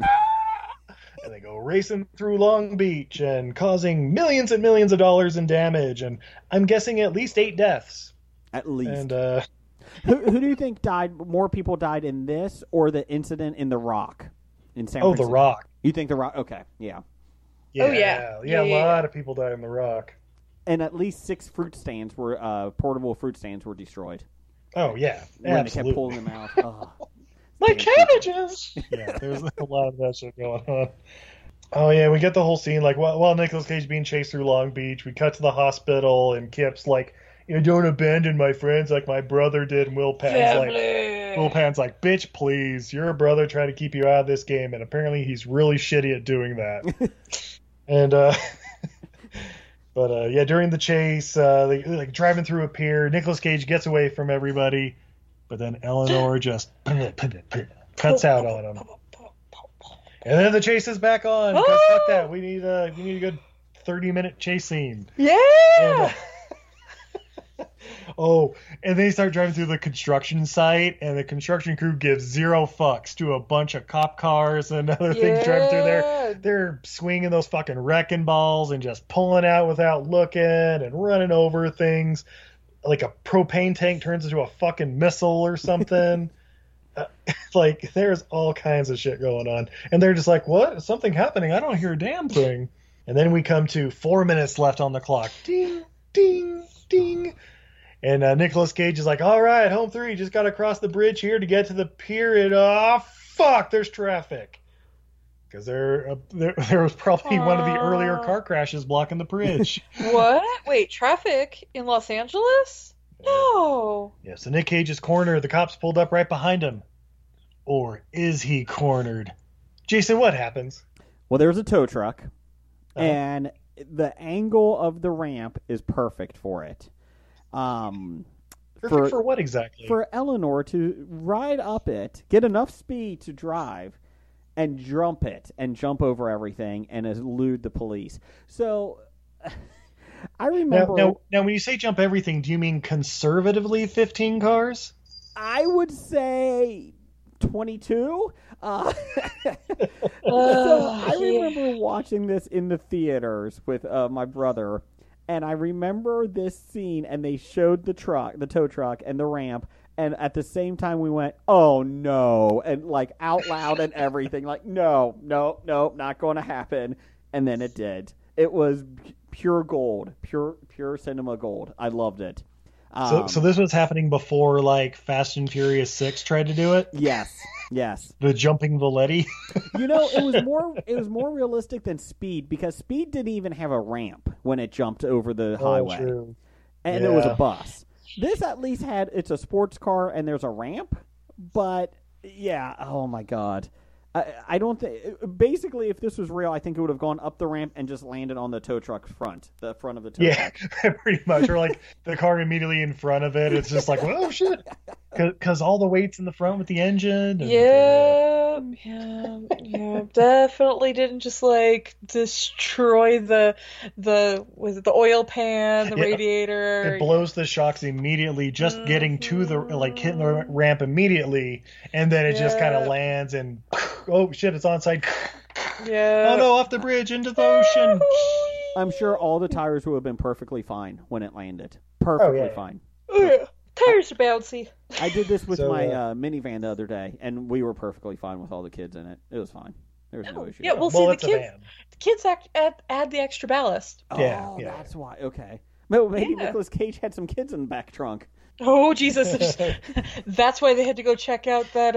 S2: and they go racing through Long Beach and causing millions and millions of dollars in damage, and I'm guessing at least eight deaths.
S1: At least.
S2: And uh,
S1: who, who do you think died? More people died in this or the incident in The Rock in San
S2: Oh, The
S1: Francisco?
S2: Rock.
S1: You think The Rock? Okay, yeah.
S2: yeah,
S4: Oh, yeah.
S2: yeah,
S4: Yeah,
S2: a
S4: yeah,
S2: lot of people died in The Rock.
S1: And at least six fruit stands were uh, portable fruit stands were destroyed
S2: Oh yeah,
S1: when they
S2: absolutely.
S1: kept pulling them out. Ugh.
S2: My cabbages. yeah, there's a lot of that shit going on. Oh yeah, we get the whole scene like while, while Nicolas Cage being chased through Long Beach, we cut to the hospital and Kip's like, "You don't abandon my friends like my brother did." And Will Patton's
S4: Family.
S2: like, "Will Patton's like, bitch, please, you're a brother trying to keep you out of this game," and apparently he's really shitty at doing that. and uh, but uh, yeah, during the chase, uh, they, like driving through a pier, Nicolas Cage gets away from everybody, but then Eleanor just cuts out on him. And then the chase is back on. 'cause Fuck that. We need a we need a good thirty minute chase scene.
S4: Yeah.
S2: Oh, and they start driving through the construction site, and the construction crew gives zero fucks to a bunch of cop cars and other things driving through there. They're swinging those fucking wrecking balls and just pulling out without looking and running over things. Like a propane tank turns into a fucking missile or something. Uh, like there's all kinds of shit going on, and they're just like, "What? Is something happening? I don't hear a damn thing." And then we come to four minutes left on the clock. Ding, ding, ding. And uh, Nicholas Cage is like, "All right, home three, just got to cross the bridge here to get to the pier." And oh fuck, there's traffic because there, uh, there there was probably one of the earlier car crashes blocking the bridge.
S4: What? Wait, traffic in Los Angeles? No.
S2: yeah, so Nick Cage is cornered. The cops pulled up right behind him, or is he cornered? Jason, what happens?
S1: Well, there's a tow truck,
S2: Uh-huh.
S1: and the angle of the ramp is perfect for it. Um,
S2: Perfect for what exactly?
S1: For Eleanor to ride up it, get enough speed to drive, and jump it, and jump over everything, and elude the police. So, I
S2: Now,
S1: remember.
S2: now, now, when you say jump everything, do you mean conservatively 15 cars?
S1: I would say 22. Uh, so
S4: Oh,
S1: I
S4: yeah.
S1: remember watching this in the theaters with uh, my brother, and I remember this scene, and they showed the truck, the tow truck, and the ramp. And at the same time, we went, "Oh no!" and like out loud and everything, like, "No, no, no, not going to happen." And then it did. It was p- pure gold, pure pure cinema gold. I loved it.
S2: So,
S1: Um,
S2: so this was happening before like Fast and Furious Six tried to do it.
S1: Yes, yes.
S2: The jumping Valetti.
S1: you know, it was more it was more realistic than Speed because Speed didn't even have a ramp when it jumped over the highway,
S2: Oh, true.
S1: and there was a
S2: Yeah.
S1: bus. This at least had it's a sports car and there's a ramp, but yeah, oh my god. I, I don't think. Basically, if this was real, I think it would have gone up the ramp and just landed on the tow truck's front, the front of the tow
S2: Yeah,
S1: truck.
S2: pretty much. Or like the car immediately in front of it. It's just like, oh shit, because all the weight's in the front with the engine. and-
S4: Yeah, yeah, yeah. Definitely didn't just like destroy the the was it the oil pan, the
S2: Yeah.
S4: radiator.
S2: It blows the shocks immediately, just getting to the like hitting the ramp immediately, and then it just kind of
S4: Yeah. Uh,
S2: lands and oh shit, it's onside.
S4: Yeah.
S2: Oh no, off the bridge into the ocean.
S1: I'm sure all the tires would have been perfectly fine when it landed. Perfectly
S2: Oh, yeah.
S1: fine.
S4: Ugh, tires are bouncy.
S1: I did this with
S2: So,
S1: my
S2: uh,
S1: uh, minivan the other day, and we were perfectly fine with all the kids in it. It was fine. There was no, issue.
S4: Oh, Yeah, we'll see
S2: Well,
S4: the
S2: it's a
S4: kids.
S2: van.
S4: The kids act, add add the extra ballast.
S1: Oh,
S2: Yeah, yeah.
S1: that's why. Okay. Well, maybe
S4: Yeah.
S1: Nicolas Cage had some kids in the back trunk.
S4: Oh Jesus! That's why they had to go check out that.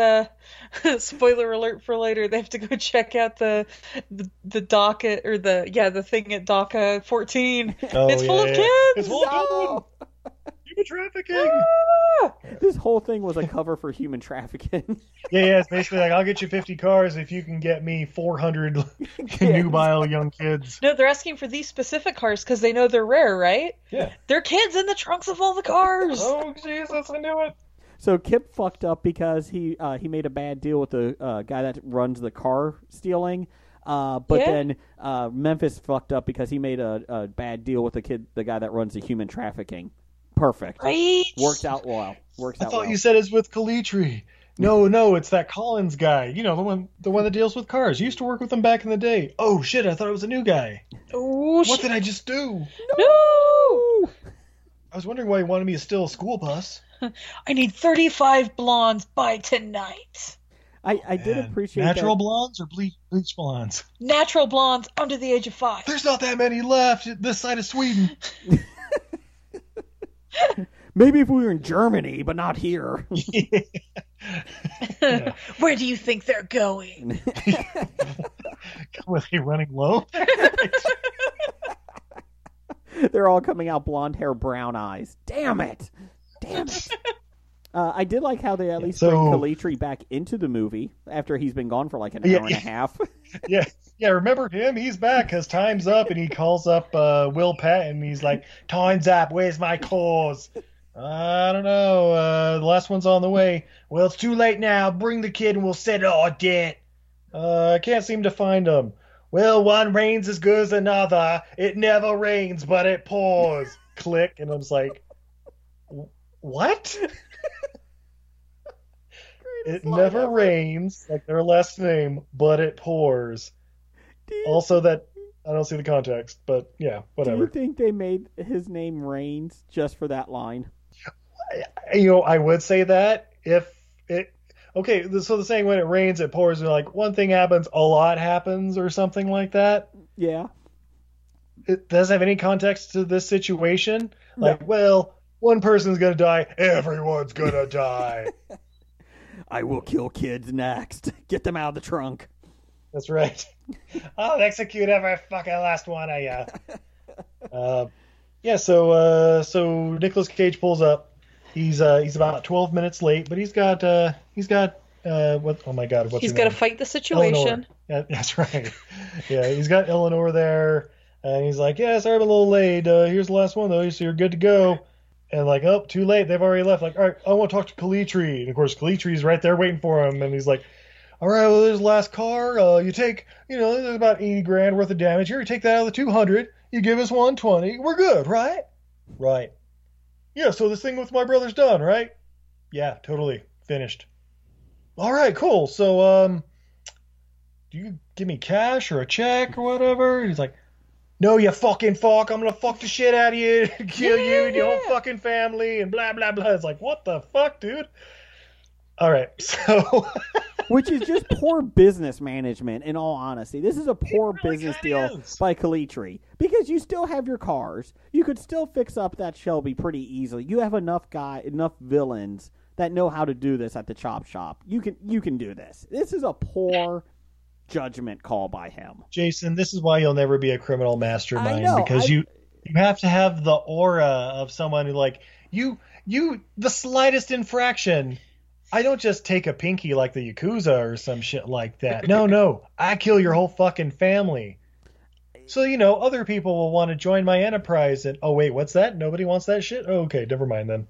S4: uh Spoiler alert for later. They have to go check out the the, the docket or the yeah the thing at DACA 14.
S2: Oh,
S4: it's full
S2: yeah,
S4: of
S2: yeah.
S4: kids.
S2: It's full of
S4: Oh.
S2: children. Human trafficking.
S1: This whole thing was a cover for human trafficking.
S2: Yeah, yeah. It's basically like I'll get you 50 cars if you can get me 400 nubile young kids.
S4: No, they're asking for these specific cars because they know they're rare, right?
S2: Yeah.
S4: They're kids in the trunks of all the cars.
S2: oh Jesus! I knew it.
S1: So Kip fucked up because he uh, he made a bad deal with the uh, guy that runs the car stealing. Uh, but
S4: Yeah.
S1: then uh, Memphis fucked up because he made a, a bad deal with the kid, the guy that runs the human trafficking. Perfect.
S4: Right.
S1: Worked out well. Worked
S2: I
S1: out
S2: thought
S1: well. Mm-hmm.
S2: you said it's with Kalitri. No, no, it's that Collins guy. You know the one, the one that deals with cars. You used to work with him back in the day. Oh shit! I thought it was a new guy.
S4: Oh,
S2: what did I just do?
S4: No.
S2: I was wondering why he wanted me to steal a school bus.
S4: I need 35 blondes by tonight.
S1: I, I did appreciate
S2: Natural
S1: that.
S2: blondes or bleach, bleach blondes?
S4: Natural blondes under the age of five.
S2: There's not that many left this side of Sweden.
S1: Maybe if we were in Germany, but not here.
S4: Where do you think they're going?
S2: Were they running low?
S1: They're all coming out blonde hair, brown eyes. Damn it! Damn it! Uh, I did like how they at least
S2: so-
S1: bring Kalitri back into the movie after he's been gone for like an hour
S2: Yeah,
S1: and
S2: yeah.
S1: a half.
S2: yeah, yeah. Remember him? He's back because time's up, and he calls up uh, Will Patton. And he's like, "Time's up. Where's my cause? I don't know. Uh, the last one's on the way. Well, it's too late now. Bring the kid, and we'll settle our debt. Uh, I can't seem to find him. Well, one rains as good as another. It never rains, but it pours. Click, and I'm just like, "Wh- what? It never rains, like their last name, but it pours. Also, that I don't see the context, but yeah,
S1: Do you
S2: whatever.
S1: think they made his name Reigns just for that line?
S2: You know, I would say that if it. Okay, th- so the saying when it rains, it pours, and like one thing happens, a lot happens, or something like that.
S1: Yeah.
S2: It doesn't have any context to this situation. Like, well, one person's gonna die, everyone's gonna die.
S1: I will kill kids next. Get them out of the trunk.
S2: That's right. I'll execute every fucking last one of ya. uh, yeah, so uh, so Nicolas Cage pulls up. He's uh, he's about twelve minutes late, but he's got uh, he's got uh, what? Oh my god, what's
S4: He's
S2: her
S4: got to
S2: name?
S4: fight the situation.
S2: Eleanor. Yeah, that's right. yeah, he's got Eleanor there, and he's like, "Yeah, sorry, I'm a little late. Uh, here's the last one though, so you're good to go." And like, oh, too late. They've already left. Like, all right, I want to talk to Kalitri, and of course, Kalitri's right there waiting for him, and he's like, "All right, well, there's the last car. Uh, you take, you know, there's about eighty grand worth of damage. Here, you take that out of the two hundred. You give us one twenty. We're good, right? Right. Yeah. So this thing with my brother's done, right? Yeah, totally finished. All right, cool. So, um, do you give me cash or a check or whatever? He's like, no, you fucking fuck. I'm gonna fuck the shit out of you, kill you and your whole fucking family, and blah blah blah. It's like, what the fuck, dude? All right, so
S1: Which is just poor business management, in all honesty. This is a poor business deal by Kalitri. Because you still have your cars. You could still fix up that Shelby pretty easily. You have enough guy enough villains that know how to do this at the chop shop. You can you can do this. This is a poor judgment call by him.
S2: Jason, this is why you'll never be a criminal mastermind
S1: know,
S2: because
S1: I-
S2: you you have to have the aura of someone who like you you the slightest infraction. I don't just take a pinky like the yakuza or some shit like that. No, no, I kill your whole fucking family. So you know, other people will want to join my enterprise. And oh wait, what's that? Nobody wants that shit. Oh, okay, never mind then.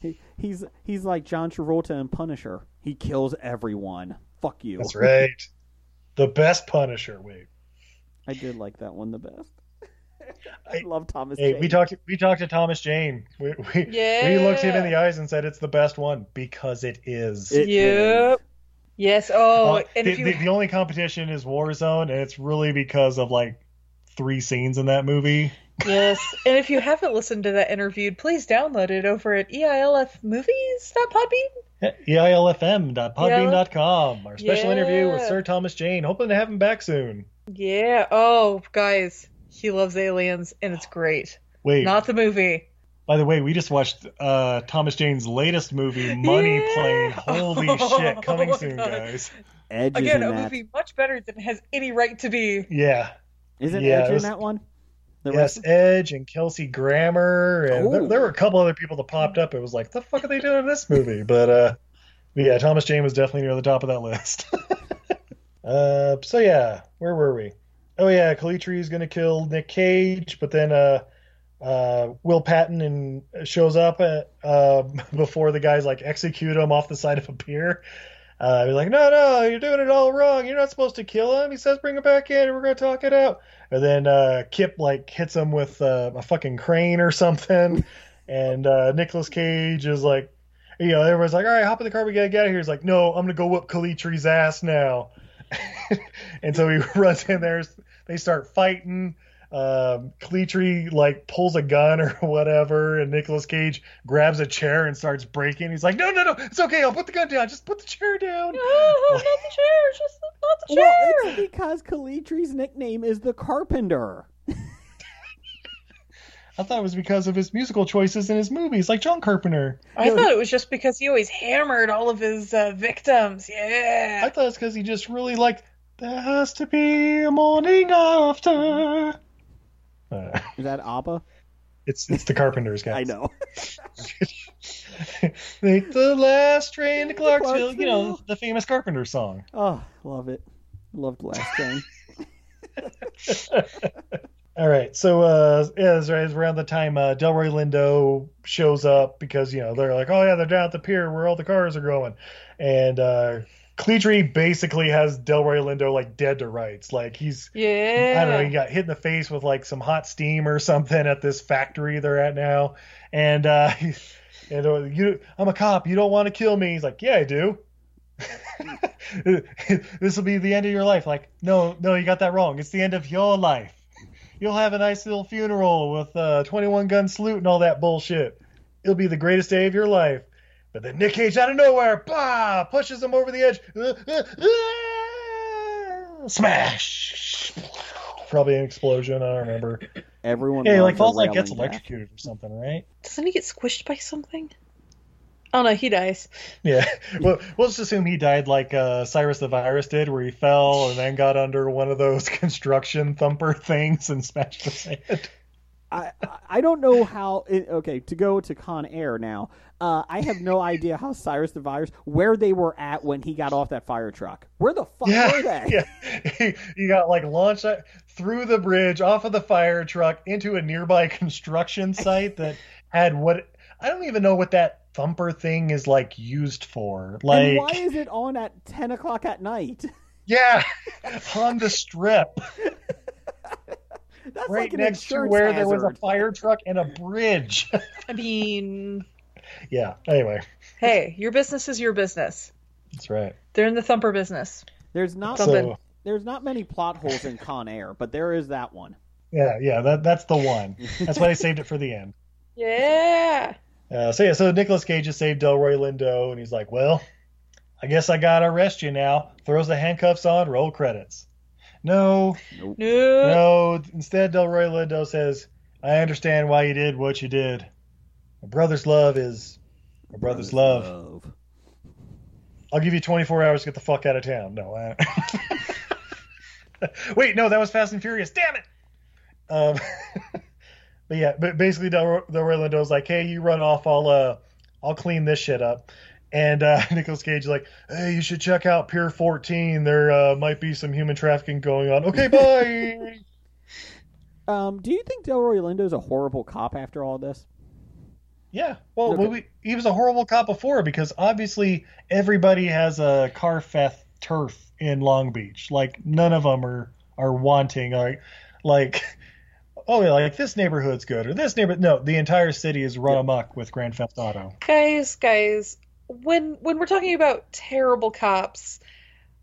S1: He, he's he's like John Travolta in Punisher. He kills everyone. Fuck you.
S2: That's right. The best Punisher. Wait,
S1: I did like that one the best. I, love Thomas.
S2: hey,
S1: Jane.
S2: we talked. We talked to Thomas Jane. We we, we looked him in the eyes and said it's the best one because it is.
S4: yep. Yes. Oh,
S2: Uh,
S4: and
S2: the,
S4: if you
S2: the, the only competition is Warzone, and it's really because of like three scenes in that movie.
S4: Yes, and if you haven't listened to that interview, please download it over at E eilfmovies.podbean.
S2: E EILFM.podbean.com. Our special interview with
S4: Yeah.
S2: Sir Thomas Jane. Hoping to have him back soon.
S4: Yeah. Oh, guys, he loves aliens, and it's great.
S2: Wait,
S4: Not the movie.
S2: By the way, we just watched uh, Thomas Jane's latest movie, Money Plane. Holy shit, coming soon,
S4: Oh God.
S2: guys.
S1: Edge is
S4: Again, a
S1: in that.
S4: movie much better than it has any right to be.
S2: Yeah.
S1: Isn't
S2: Yeah,
S1: Edge
S2: it was-
S1: in that one? The
S2: yes, Edge and Kelsey Grammer, and there,
S1: Ooh.
S2: there were a couple other people that popped up. It was like, the fuck are they doing in this movie? But uh, yeah, Thomas Jane was definitely near the top of that list. uh, so yeah, where were we? Oh yeah, Kalitri is gonna kill Nick Cage, but then uh, uh, Will Patton and shows up uh, uh, before the guys like execute him off the side of a pier. Uh, he's like, no, no, you're doing it all wrong. You're not supposed to kill him. He says, bring him back in, and we're gonna talk it out. And then uh, Kip like hits him with uh, a fucking crane or something. And uh, Nicholas Cage is like, you know, everybody's like, all right, hop in the car, we gotta get out of here. He's like, no, I'm gonna go whoop Kalitri's ass now. and so he runs in there. They start fighting. Um, Kalitri like pulls a gun or whatever, and Nicolas Cage grabs a chair and starts breaking. He's like, no, no, no, it's okay. I'll put the gun down. Just put the chair down.
S4: Oh, not the chair. Just not the chair.
S1: Well, it's because Kalitri's nickname is the Carpenter.
S2: I thought it was because of his musical choices in his movies, like John Carpenter.
S4: I thought it was just because he always hammered all of his uh, victims. Yeah.
S2: I thought it's because he just really liked. There has to be a morning after. Uh,
S1: Is that Abba?
S2: It's it's the Carpenters, guys.
S1: I know.
S2: Make the last train to Clarksville.
S1: Clarksville.
S2: You know the famous Carpenter song.
S1: Oh, love it. Loved last thing.
S2: All right, so uh, yeah, it's right- it's around the time uh, Delroy Lindo shows up because you know they're like, oh yeah, they're down at the pier where all the cars are going, and uh, Cleatry basically has Delroy Lindo like dead to rights, like he's
S4: Yeah.
S2: I don't know. He got hit in the face with like some hot steam or something at this factory they're at now, and uh, and uh, you, I'm a cop. You don't want to kill me. He's like, yeah, I do. this will be the end of your life. Like, no, no, you got that wrong. It's the end of your life. You'll have a nice little funeral with a 21 gun salute and all that bullshit. It'll be the greatest day of your life. But then Nick Cage out of nowhere, bah, pushes him over the edge. Uh, uh, uh, smash! Probably an explosion. I don't remember.
S1: Everyone.
S2: Yeah, he,
S1: loves
S2: like
S1: a
S2: falls like gets
S1: railing death.
S2: electrocuted or something, right?
S4: Doesn't he get squished by something? Oh no, he dies.
S2: Yeah. Well, we'll just assume he died like uh, Cyrus the Virus did, where he fell and then got under one of those construction thumper things and smashed the sand.
S1: I I- I don't know how. It, okay, to go to Con Air now. Uh, I have no idea how Cyrus the Virus where they were at when he got off that fire truck. Where the fuck were they?
S2: Yeah. He, he got like launched out- through the bridge off of the fire truck into a nearby construction site that had what I don't even know what that thumper thing is like used for.
S1: and
S2: Like,
S1: why is it on at ten o'clock at night?
S2: yeah, on the strip.
S1: That's
S2: right
S1: like an
S2: next to
S1: insurance
S2: where
S1: hazard.
S2: there was a fire truck and a bridge.
S4: I mean,
S2: yeah. Anyway,
S4: hey, your business is your business.
S2: that's right.
S4: They're in the thumper business.
S1: There's not
S2: So-
S1: there's not many plot holes in Con Air, but there is that one.
S2: Yeah, yeah. That that's the one. That's why they saved it for the end.
S4: Yeah.
S2: Uh, so yeah, so Nicolas Cage has saved Delroy Lindo, and he's like, "Well, I guess I gotta arrest you now." Throws the handcuffs on. Roll credits. No,
S4: No.
S2: no. Instead, Delroy Lindo says, "I understand why you did what you did. A brother's love is a brother's, love. I'll give you 24 hours to get the fuck out of town." No. I... Wait, no, that was Fast and Furious. Damn it. Um, but yeah, but basically, Del, Delroy Lindo's like, "Hey, you run off. I'll uh, I'll clean this shit up." And uh, Nicholas Cage is like, "Hey, you should check out Pier 14. There uh, might be some human trafficking going on." Okay, bye.
S1: Um, do you think Delroy Lindo's a horrible cop after all this?
S2: yeah. Well,
S1: Okay.
S2: we- he was a horrible cop before because obviously everybody has a Carfeth turf in Long Beach. Like none of them are are wanting. Like, like. Oh, yeah, like this neighborhood's good, or this neighborhood. No, the entire city is run amok with Grand Theft Auto.
S4: Guys, guys, when when we're talking about terrible cops,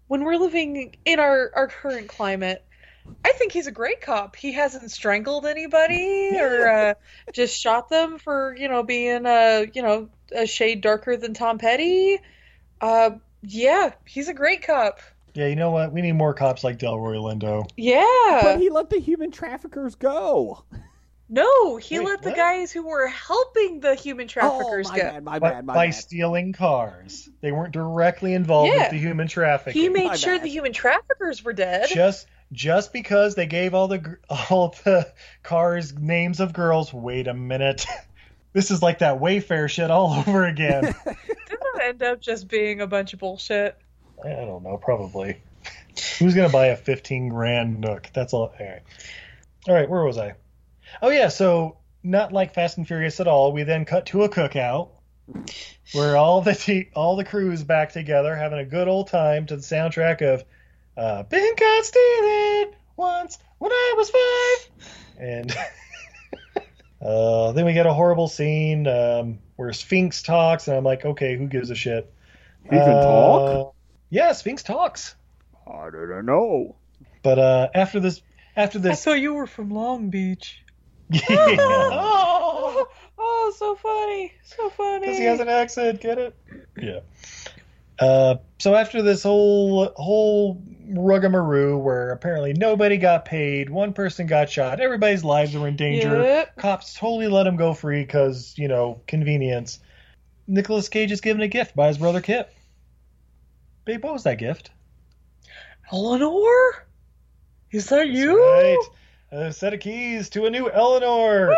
S4: when we're living in our our current climate, I think he's a great cop. He hasn't strangled anybody or uh, just shot them for you know being a you know a shade darker than Tom Petty. Uh, yeah, he's a great cop.
S2: Yeah, you know what? We need more cops like Delroy Lindo.
S4: Yeah,
S1: But he let the human traffickers go.
S4: No, he
S2: Wait,
S4: let the
S2: what? Oh,
S4: guys who were helping the human traffickers
S15: Oh,
S4: go.
S2: by, by stealing cars. They weren't directly involved
S4: Yeah.
S2: with the human trafficking.
S4: He made sure the human traffickers were dead.
S2: just just because they gave all the gr- all the cars names of girls. Wait a minute, this is like that Wayfair shit all over again.
S4: Didn't that end up just being a bunch of bullshit?
S2: I don't know, probably. Who's gonna buy a fifteen grand Nook? That's all. All right, all right. Where was I? Oh yeah, so not like Fast and Furious at all. We then cut to a cookout where all the te- all the crew is back together having a good old time to the soundtrack of uh, "Been Caught Stealing Once When I Was Five. and uh, then we get a horrible scene um, where Sphinx talks, and I'm like, okay, who gives a shit? Uh,
S15: He can talk?
S2: Yeah, Sphinx talks.
S15: I don't know.
S2: But uh, after this, after
S4: I
S2: this,
S4: saw you were from Long Beach.
S2: because
S4: Oh, oh, so funny, so funny.
S2: he has an accent, get it? Yeah. Uh, so after this whole whole rugamaroo, where apparently nobody got paid, one person got shot, everybody's lives were in danger.
S4: Yep.
S2: Cops totally let him go free because you know convenience. Nicholas Cage is given a gift by his brother Kip. Babe, what was that gift?
S4: Eleanor, is that you?
S2: Right, a set of keys to a new Eleanor.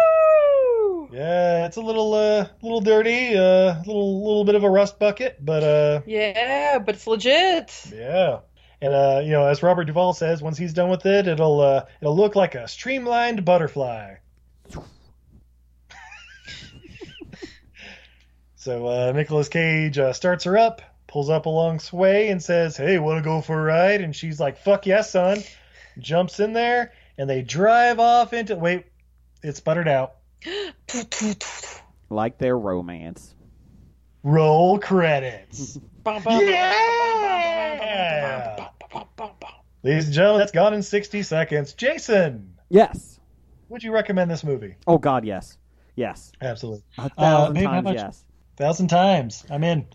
S2: Yeah, it's a little uh, little dirty, uh, little little bit of a rust bucket, but uh,
S4: Yeah, but it's legit.
S2: yeah. And uh, you know, as Robert Duvall says, once he's done with it, it'll uh, it'll look like a streamlined butterfly. so uh, Nicolas Cage uh, starts her up, pulls up along Sway, and says, "Hey, want to go for a ride?" And she's like, "Fuck yes, son!" Jumps in there, and they drive off into. Wait, it sputtered out.
S15: Like their romance.
S2: Roll credits.
S4: Yeah.
S2: Ladies and gentlemen, that's gone in 60 seconds. Jason,
S15: Yes.
S2: would you recommend this movie?
S15: Oh God, yes, yes,
S2: absolutely.
S15: A thousand
S2: babe, Uh, how
S15: times
S2: much-
S15: yes.
S2: Thousand times. I'm in.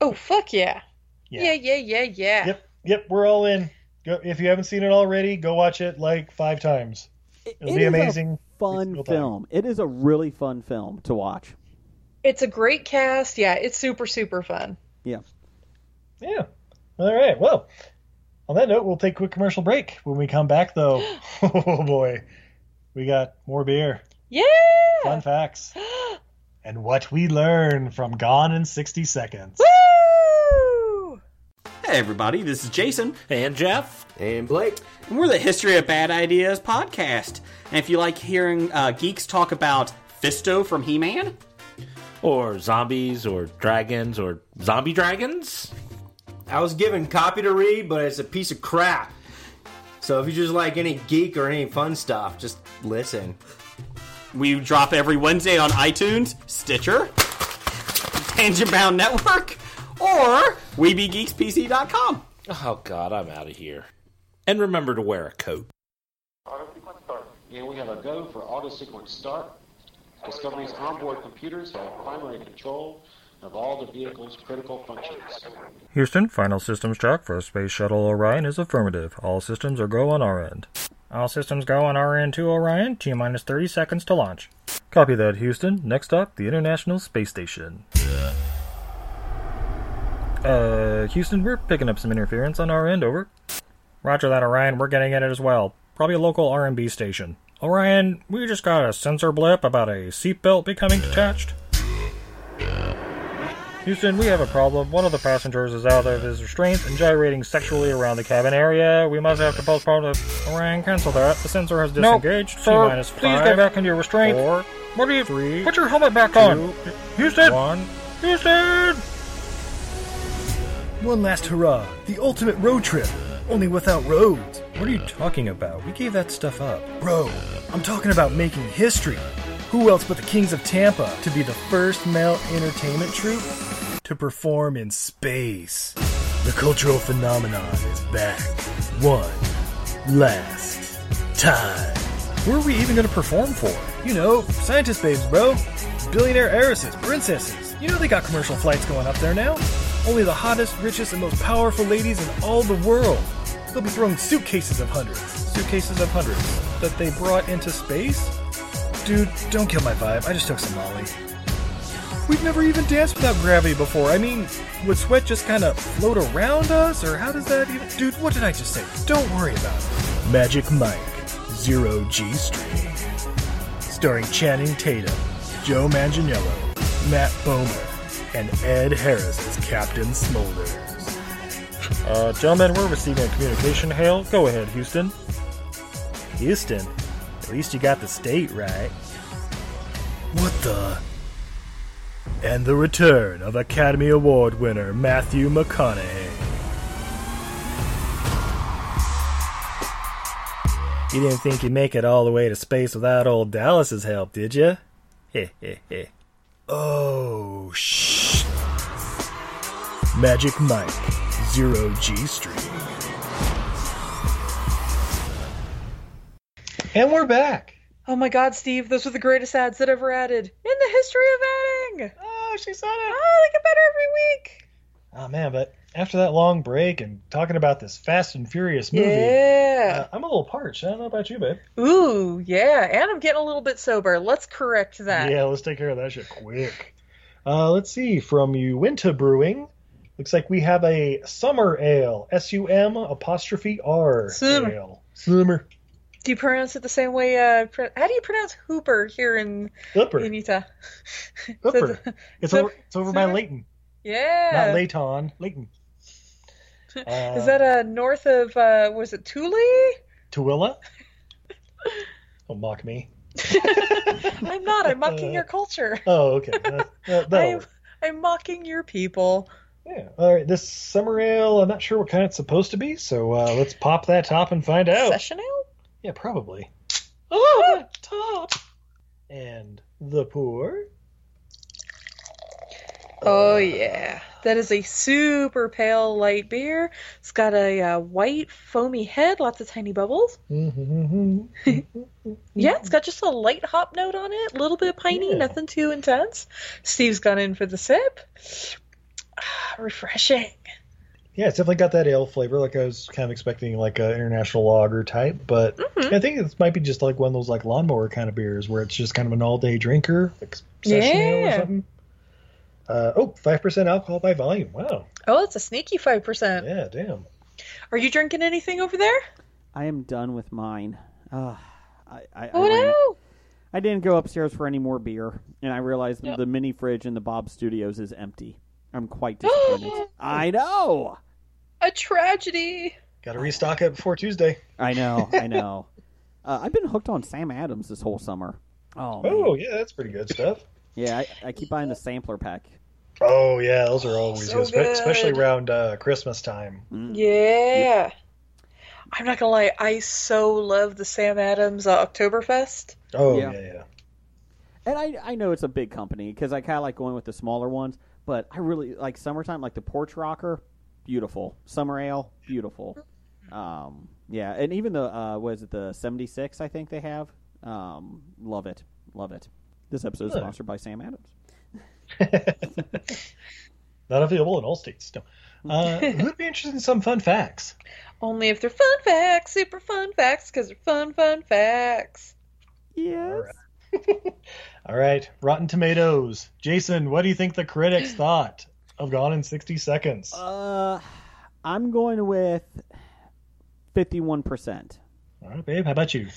S4: Oh fuck yeah.
S2: Yeah.
S4: Yeah, yeah, yeah, yeah.
S2: Yep, yep, we're all in. Go, if you haven't seen it already, go watch it like five times. It'll
S15: It
S2: be
S15: is a
S2: amazing.
S15: fun film. It is a really fun film to watch.
S4: It's a great cast. Yeah, it's super, super fun.
S15: Yeah.
S2: Yeah. All right. Well, on that note, we'll take a quick commercial break. When we come back, though, oh boy, we got more beer,
S4: Yeah.
S2: fun facts, and what we learn from Gone in 60 Seconds.
S1: Hey everybody, this is Jason. And Jeff. And Blake. And we're the History of Bad Ideas podcast. And if you like hearing uh, geeks talk about Fisto from He Man,
S3: Or zombies, or dragons, or zombie dragons?
S16: I was given copy to read, but it's a piece of crap. So if you just like any geek or any fun stuff, just listen.
S1: we drop every Wednesday on iTunes, Stitcher, Tangent Bound Network, or WeBeGeeksPC.com.
S3: Oh god, I'm out of here. And remember to wear a coat.
S17: Yeah, we have a go for auto sequence start. Discovery's onboard computers have primary control of all the vehicle's critical functions.
S18: Houston, final systems check for Space Shuttle Orion is affirmative. All systems are go on our end. All systems go on our end to Orion, T minus 30 seconds to launch. Copy that, Houston. Next up, the International Space Station. Uh, Houston, we're picking up some interference on our end, over. Roger that, Orion. We're getting at it as well. Probably a local R&B station. Orion, we just got a sensor blip about a seatbelt becoming detached. Houston, we have a problem. One of the passengers is out of his restraints and gyrating sexually around the cabin area. We must have to postpone the Orion. Cancel that. The sensor has disengaged.
S3: Nope,
S18: T
S3: sir.
S18: minus
S3: Please
S18: five,
S3: get back into your restraint.
S18: Four,
S3: What are you? Three,
S18: Put your helmet back
S3: two,
S18: on. Houston!
S3: One.
S18: Houston!
S19: One last hurrah, the ultimate road trip, only without roads.
S18: What are you talking about? We gave that stuff up.
S19: Bro, I'm talking about making history. Who else but the Kings of Tampa to be the first male entertainment troupe to perform in space? The cultural phenomenon is back. One last time. Who are we even going to perform for? You know, scientist babes, bro. Billionaire heiresses, princesses. You know they got commercial flights going up there now. Only the hottest, richest, and most powerful ladies in all the world. They'll be throwing suitcases of hundreds. Suitcases of hundreds. That they brought into space?
S18: Dude, don't kill my vibe. I just took some Molly. We've never even danced without gravity before. I mean, would sweat just kind of float around us, or how does that even. Dude, what did I just say? Don't worry about it. Magic Mike, Zero G String. Starring Channing Tatum, Joe Manganiello, Matt Bomer, and Ed Harris as Captain Smolders.
S20: Uh, gentlemen, we're receiving a communication hail. Go ahead, Houston.
S18: Houston, at least you got the state right. What the? And the return of Academy Award winner Matthew McConaughey.
S20: You didn't think you'd make it all the way to space without old Dallas's help, did you? Heh heh heh.
S18: Oh, shh. Magic Mike, Zero G Stream.
S2: And we're back.
S4: Oh my god, Steve, those were the greatest ads that ever added in the history of adding!
S2: Oh, she's on it!
S4: Oh, they get better every week!
S2: Oh man, but after that long break and talking about this Fast and Furious movie,
S4: Yeah.
S2: uh, I'm a little parched. I don't know about you, babe.
S4: Ooh, yeah, and I'm getting a little bit sober. Let's correct that.
S2: Yeah, let's take care of that shit quick. Uh, let's see. From Uinta Brewing, looks like we have a summer ale. S U M apostrophe R
S4: Summer.
S2: ale. Summer.
S4: Do you pronounce it the same way? Uh, pro- how do you pronounce Hooper here in,
S2: Hooper.
S4: in Utah?
S2: Hooper.
S4: So-
S2: It's
S4: so-
S2: over. It's over by Layton.
S4: yeah.
S2: Not Layton. Layton. Uh,
S4: Is that uh, north of, uh, was it Thule?
S2: Tooele? Don't mock me.
S4: I'm not. I'm mocking your culture.
S2: Oh, okay. That- that- that'll
S4: I'm,
S2: work.
S4: I'm mocking your people.
S2: Yeah. All right. This summer ale, I'm not sure what kind it's supposed to be, so uh, let's pop that top and find out.
S4: Session ale?
S2: Yeah, probably.
S4: Oh,
S2: Ah.
S4: top.
S2: And the pour.
S4: Oh yeah, that is a super pale light beer. It's got a uh, white foamy head, lots of tiny bubbles.
S2: Mm-hmm.
S4: Yeah, it's got just a light hop note on it, a little bit piney, nothing too intense. Steve's gone in for the sip. Ah, refreshing.
S2: Yeah, it's definitely got that ale flavor. Like I was kind of expecting, like an international lager type, but
S4: Mm-hmm.
S2: I think this might be just like one of those like lawnmower kind of beers where it's just kind of an all day drinker, like session ale or
S4: Yeah.
S2: something. Uh, oh, 5% alcohol by volume. Wow.
S4: Oh, it's a sneaky five percent.
S2: Yeah, damn.
S4: Are you drinking anything over there?
S1: I am done with mine. Ugh, I, I,
S4: Oh,
S1: I ran-
S4: no.
S1: I didn't go upstairs for any more beer, and I realized
S4: Yep.
S1: the mini fridge in the Bob Studios is empty. I'm quite disappointed. I know.
S4: A tragedy.
S2: Got to restock it before Tuesday.
S1: I know. I know. uh, I've been hooked on Sam Adams this whole summer. Oh, man.
S2: Oh, yeah, that's pretty good stuff.
S1: yeah. I, I keep buying the sampler pack.
S2: Oh, yeah, those are always
S4: So
S2: good, spe- especially
S4: good.
S2: around uh, Christmas time.
S4: Yeah. I'm not gonna lie, I so love the Sam Adams uh, Oktoberfest.
S2: Oh
S1: Yeah.
S2: yeah, yeah.
S1: And I, I know it's a big company because I kind of like going with the smaller ones, but I really like summertime, like the Porch Rocker, beautiful. Summer Ale, beautiful. Um, yeah, and even the, uh, was it the 76, I think they have? Um, love it. Love it. This episode is
S2: Good.
S1: sponsored by Sam Adams.
S2: Not available in all states. No. Uh, would be interested in some fun facts.
S4: Only if they're fun facts, super fun facts, because they're fun, fun facts.
S1: Yes.
S2: All right, Rotten Tomatoes. Jason, what do you think the critics thought of Gone in 60 Seconds?
S1: Uh, I'm going with 51%.
S2: All right, babe, how about you?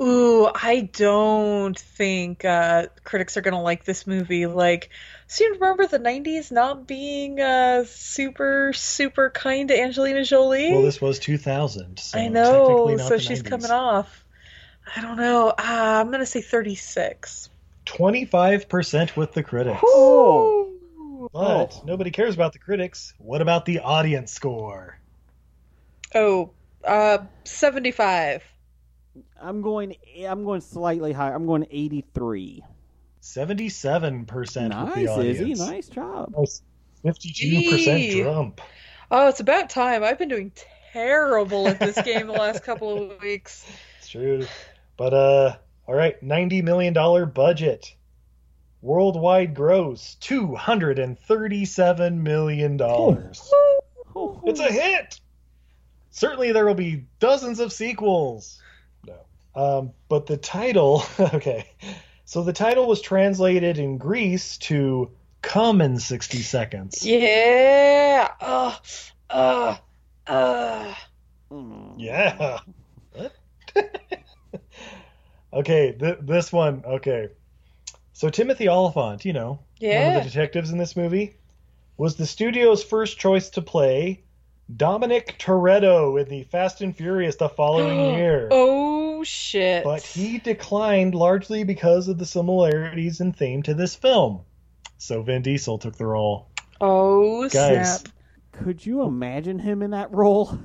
S4: Ooh, I don't think uh, critics are gonna like this movie. Like, so you remember the '90s not being uh, super, super kind to Angelina Jolie?
S2: Well, this was 2000. So
S4: I know,
S2: technically not
S4: so
S2: the
S4: she's
S2: 90s.
S4: coming off. I don't know. Uh, I'm gonna say 36.
S2: 25% with the critics.
S1: Oh.
S2: But nobody cares about the critics. What about the audience score?
S4: Oh, uh, 75.
S1: I'm going, I'm going slightly higher. I'm going 83.
S2: 77% with the
S1: Nice,
S2: audience.
S1: Izzy. Nice job.
S2: Nice. 52%
S4: Gee.
S2: jump.
S4: Oh, it's about time. I've been doing terrible at this game the last couple of weeks.
S2: It's true. But uh all right, ninety million dollar budget. Worldwide gross two hundred and thirty seven million dollars. it's a hit. Certainly there will be dozens of sequels. No. Um, but the title okay. So the title was translated in Greece to "Come in 60 Seconds."
S4: Yeah. Uh, uh, uh.
S2: Yeah. okay, th- this one. Okay. So Timothy Oliphant, you know, one
S4: Yeah.
S2: of the detectives in this movie, was the studio's first choice to play Dominic Toretto in the Fast and Furious the following year.
S4: Oh shit.
S2: But he declined largely because of the similarities in theme to this film. So Vin Diesel took the role.
S4: Oh
S2: Guys.
S4: snap.
S1: Could you imagine him in that role?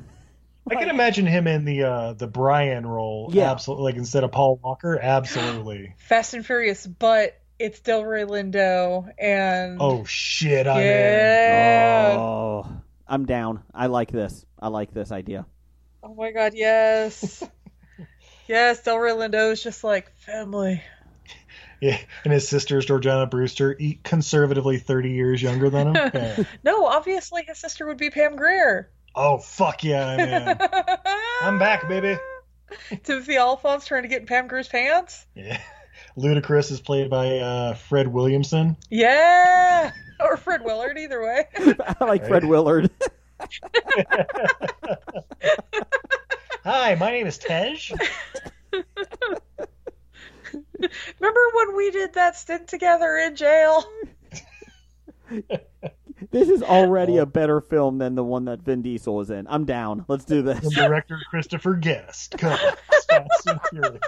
S2: I can imagine him in the uh, the Brian role,
S1: Yeah.
S2: absolutely. Like instead of Paul Walker, absolutely.
S4: Fast and Furious, but it's Delroy Lindo and
S2: oh shit! I'm
S4: Yeah.
S2: in.
S1: Oh, I'm down. I like this. I like this idea.
S4: Oh my god, yes. yes, Delroy Lindo is just like family.
S2: Yeah, and his sister's Georgiana Brewster, e- conservatively thirty years younger than him. Yeah.
S4: no, obviously his sister would be Pam Grier.
S2: oh fuck yeah, I'm in. I'm back, baby.
S4: Timothy Oliphant's trying to get in Pam Grier's pants.
S2: Yeah. Ludacris is played by uh, Fred Williamson.
S4: Yeah. Or Fred Willard, either way.
S1: I like Fred Willard.
S2: Hi, my name is Tej.
S4: Remember when we did that stint together in jail?
S1: This is already a better film than the one that Vin Diesel was in. I'm down. Let's do this.
S2: The director Christopher Guest. Come on. Fast and Furious.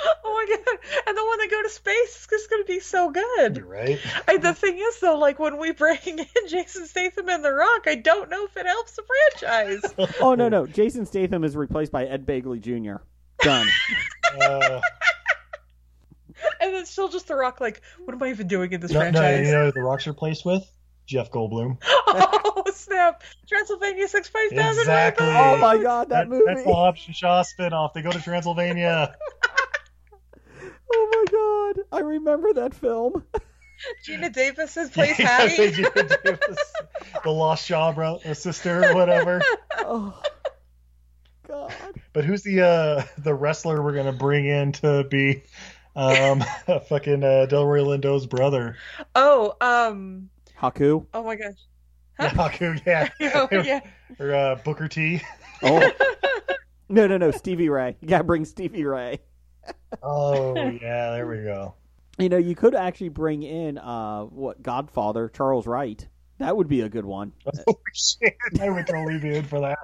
S4: Oh my god! And the one that go to space is going to be so good,
S2: right?
S4: I, the thing is, though, like when we bring in Jason Statham and The Rock, I don't know if it helps the franchise.
S1: Oh no no! Jason Statham is replaced by Ed Bagley Jr. Done.
S2: Uh,
S4: and it's still just The Rock. Like, what am I even doing in this
S2: no, no,
S4: franchise?
S2: you know who the rocks replaced with? Jeff Goldblum.
S4: oh snap! Transylvania Six Five Thousand.
S2: Exactly.
S1: Oh my god, that, movie!
S2: That's the Hobbs and Shaw spinoff. They go to Transylvania.
S1: Oh my god! I remember that film.
S4: Gina Davis is plays
S2: Yeah, they
S4: Hattie.
S2: do. the Lost Shaw bro- uh, sister or whatever.
S1: Oh god!
S2: But who's the uh, the wrestler we're gonna bring in to be um, fucking uh, Delroy Lindo's brother?
S4: Oh, um.
S1: Haku.
S4: Oh my gosh.
S2: Haku, yeah.
S4: Oh, yeah.
S2: Or uh, Booker T.
S1: Oh. No no no! Stevie Ray. You gotta bring Stevie Ray.
S2: Oh yeah, there we go.
S1: You know, you could actually bring in uh what Godfather Charles Wright. That would be a good one.
S2: Oh shit! I would go leave you in for that.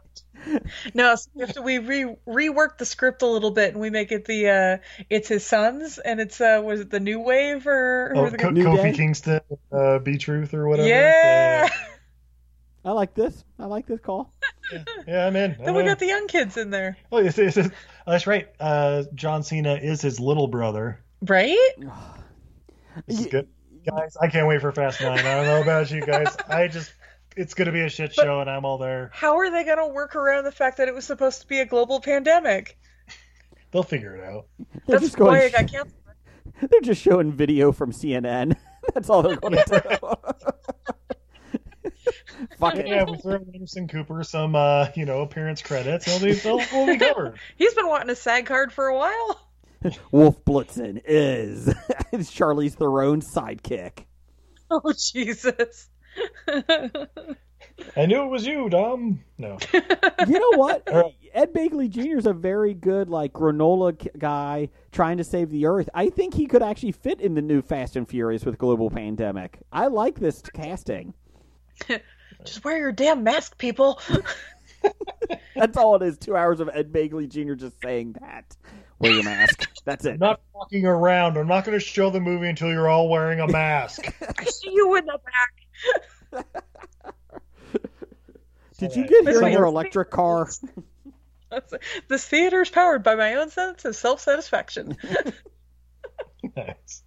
S4: No, so we have to- we re- rework the script a little bit, and we make it the uh, it's his sons, and it's uh, was it the new wave or who
S2: Oh,
S4: are the
S2: Co-
S4: guys-
S2: Kofi Kingston, uh, B Truth, or whatever.
S4: Yeah.
S1: I like this. I like this call.
S2: Yeah, I'm in.
S4: Then we got the young kids in there,
S2: Oh, it's, it's, it's- oh, that's right. Uh, John Cena is his little brother.
S4: right?
S2: This is good, guys. I can't wait for Fast Nine. I don't know about you guys. I just, it's gonna be a shit show, and I'm all there.
S4: How are they gonna work around the fact that it was supposed to be a global pandemic?
S2: They'll figure it out.
S1: They're
S4: That's
S1: just going-
S4: why it got canceled.
S1: They're just showing video from CNN. That's all they're going to do. Fuck it.
S2: Yeah, we throw Anderson Cooper some, uh, you know, appearance credits. They'll be, they'll, we'll be covered.
S4: He's been wanting a SAG card for a while.
S1: Wolf Blitzen is it's Charlie's Theron's sidekick.
S4: Oh Jesus!
S2: I knew it was you, Dom. No.
S1: You know what? Ed Bagley Jr. is a very good like granola k- guy trying to save the earth. I think he could actually fit in the new Fast and Furious with global pandemic. I like this casting.
S4: Just wear your damn mask, people.
S1: That's all it is. Two hours of Ed Bagley Jr. just saying that. Wear your mask. That's it.
S2: I'm not fucking around. I'm not going to show the movie until you're all wearing a mask.
S4: I see you in the back.
S1: Did you get
S4: This
S1: here in
S4: is-
S1: your electric car?
S4: That's- This theater is powered by my own sense of self-satisfaction.
S2: nice.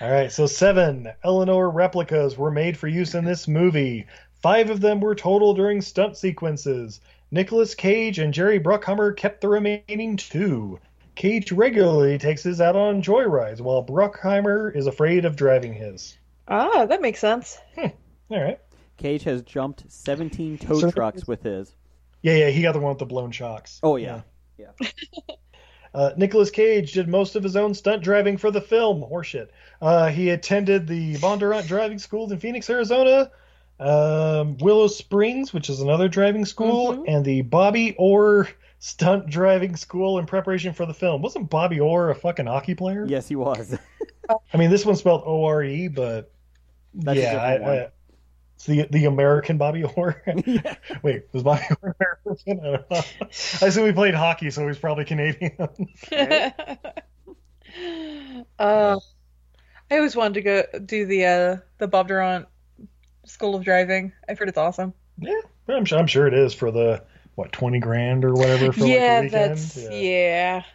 S2: All right, so seven Eleanor replicas were made for use in this movie. Five of them were total during stunt sequences. Nicolas Cage and Jerry Bruckheimer kept the remaining two. Cage regularly takes his out on joyrides, while Bruckheimer is afraid of driving his.
S4: ah, that makes sense.
S2: All right.
S1: Cage has jumped 17 tow
S2: Sure.
S1: trucks with his.
S2: Yeah, yeah, he got the one with the blown shocks.
S1: Oh yeah.
S2: Uh, Nicolas Cage did most of his own stunt driving for the film. Horseshit. Uh, he attended the Bondurant driving schools in Phoenix, Arizona, um, Willow Springs, which is another driving school,
S1: Mm-hmm.
S2: and the Bobby Orr stunt driving school in preparation for the film. Wasn't Bobby Orr a fucking hockey player?
S1: Yes, he was.
S2: I mean, this one's spelled O R E, but
S1: That's a
S2: yeah, I,
S1: different one.
S2: I, it's the the American Bobby Orr. Wait, was Bobby Orr American? I don't know. I assume he played hockey, so he's probably Canadian.
S4: uh, I always wanted to go do the uh, the Bob Durant School of Driving. I've heard it's awesome.
S2: Yeah, I'm sure. I'm sure it is for the what twenty grand or whatever for
S4: yeah,
S2: like the weekend.
S4: that's yeah.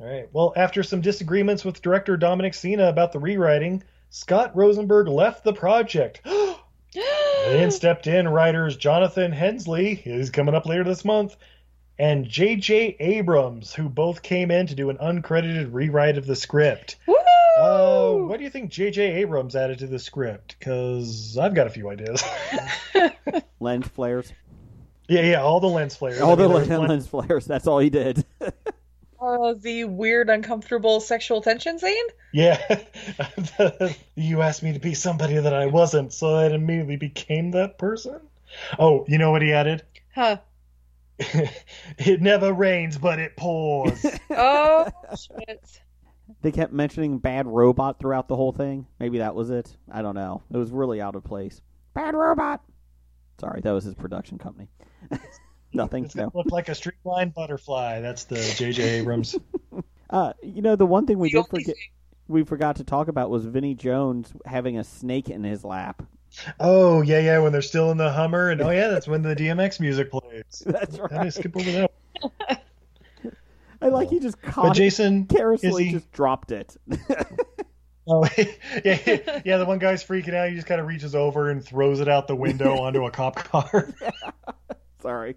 S2: All right. Well, after some disagreements with director Dominic Sena about the rewriting, Scott Rosenberg left the project. then stepped in writers Jonathan Hensley, who's coming up later this month, and J.J. Abrams, who both came in to do an uncredited rewrite of the script. Uh, what do you think J.J. Abrams added to the script? Because I've got a few ideas.
S1: lens flares.
S2: yeah, yeah, all the lens flares.
S1: All
S2: I mean,
S1: the
S2: there's
S1: lens,
S2: one-
S1: lens flares. That's all he did.
S4: Uh, the weird, uncomfortable sexual tension scene.
S2: Yeah. you asked me to be somebody that I wasn't, so I immediately became that person. Oh, you know what he added?
S4: Huh.
S2: It never rains, but it pours.
S4: Oh shit.
S1: They kept mentioning bad robot throughout the whole thing. Maybe that was it. I don't know. It was really out of place. Bad robot. Sorry, that was his production company. Nothing. no.
S2: Looked like a streamlined butterfly. That's the J.J. Abrams.
S1: Uh, you know, the one thing we did forget we forgot to talk about was Vinnie Jones having a snake in his lap.
S2: oh, yeah, yeah, when they're still in the Hummer. And oh, yeah, that's when the DMX music plays.
S1: That's
S2: right. How did I skip over that?
S1: I like he just caught it
S2: Jason,
S1: carelessly
S2: is he-
S1: just dropped it.
S2: Oh, yeah, yeah, the one guy's freaking out. He just kind of reaches over and throws it out the window onto a cop car.
S1: Sorry.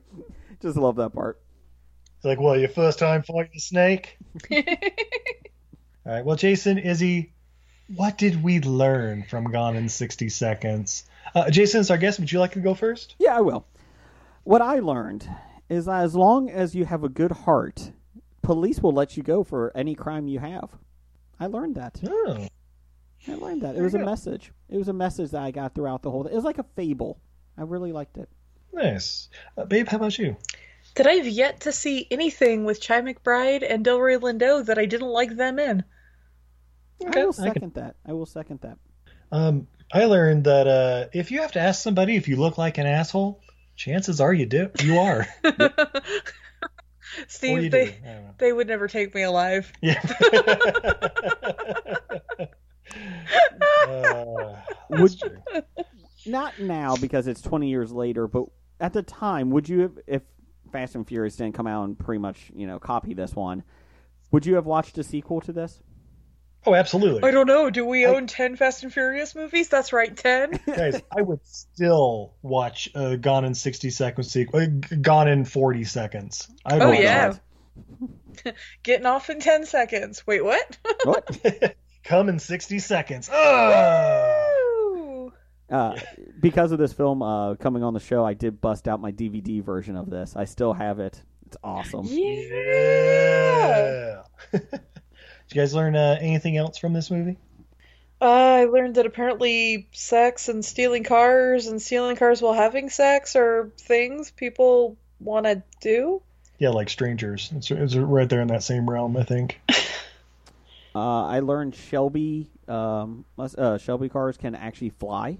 S1: Just love that part.
S2: It's like, well, your first time fighting a snake. All right. Well, Jason, Izzy, what did we learn from Gone in 60 Seconds? Uh, Jason, it's our guest. Would you like to go first?
S1: Yeah, I will. What I learned is that as long as you have a good heart, police will let you go for any crime you have. I learned that. I learned that. It
S2: There
S1: was a
S2: you go.
S1: message. It was a message that I got throughout the whole thing. It was like a fable. I really liked it.
S2: Nice. Uh, babe, how about you?
S4: That I've yet to see anything with Chai McBride and Delroy Lindo that I didn't like them in.
S1: I will
S2: I can-
S1: second that. I will second that.
S2: Um, I learned that uh, if you have to ask somebody if you look like an asshole, chances are you do. You are. Or you
S4: Steve, they
S2: do, I don't know.
S4: they would never take me alive.
S2: Yeah. Uh,
S1: Would not now because it's 20 years later, but at the time, would you have, if Fast and Furious didn't come out and pretty much, you know, copy this one, would you have watched a sequel to this?
S2: oh, absolutely.
S4: I don't know. Do we own ten Fast and Furious movies? That's right, ten.
S2: guys, I would still watch uh, Gone in 60 seconds sequel, uh, G- Gone in 40 seconds. I'd
S4: Oh,
S2: watch
S4: yeah.
S2: that.
S4: Getting off in ten seconds. Wait, what?
S2: Come in 60 seconds. Ah!
S1: Uh, because of this film uh, coming on the show, I did bust out my DVD version of this. I still have it. It's awesome.
S2: Yeah. Did you guys learn uh, anything else from this movie?
S4: Uh, I learned that apparently sex and stealing cars and stealing cars while having sex are things people want to do.
S2: Yeah, like Strangers. It's, it's right there in that same realm, I think.
S1: Uh, I learned Shelby um, mus- uh, Shelby cars can actually fly.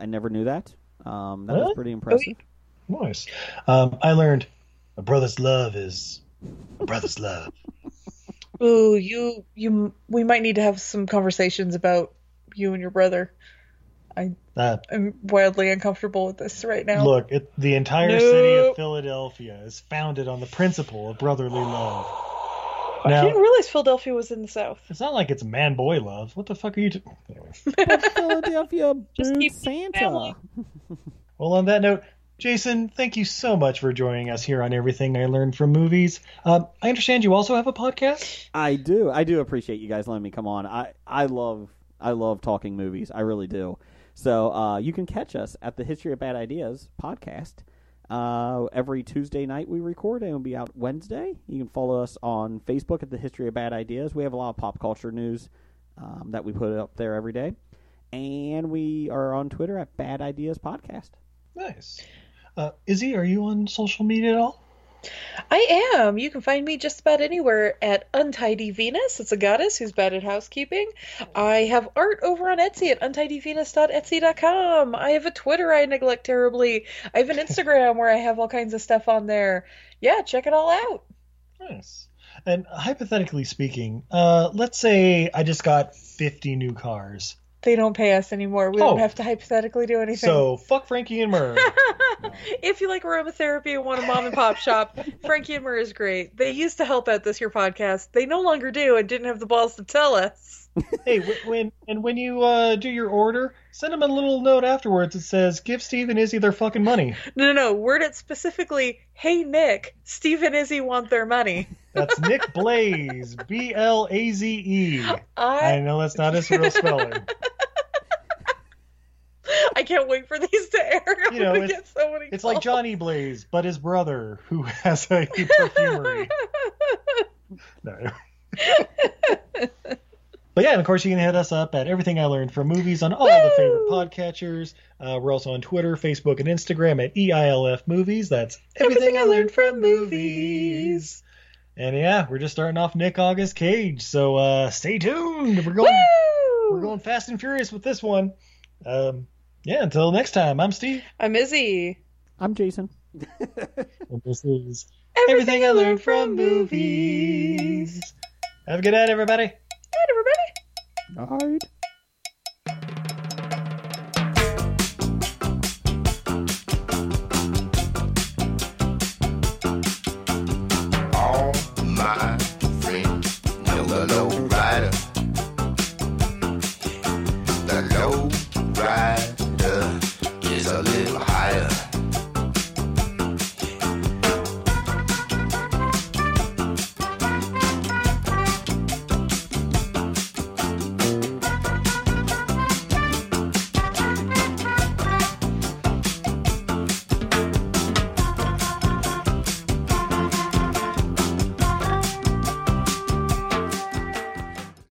S1: I never knew that. Um, that was
S2: Really?
S1: pretty impressive.
S2: Nice. Um, I learned a brother's love is a brother's love.
S4: Ooh, you, you, we might need to have some conversations about you and your brother. I,
S2: Uh,
S4: I'm wildly uncomfortable with this right now.
S2: Look, it, the entire city of
S4: Nope.
S2: Philadelphia is founded on the principle of brotherly love.
S4: I
S2: Now,
S4: didn't realize Philadelphia was in the South.
S2: it's not like it's man boy love. What the fuck are you doing?
S1: Philadelphia booed Santa.
S2: Well, on that note, Jason, thank you so much for joining us here on Everything I Learned from Movies. Um, I understand you also have a podcast.
S1: I do. I do appreciate you guys letting me come on. I, I love I love talking movies. I really do. So uh, you can catch us at the History of Bad Ideas podcast Uh, every Tuesday night we record and it'll be out Wednesday. You can follow us on Facebook at the History of Bad Ideas. We have a lot of pop culture news um, that we put up there every day, and we are on Twitter at Bad Ideas Podcast.
S2: Nice. Uh, Izzy, are you on social media at all?
S4: I am. You can find me just about anywhere at Untidy Venus. It's a goddess who's bad at housekeeping.
S2: Oh.
S4: I have art over on Etsy at untidyvenus.etsy.com. I have a Twitter I neglect terribly. I have an Instagram where I have all kinds of stuff on there. Yeah, check it all out.
S2: Nice. And hypothetically speaking, uh, let's say I just got 50 new cars.
S4: They don't pay us anymore. We
S2: Oh.
S4: don't have to hypothetically do anything.
S2: So fuck Frankie and Murray.
S4: if you like aromatherapy and want a mom and pop shop, Frankie and Murr is great. They used to help out this here podcast. They no longer do and didn't have the balls to tell us.
S2: hey, wh- when and when you uh, do your order, send them a little note afterwards that says, "Give Steve and Izzy their fucking money."
S4: No, no, no. Word it specifically. Hey, Nick, Steve and Izzy want their money.
S2: That's Nick Blaze, B L A Z E.
S4: I-
S2: I know that's not his real spelling.
S4: I can't wait for these to air. I'm
S2: You know,
S4: gonna
S2: it's-
S4: get so many
S2: It's like
S4: calls.
S2: Johnny Blaze, but his brother who has a perfumery. No. but yeah, and of course you can hit us up at everything I learned from movies on all the favorite podcatchers. Uh, we're also on Twitter, Facebook, and Instagram at E EILF Movies. That's everything, I learned from movies. And yeah, we're just starting off Nick August Cage, so uh, stay tuned. We're going, we're going fast and furious with this one. Um, yeah, until next time, I'm Steve.
S4: I'm Izzy.
S1: I'm Jason.
S2: And this is
S4: Everything I learned
S2: from movies. Have a good night, everybody.
S4: Good, everybody.
S1: Night.
S21: all my friends know the low rider. The low rider is a little higher.